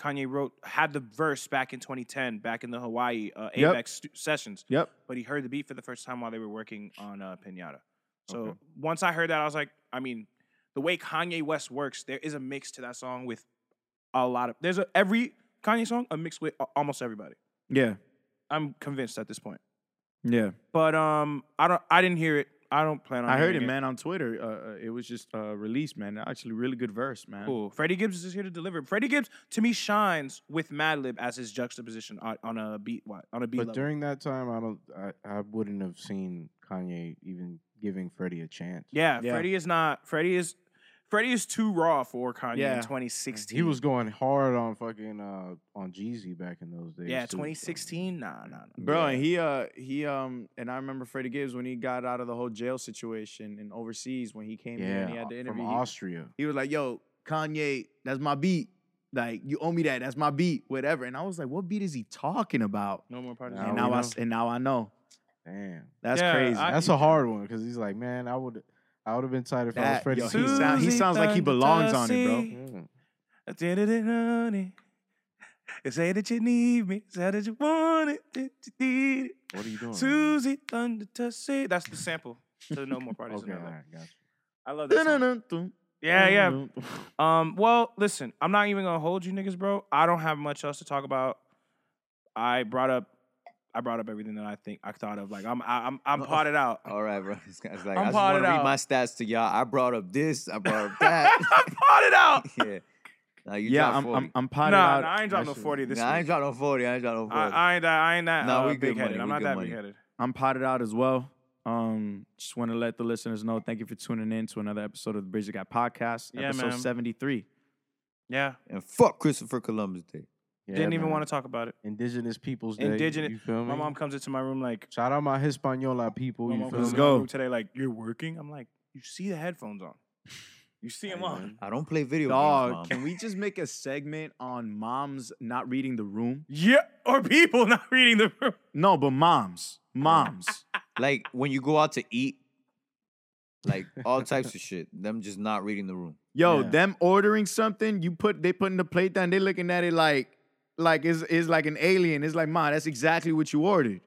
A: Kanye wrote had the verse back in 2010, back in the Hawaii uh,
B: Yep.
A: Apex stu- sessions.
B: Yep.
A: But he heard the beat for the first time while they were working on uh, Pinata. So
J: Okay.
A: once I heard that, I was like, I mean, the way Kanye West works, there is a mix to that song with a lot of. There's a every Kanye song a mix with a- almost everybody.
B: Yeah.
A: I'm convinced at this point.
B: Yeah.
A: But um, I don't. I didn't hear it. I don't plan on.
B: I heard
A: hearing
B: it, man, on Twitter. Uh, uh, it was just uh, released, man. Actually, really good verse, man.
A: Cool. Freddie Gibbs is here to deliver. Freddie Gibbs to me shines with Madlib as his juxtaposition on, on a beat wi- on a beat
J: But
A: level.
J: during that time, I don't. I, I wouldn't have seen Kanye even giving Freddie a chance.
A: yeah,
B: Yeah.
A: Freddie is not. Freddie is. Freddie is too raw for Kanye
B: Yeah.
A: in 2016.
J: He was going hard on fucking uh on Jeezy back in those days.
A: yeah,
J: too, so-
A: 2016. Nah, nah, nah.
B: Bro, and he uh he um and I remember Freddie Gibbs when he got out of the whole jail situation and overseas when he came here and he
J: Yeah, uh,
B: had the
J: from
B: interview. He,
J: Austria.
B: he was like, "Yo, Kanye, that's my beat. Like, you owe me that. That's my beat, whatever." And I was like, "What beat is he talking about?"
A: No more parties.
J: Now
B: and
J: we
B: now I
J: know.
B: s- and now I know.
J: Damn,
B: That's
A: Yeah,
B: [LAUGHS] crazy.
A: I-
J: that's a hard one because he's like, man, I would, I would have been tired if I was
B: That-
J: Freddie. Mm,
B: yo,
J: Gibbs."
B: he, sound, he
A: Susie
B: sounds like he belongs on it, bro.
A: Thundertassi.
J: Yeah.
A: I did it, honey. Say that you need me. Say that you want it. That you need it.
J: What are you
D: Hmm.
J: doing?
A: Susie Thunder Tussie. That's the sample to No More Parties
J: Okay,
A: in
J: all
A: LA.
J: right, gotcha.
A: I love that. Song. Yeah, yeah. [LAUGHS]
D: Mm-hmm.
A: Um, well, listen, I'm not even gonna hold you niggas, bro. I don't have much else to talk about. I brought up I brought up everything that I think I thought of. Like I'm I, I'm
D: Oh,
A: I'm potted out.
D: All right, bro. [LAUGHS] It's, it's like,
A: I'm
D: i just
A: potted
D: want to read
A: out.
D: my stats to y'all. I brought up this. I brought up
A: [LAUGHS]
D: that.
A: [LAUGHS]
D: [LAUGHS]
A: I'm potted out.
D: yeah. Nah, you
B: Yeah,
D: dropped
B: I'm,
D: 40.
B: I'm I'm
A: Nah,
B: potted out.
A: nah, I ain't dropping no
B: should-
A: 40 this
D: Nah, I ain't
A: week.
D: dropped no 40. I ain't dropped no 40.
A: I, I ain't that I ain't that
D: Nah,
A: uh,
D: we good
A: big headed.
D: money,
A: I'm
D: we
A: not
D: good
A: that
D: money.
A: big headed.
B: I'm potted out as well. Um, just want to let the listeners know. Thank you for tuning in to another episode of the Bridge That Guy podcast,
A: Yeah,
B: episode
A: man.
B: 73.
A: Yeah.
D: and fuck Christopher Columbus Day.
J: Yeah,
A: Didn't even
J: man.
A: want to talk about it.
J: Indigenous Peoples Day.
A: Indigenous
J: You feel me?
A: My
D: Mm-hmm.
A: mom comes into my room like
J: Shout out my Hispaniola people.
A: my
J: You
A: mom
J: feel
A: comes
J: me?
A: into my room today like you're working. I'm like, you see the headphones on. You see them on.
D: I don't play video games, mom.
B: Dog, can we just make a segment on moms not reading the room?
A: [LAUGHS] Yeah, or people [LAUGHS] not reading the room.
B: No, but moms, moms.
D: like when you go out to eat, like all types of shit. Them just not reading the room.
B: Yo,
J: Yeah.
B: them ordering something, you put they putting the plate down, they looking at it like like is is like an alien. It's like, ma, that's exactly what you ordered.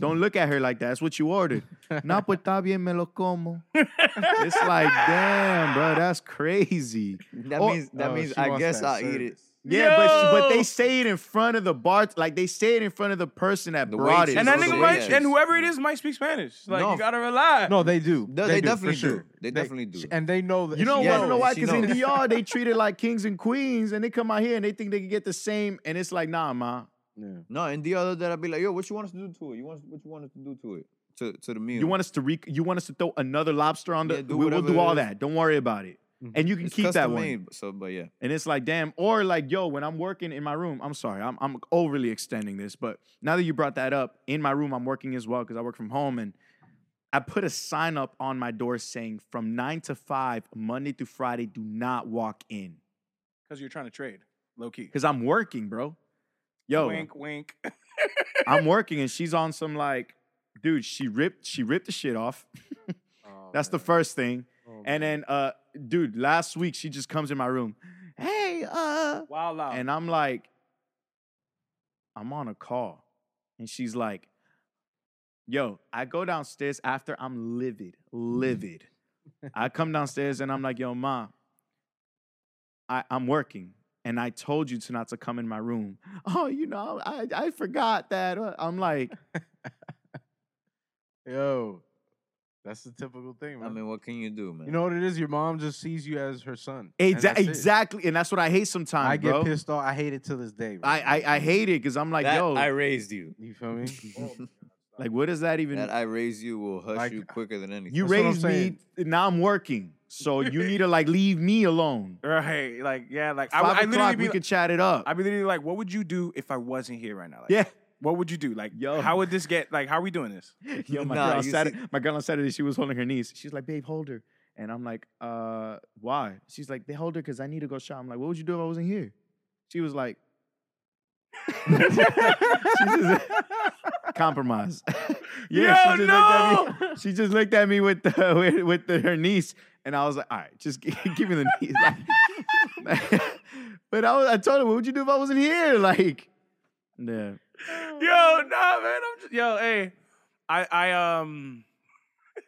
B: Don't look at her like that. That's what you [LAUGHS] ordered. no, pues está bien, me lo como. it's like, damn, bro, that's crazy.
D: That
B: Oh,
D: means that
J: oh,
D: means
J: she
D: I
J: wants
D: guess
J: that
D: I'll eat it.
J: service.
B: Yeah, but she, but
A: Yo!
B: they say it in front of the bar, like they say it in front of the person that
D: The
B: brought
D: waitress.
B: it.
A: And that
D: Those
A: nigga
D: are
A: might,
D: wages.
A: and whoever it is might speak Spanish. Like
D: No.
A: you gotta rely.
J: No, they do.
D: No, they
J: do, for
D: definitely do.
J: sure.
D: They definitely do.
J: And they know that.
B: you know
D: Yeah,
B: what? You know
D: she
B: why? Because in
D: knows. [LAUGHS]
B: DR they treat it like kings and queens, and they come out here and they think they can get the same, and it's like, nah, ma,
J: Yeah.
D: No, and the other that I'd be like, yo, what you want us to do to it? You want what you want us to do to it? To to the meal.
B: You want us to re- you want us to throw another lobster on the?
D: Yeah, do
B: we, will
D: whatever
B: do
D: it
B: all
D: is. Mm-hmm.
B: that. Don't worry about it. And you can
D: It's
B: keep that
D: custom
B: one.
D: made, So, but yeah,
B: And it's like, damn. Or like, yo, when I'm working in my room, I'm sorry, I'm I'm overly extending this, but now that you brought that up, in my room I'm working as well because I work from home, and I put a sign up on my door saying from nine to five, Monday through Friday, do not walk in.
A: Because you're trying to trade, low key.
B: Cause I'm working, bro. Yo,
A: Wink, wink. [LAUGHS]
B: I'm working and she's on some like, dude, she ripped, she ripped the shit off. [LAUGHS]
J: uh,
B: That's the first thing. and then uh, dude, last week she just comes in my room. Hey, uh,
A: Wow,
J: Oh.
A: loud.
B: and I'm like, I'm on a call. And she's like, yo, I go downstairs after I'm livid,
J: Mm-hmm.
B: livid. I come downstairs and I'm like, yo, ma, I, I'm working. And I told you to not to come in my room. [LAUGHS] Oh, you know, I, I forgot that. Uh, I'm like,
J: Yo, that's the typical thing,
D: I
B: Mm.
J: man.
D: mean, what can you do, man?
J: you know what it is? Your mom just sees you as her son. and
B: exa-
J: that's it.
B: exactly. And that's what I hate sometimes,
J: I get
B: bro.
J: pissed off. I hate it to this day. bro.
B: I, I, I hate it because I'm like,
D: that
B: yo,
D: I raised you.
J: you feel
B: [LAUGHS]
J: me?
B: like, what does that even
D: That I raised you will hush
J: Like,
D: you quicker than anything.
B: You
J: That's what I'm
B: raised me,
J: saying.
B: and now I'm working. So you need to like leave me alone.
A: right. Like, yeah, like, [LAUGHS] I,
B: Five
A: I literally
B: o'clock, we
A: be,
B: could chat it up.
A: I'd be literally like, what would you do if I wasn't here right now? Like,
B: yeah.
A: What would you do? Like,
B: Yo.
A: how would this get, like, how are we doing this?
B: [LAUGHS] Yo, my,
D: Nah,
B: girl on
D: you see-
B: Saturday, my girl on Saturday, she was holding her niece. She's like, babe, hold her. And I'm like, uh, why? She's like, they hold her because I need to go shop. I'm like, what would you do if I wasn't here? She was like, [LAUGHS] she just, [LAUGHS] compromise. [LAUGHS] yeah, she just, looked at me, [LAUGHS] she just looked at me with the, with, with the, her niece, and I was like, all right, just g- [LAUGHS] give me the niece. Like- [LAUGHS] but I, was, I told her, what would you do if I wasn't here? Like, yeah.
A: Yo, nah, man. I'm just, yo, hey. I, I, um,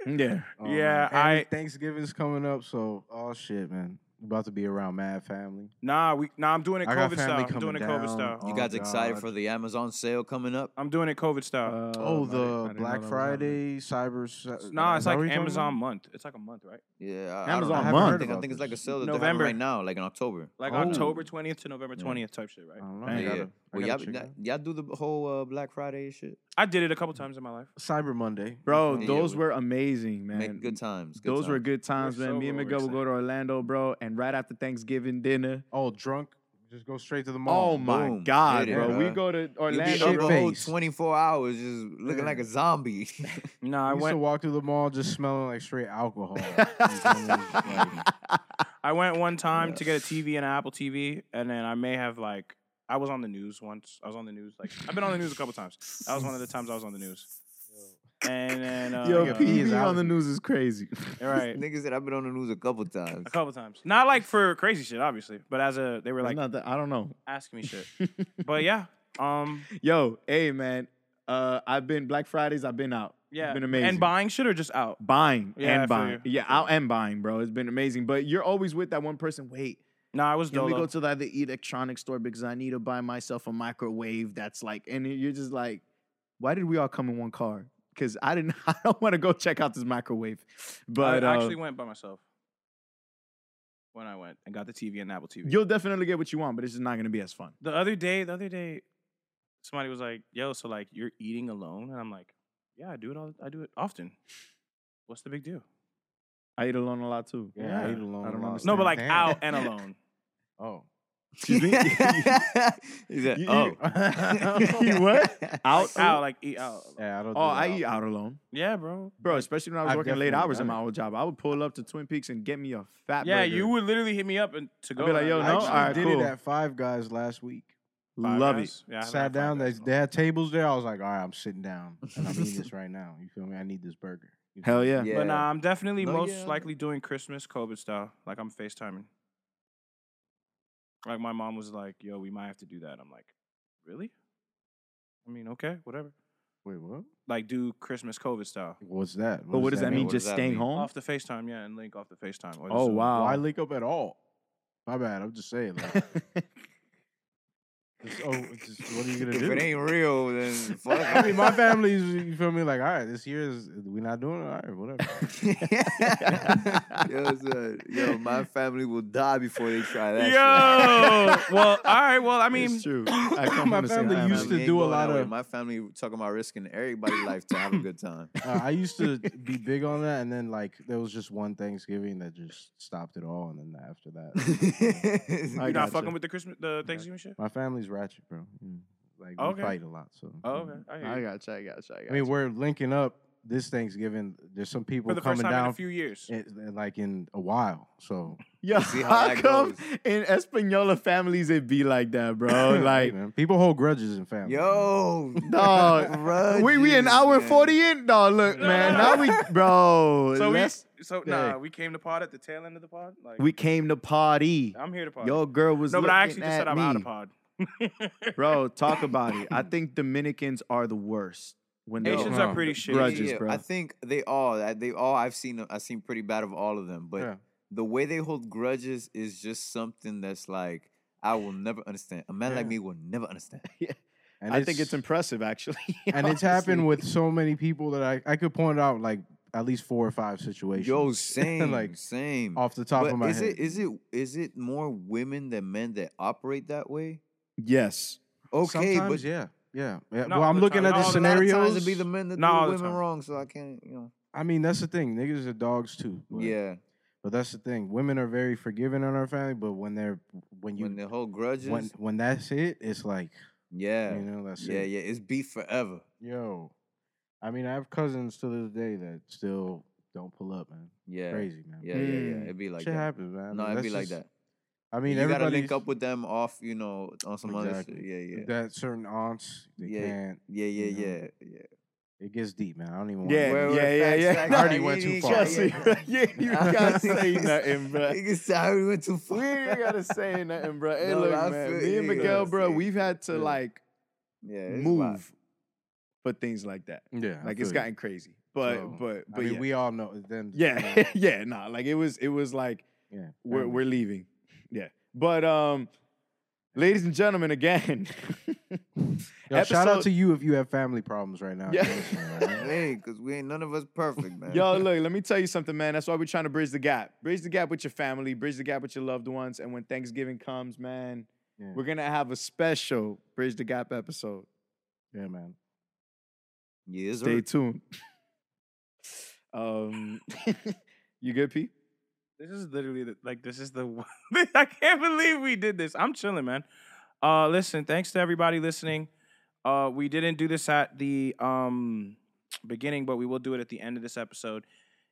B: Yeah.
J: Oh,
A: Yeah,
J: man. And
A: I-
J: Thanksgiving's coming up, so oh shit, man, about to be around mad family.
A: nah, we, nah, I'm doing it
J: I got
A: COVID
J: family
A: style. I'm
J: coming
A: doing it COVID
J: down.
A: style.
D: You
J: Oh,
D: guys excited
J: God.
D: for the Amazon sale coming up?
A: I'm doing it COVID
B: Uh,
A: style.
J: Oh, the Black Friday, Cyber. Sa-
A: nah,
J: is
A: it's
J: that
A: like
J: what you're talking
A: Amazon
J: about?
A: month. It's like a month, right?
D: Yeah, I- I,
B: Amazon
D: don't know.
B: month.
D: I think, I think it's like a sale that they're having
A: November.
D: right now, like in October.
A: Like
J: Oh. Uh.
A: October 20th to November
D: Yeah.
A: 20th type shit,
J: I
A: right?
J: don't know.
D: Yeah,
J: I
D: yeah.
J: gotta, I
D: well, y'all,
J: gotta check
D: y'all-
J: it
D: y'all do the whole uh, Black Friday shit.
A: I did it a couple times in my life.
J: out. Cyber Monday,
B: Bro,
D: Yeah,
B: those
D: we-
B: were amazing, man.
D: Make good times. Good
B: those were
D: times.
B: good times, man. Me
A: sober,
B: and
A: we're
B: Miguel will go to Orlando, bro, and right after Thanksgiving dinner.
J: Oh, drunk. Just go straight to the mall.
B: Oh my
D: boom.
B: god,
D: Hit it,
B: bro. We
D: bruh.
B: go to
D: You be
B: Orlando.
D: up
J: shit
D: a whole
J: face.
D: 24 hours just looking like a
B: [LAUGHS]
D: zombie. [LAUGHS]
A: No,
J: I
A: I
J: used to
A: went.
J: walk through the mall just smelling like straight
B: [LAUGHS]
J: alcohol. Like,
A: I went one time to get a TV and an Apple TV, and then I may have like I was on the news once. I was on the news. Like I've been on the news a couple times. That was one of the times I was on the news. And then uh,
B: Yo,
J: Nigga,
B: PB
J: P is
B: on
J: out.
B: the news is crazy. [LAUGHS]
D: [LAUGHS]
A: right,
D: Niggas said I've been on the news a couple times.
A: a couple times. Not like for crazy shit, obviously, but as a they were like
B: Like, not that, I don't know.
A: asking me shit. But yeah, um,
B: Yo, hey man. Uh, I've been Black Fridays. I've been out.
A: yeah,
B: it's been amazing.
A: And buying shit or just out.
B: buying
A: Yeah, I feel
B: and buying.
A: you.
B: Yeah, out and buying, bro. It's been amazing. But you're always with that one person. Wait,
A: No, I was
B: Can we
A: dolo.
B: go to the other electronics store because I need to buy myself a microwave that's like, and you're just like, why did we all come in one car? Because I didn't, [LAUGHS] I don't want to go check out this microwave. But
A: I
B: uh,
A: actually went by myself when I went and got the TV and Apple TV.
B: you'll definitely get what you want, but it's just not going to be as fun.
A: the other day, the other day, somebody was like, "Yo, so like you're eating alone?" And I'm like, "Yeah, I do it all. I do it often. What's the big deal?"
B: I eat alone a lot too.
J: yeah, I
A: Yeah.
J: ate alone.
B: I don't
J: a lot.
B: understand.
A: No, but like
J: Damn.
A: out
B: [LAUGHS]
A: and alone.
J: Oh,
D: Excuse [LAUGHS] me? He said,
B: You- you-
D: oh.
B: You what?
A: Out, out, like eat out.
J: [LAUGHS] yeah, I don't.
B: Oh, I eat out alone,
A: Yeah, bro.
B: bro. Especially when I was
J: I've
B: working late
J: definitely
B: hours in
J: done
B: my old job, I would pull up to Twin Peaks and get me a fat.
A: Yeah,
B: burger.
A: you would literally hit me up and to go.
B: be like,
A: and
B: "Yo,
A: I'd
J: I
B: no,
J: actually
A: like,
B: alright,
J: did
B: cool.
J: it at Five Guys last week.
A: Five
B: love it.
A: Guys? Yeah, I haven't
J: Sat
A: had Five
J: down. They,
A: Guys in a
J: they
A: long
J: had tables there. I was like, all right, I'm sitting down. And I'm eating
B: [LAUGHS]
J: this right now. You feel me? I need this burger. You feel
B: Hell
J: me?
B: yeah.
A: time. But nah, I'm definitely
D: No,
A: most
D: yeah.
A: likely doing Christmas COVID style. Like I'm FaceTiming. Like my mom was like, "Yo, we might have to do that." I'm like, "Really?" I mean, okay, whatever.
J: Wait, what?
A: Like do Christmas COVID style.
J: What's that?
B: But what does that mean?
D: What does
B: Just
D: that
B: staying
D: mean?
B: home?
A: Off the FaceTime, yeah, and link off the FaceTime. or the
B: Oh
A: Zoom.
B: wow.
J: Why link up at all? My bad. I'm just saying. Like, just, oh, it's just, what are you
B: [LAUGHS]
J: gonna
D: If it
J: do?
D: ain't real, then fuck.
J: I mean, my family's. You feel me? Like, all right, this year is we not doing it. All right,
B: [LAUGHS]
J: whatever.
D: yo, son, yo, my family will die before they try that.
A: Yo, well, all right. Well, I mean,
B: [LAUGHS] It's true. I come
J: My
B: from
J: family
B: the same
D: shit.
B: family.
J: used to
D: Family ain't
J: do a
D: going
J: lot
D: that way.
J: of-
D: My family talking about risking everybody's life to have a good time.
J: Uh, I used to be big on that, and then like there was just one Thanksgiving that just stopped it all, and then after that,
A: you're
D: [LAUGHS]
B: I
A: not
B: gotcha.
A: fucking with the Christmas, the Thanksgiving shit.
J: my family's ratchet, bro. Mm. Like we
A: Okay.
J: fight a lot, so.
A: Oh,
J: mm.
A: okay. I hear you.
B: gotcha. I gotcha.
J: I mean, we're linking up this Thanksgiving. There's some people
A: For the
J: coming
A: first time in a
J: down
A: few years.
J: in- like in a while. So
B: Yeah,
D: see
B: how,
D: how that
B: come in Espanola families it be like
J: [LAUGHS]
B: that, bro? [LAUGHS] Like,
J: man, people hold grudges in family.
D: Oh, Yo, [LAUGHS]
B: dog, we we an hour and
D: Grudges,
B: forty in, dog. Look, man, now [LAUGHS] we, bro.
A: So we,
B: let's-
A: so nah, we came to pod at the tail end of the pod. Like
B: we came to party.
A: I'm here to pod.
B: Your girl was
A: no, but I actually
B: looking
A: just said
B: at
A: I'm out of
B: me.
A: pod. [LAUGHS]
B: bro. Talk about it. I think Dominicans are the worst when they
A: Asians
J: No.
A: are pretty shit.
B: Grudges, bro.
D: I think they all, I- they all. I've seen, I've seen pretty bad of all of them, but
J: Yeah.
D: the way they hold grudges is just something that's like I will never understand. A man like me will never
J: [LAUGHS]
D: understand.
J: And
B: I think it's impressive, actually.
J: [LAUGHS]
B: [LAUGHS]
J: and
D: [LAUGHS]
J: it's happened with so many people that I I could point out like at least four or five situations.
D: Yo, same,
J: [LAUGHS] like
D: same.
J: off the top
D: But
J: of my
D: is
J: head.
D: it is it is it more women than men that operate that way?
B: yes.
D: Okay,
J: Sometimes,
D: but
J: yeah, yeah. yeah.
A: Not
J: well,
A: all
J: I'm
A: the
J: looking
A: time.
J: at the
A: Not
D: a lot
A: all the
D: of
J: scenarios.
D: times it be the men that
A: Not all
D: do
A: the
D: the women
A: time.
D: wrong, so I can't, you know.
J: I mean, that's the thing. Niggas are dogs too. but-
D: yeah,
J: But that's the thing. Women are very forgiving in our family, but when they're when you
D: when the whole grudges,
J: when when that's it, it's like
D: yeah,
J: you know that's
D: yeah,
J: it.
D: yeah, it's beef forever.
J: Yo, I mean, I have cousins to this day that still don't pull up, man.
D: Yeah,
J: Crazy, man.
D: yeah, yeah, yeah.
B: Mm.
D: It'd be like
J: Shit
D: that.
J: happens, man. I
D: No,
J: mean,
D: it'd be
J: that's
D: like
J: just-
D: that.
J: I mean,
D: you gotta link
J: everybody's-
D: up with them off, you know, on some other shit.
J: Exactly.
D: Yeah, yeah,
J: that certain aunts. They
D: Yeah.
J: can't.
D: yeah, yeah,
J: you know.
D: yeah, yeah.
J: It gets deep, man. I don't even.
B: Yeah,
J: want
D: Word,
B: yeah,
D: word,
B: yeah,
D: facts,
B: yeah.
D: facts,
B: I
J: already
D: facts.
J: went
D: Yeah,
J: too far.
D: [LAUGHS] yeah, yeah, yeah.
B: Jesse, [LAUGHS] yeah, you gotta say nothing, bro.
D: Nigga said I already went too
B: We
D: far.
B: ain't gotta say nothing, bro. Hey,
D: No,
B: look,
D: I
B: man.
D: feel
B: Me and
D: you,
B: Miguel,
D: yeah,
B: bro,
D: see.
B: we've had to
D: Yeah.
B: like
D: [LAUGHS] Yeah, it's wild.
B: move for things like that.
J: Yeah, I
B: Like it's
J: feel you.
B: gotten crazy, but
J: So,
B: but
J: I
B: but
J: mean,
B: yeah,
J: we all know. Then
B: [LAUGHS] yeah, [LAUGHS] yeah. Nah, like it was it was like
J: yeah.
B: we're
J: family.
B: we're leaving. Yeah, but um, ladies and
J: [LAUGHS]
B: gentlemen, again. [LAUGHS]
J: Yo, shout out
B: episode-
J: to you if you have family problems right now.
B: Yeah.
J: Listen,
B: [LAUGHS]
J: man.
D: Hey, cause we ain't none of us perfect, man.
B: Yo, look, let me tell you something, man. That's why we're trying to bridge the gap. Bridge the gap with your family, bridge the gap with your loved ones. And when Thanksgiving comes, man,
J: Yeah.
B: we're going to have a special Bridge the Gap episode.
J: yeah, man.
D: [LAUGHS] yeah, it's
B: Stay
D: early.
B: tuned. [LAUGHS] um, [LAUGHS] you good, P?
A: This is literally the, like this is the one- [LAUGHS] I can't believe we did this. I'm chilling, man. Uh, listen, thanks to everybody listening. Uh, we didn't do this at the um beginning, but we will do it at the end of this episode.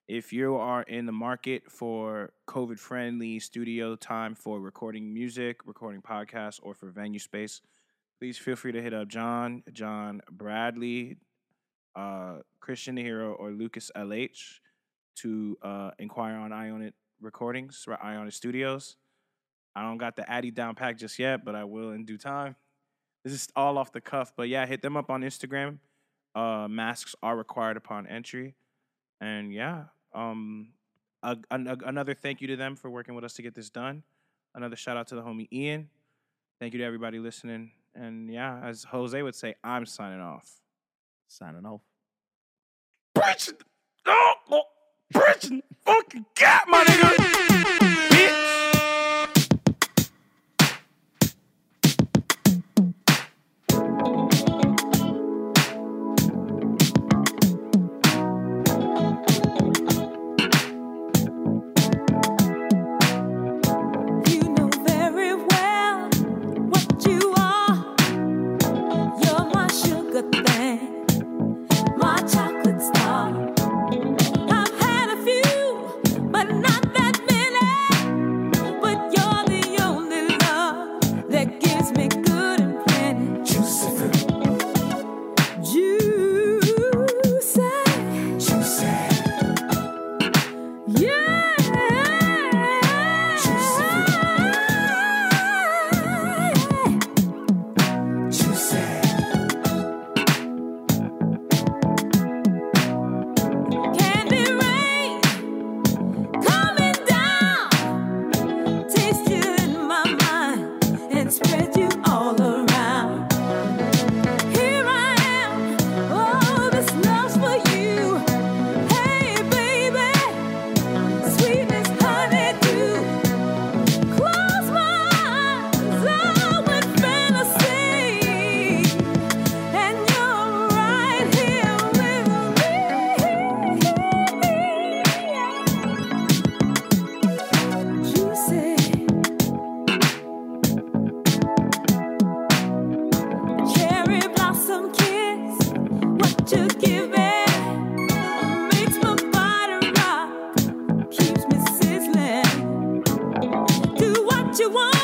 A: If you are in the market for COVID friendly studio time for recording music, recording podcasts, or for venue space, please feel free to hit up John, John Bradley, uh, Christian the Hero, or Lucas LH to uh, inquire on Ionit Recordings, right? Ionit Studios. I don't got the Addy down pack just yet, but I will in due time. This is all off the cuff, but yeah, hit them up on Instagram. Uh, masks are required upon entry, and yeah, um, a, an- a- another thank you to them for working with us to get this done. Another shout out to the homie Ian. Thank you to everybody listening, and yeah, as Jose would say, I'm signing off.
B: Signing off.
A: Preaching, oh, oh, preaching, fucking got my nigga, bitch.
C: You know very well what you are. You're my sugar thing, my chocolate star. I've had a few, but not that many. you want.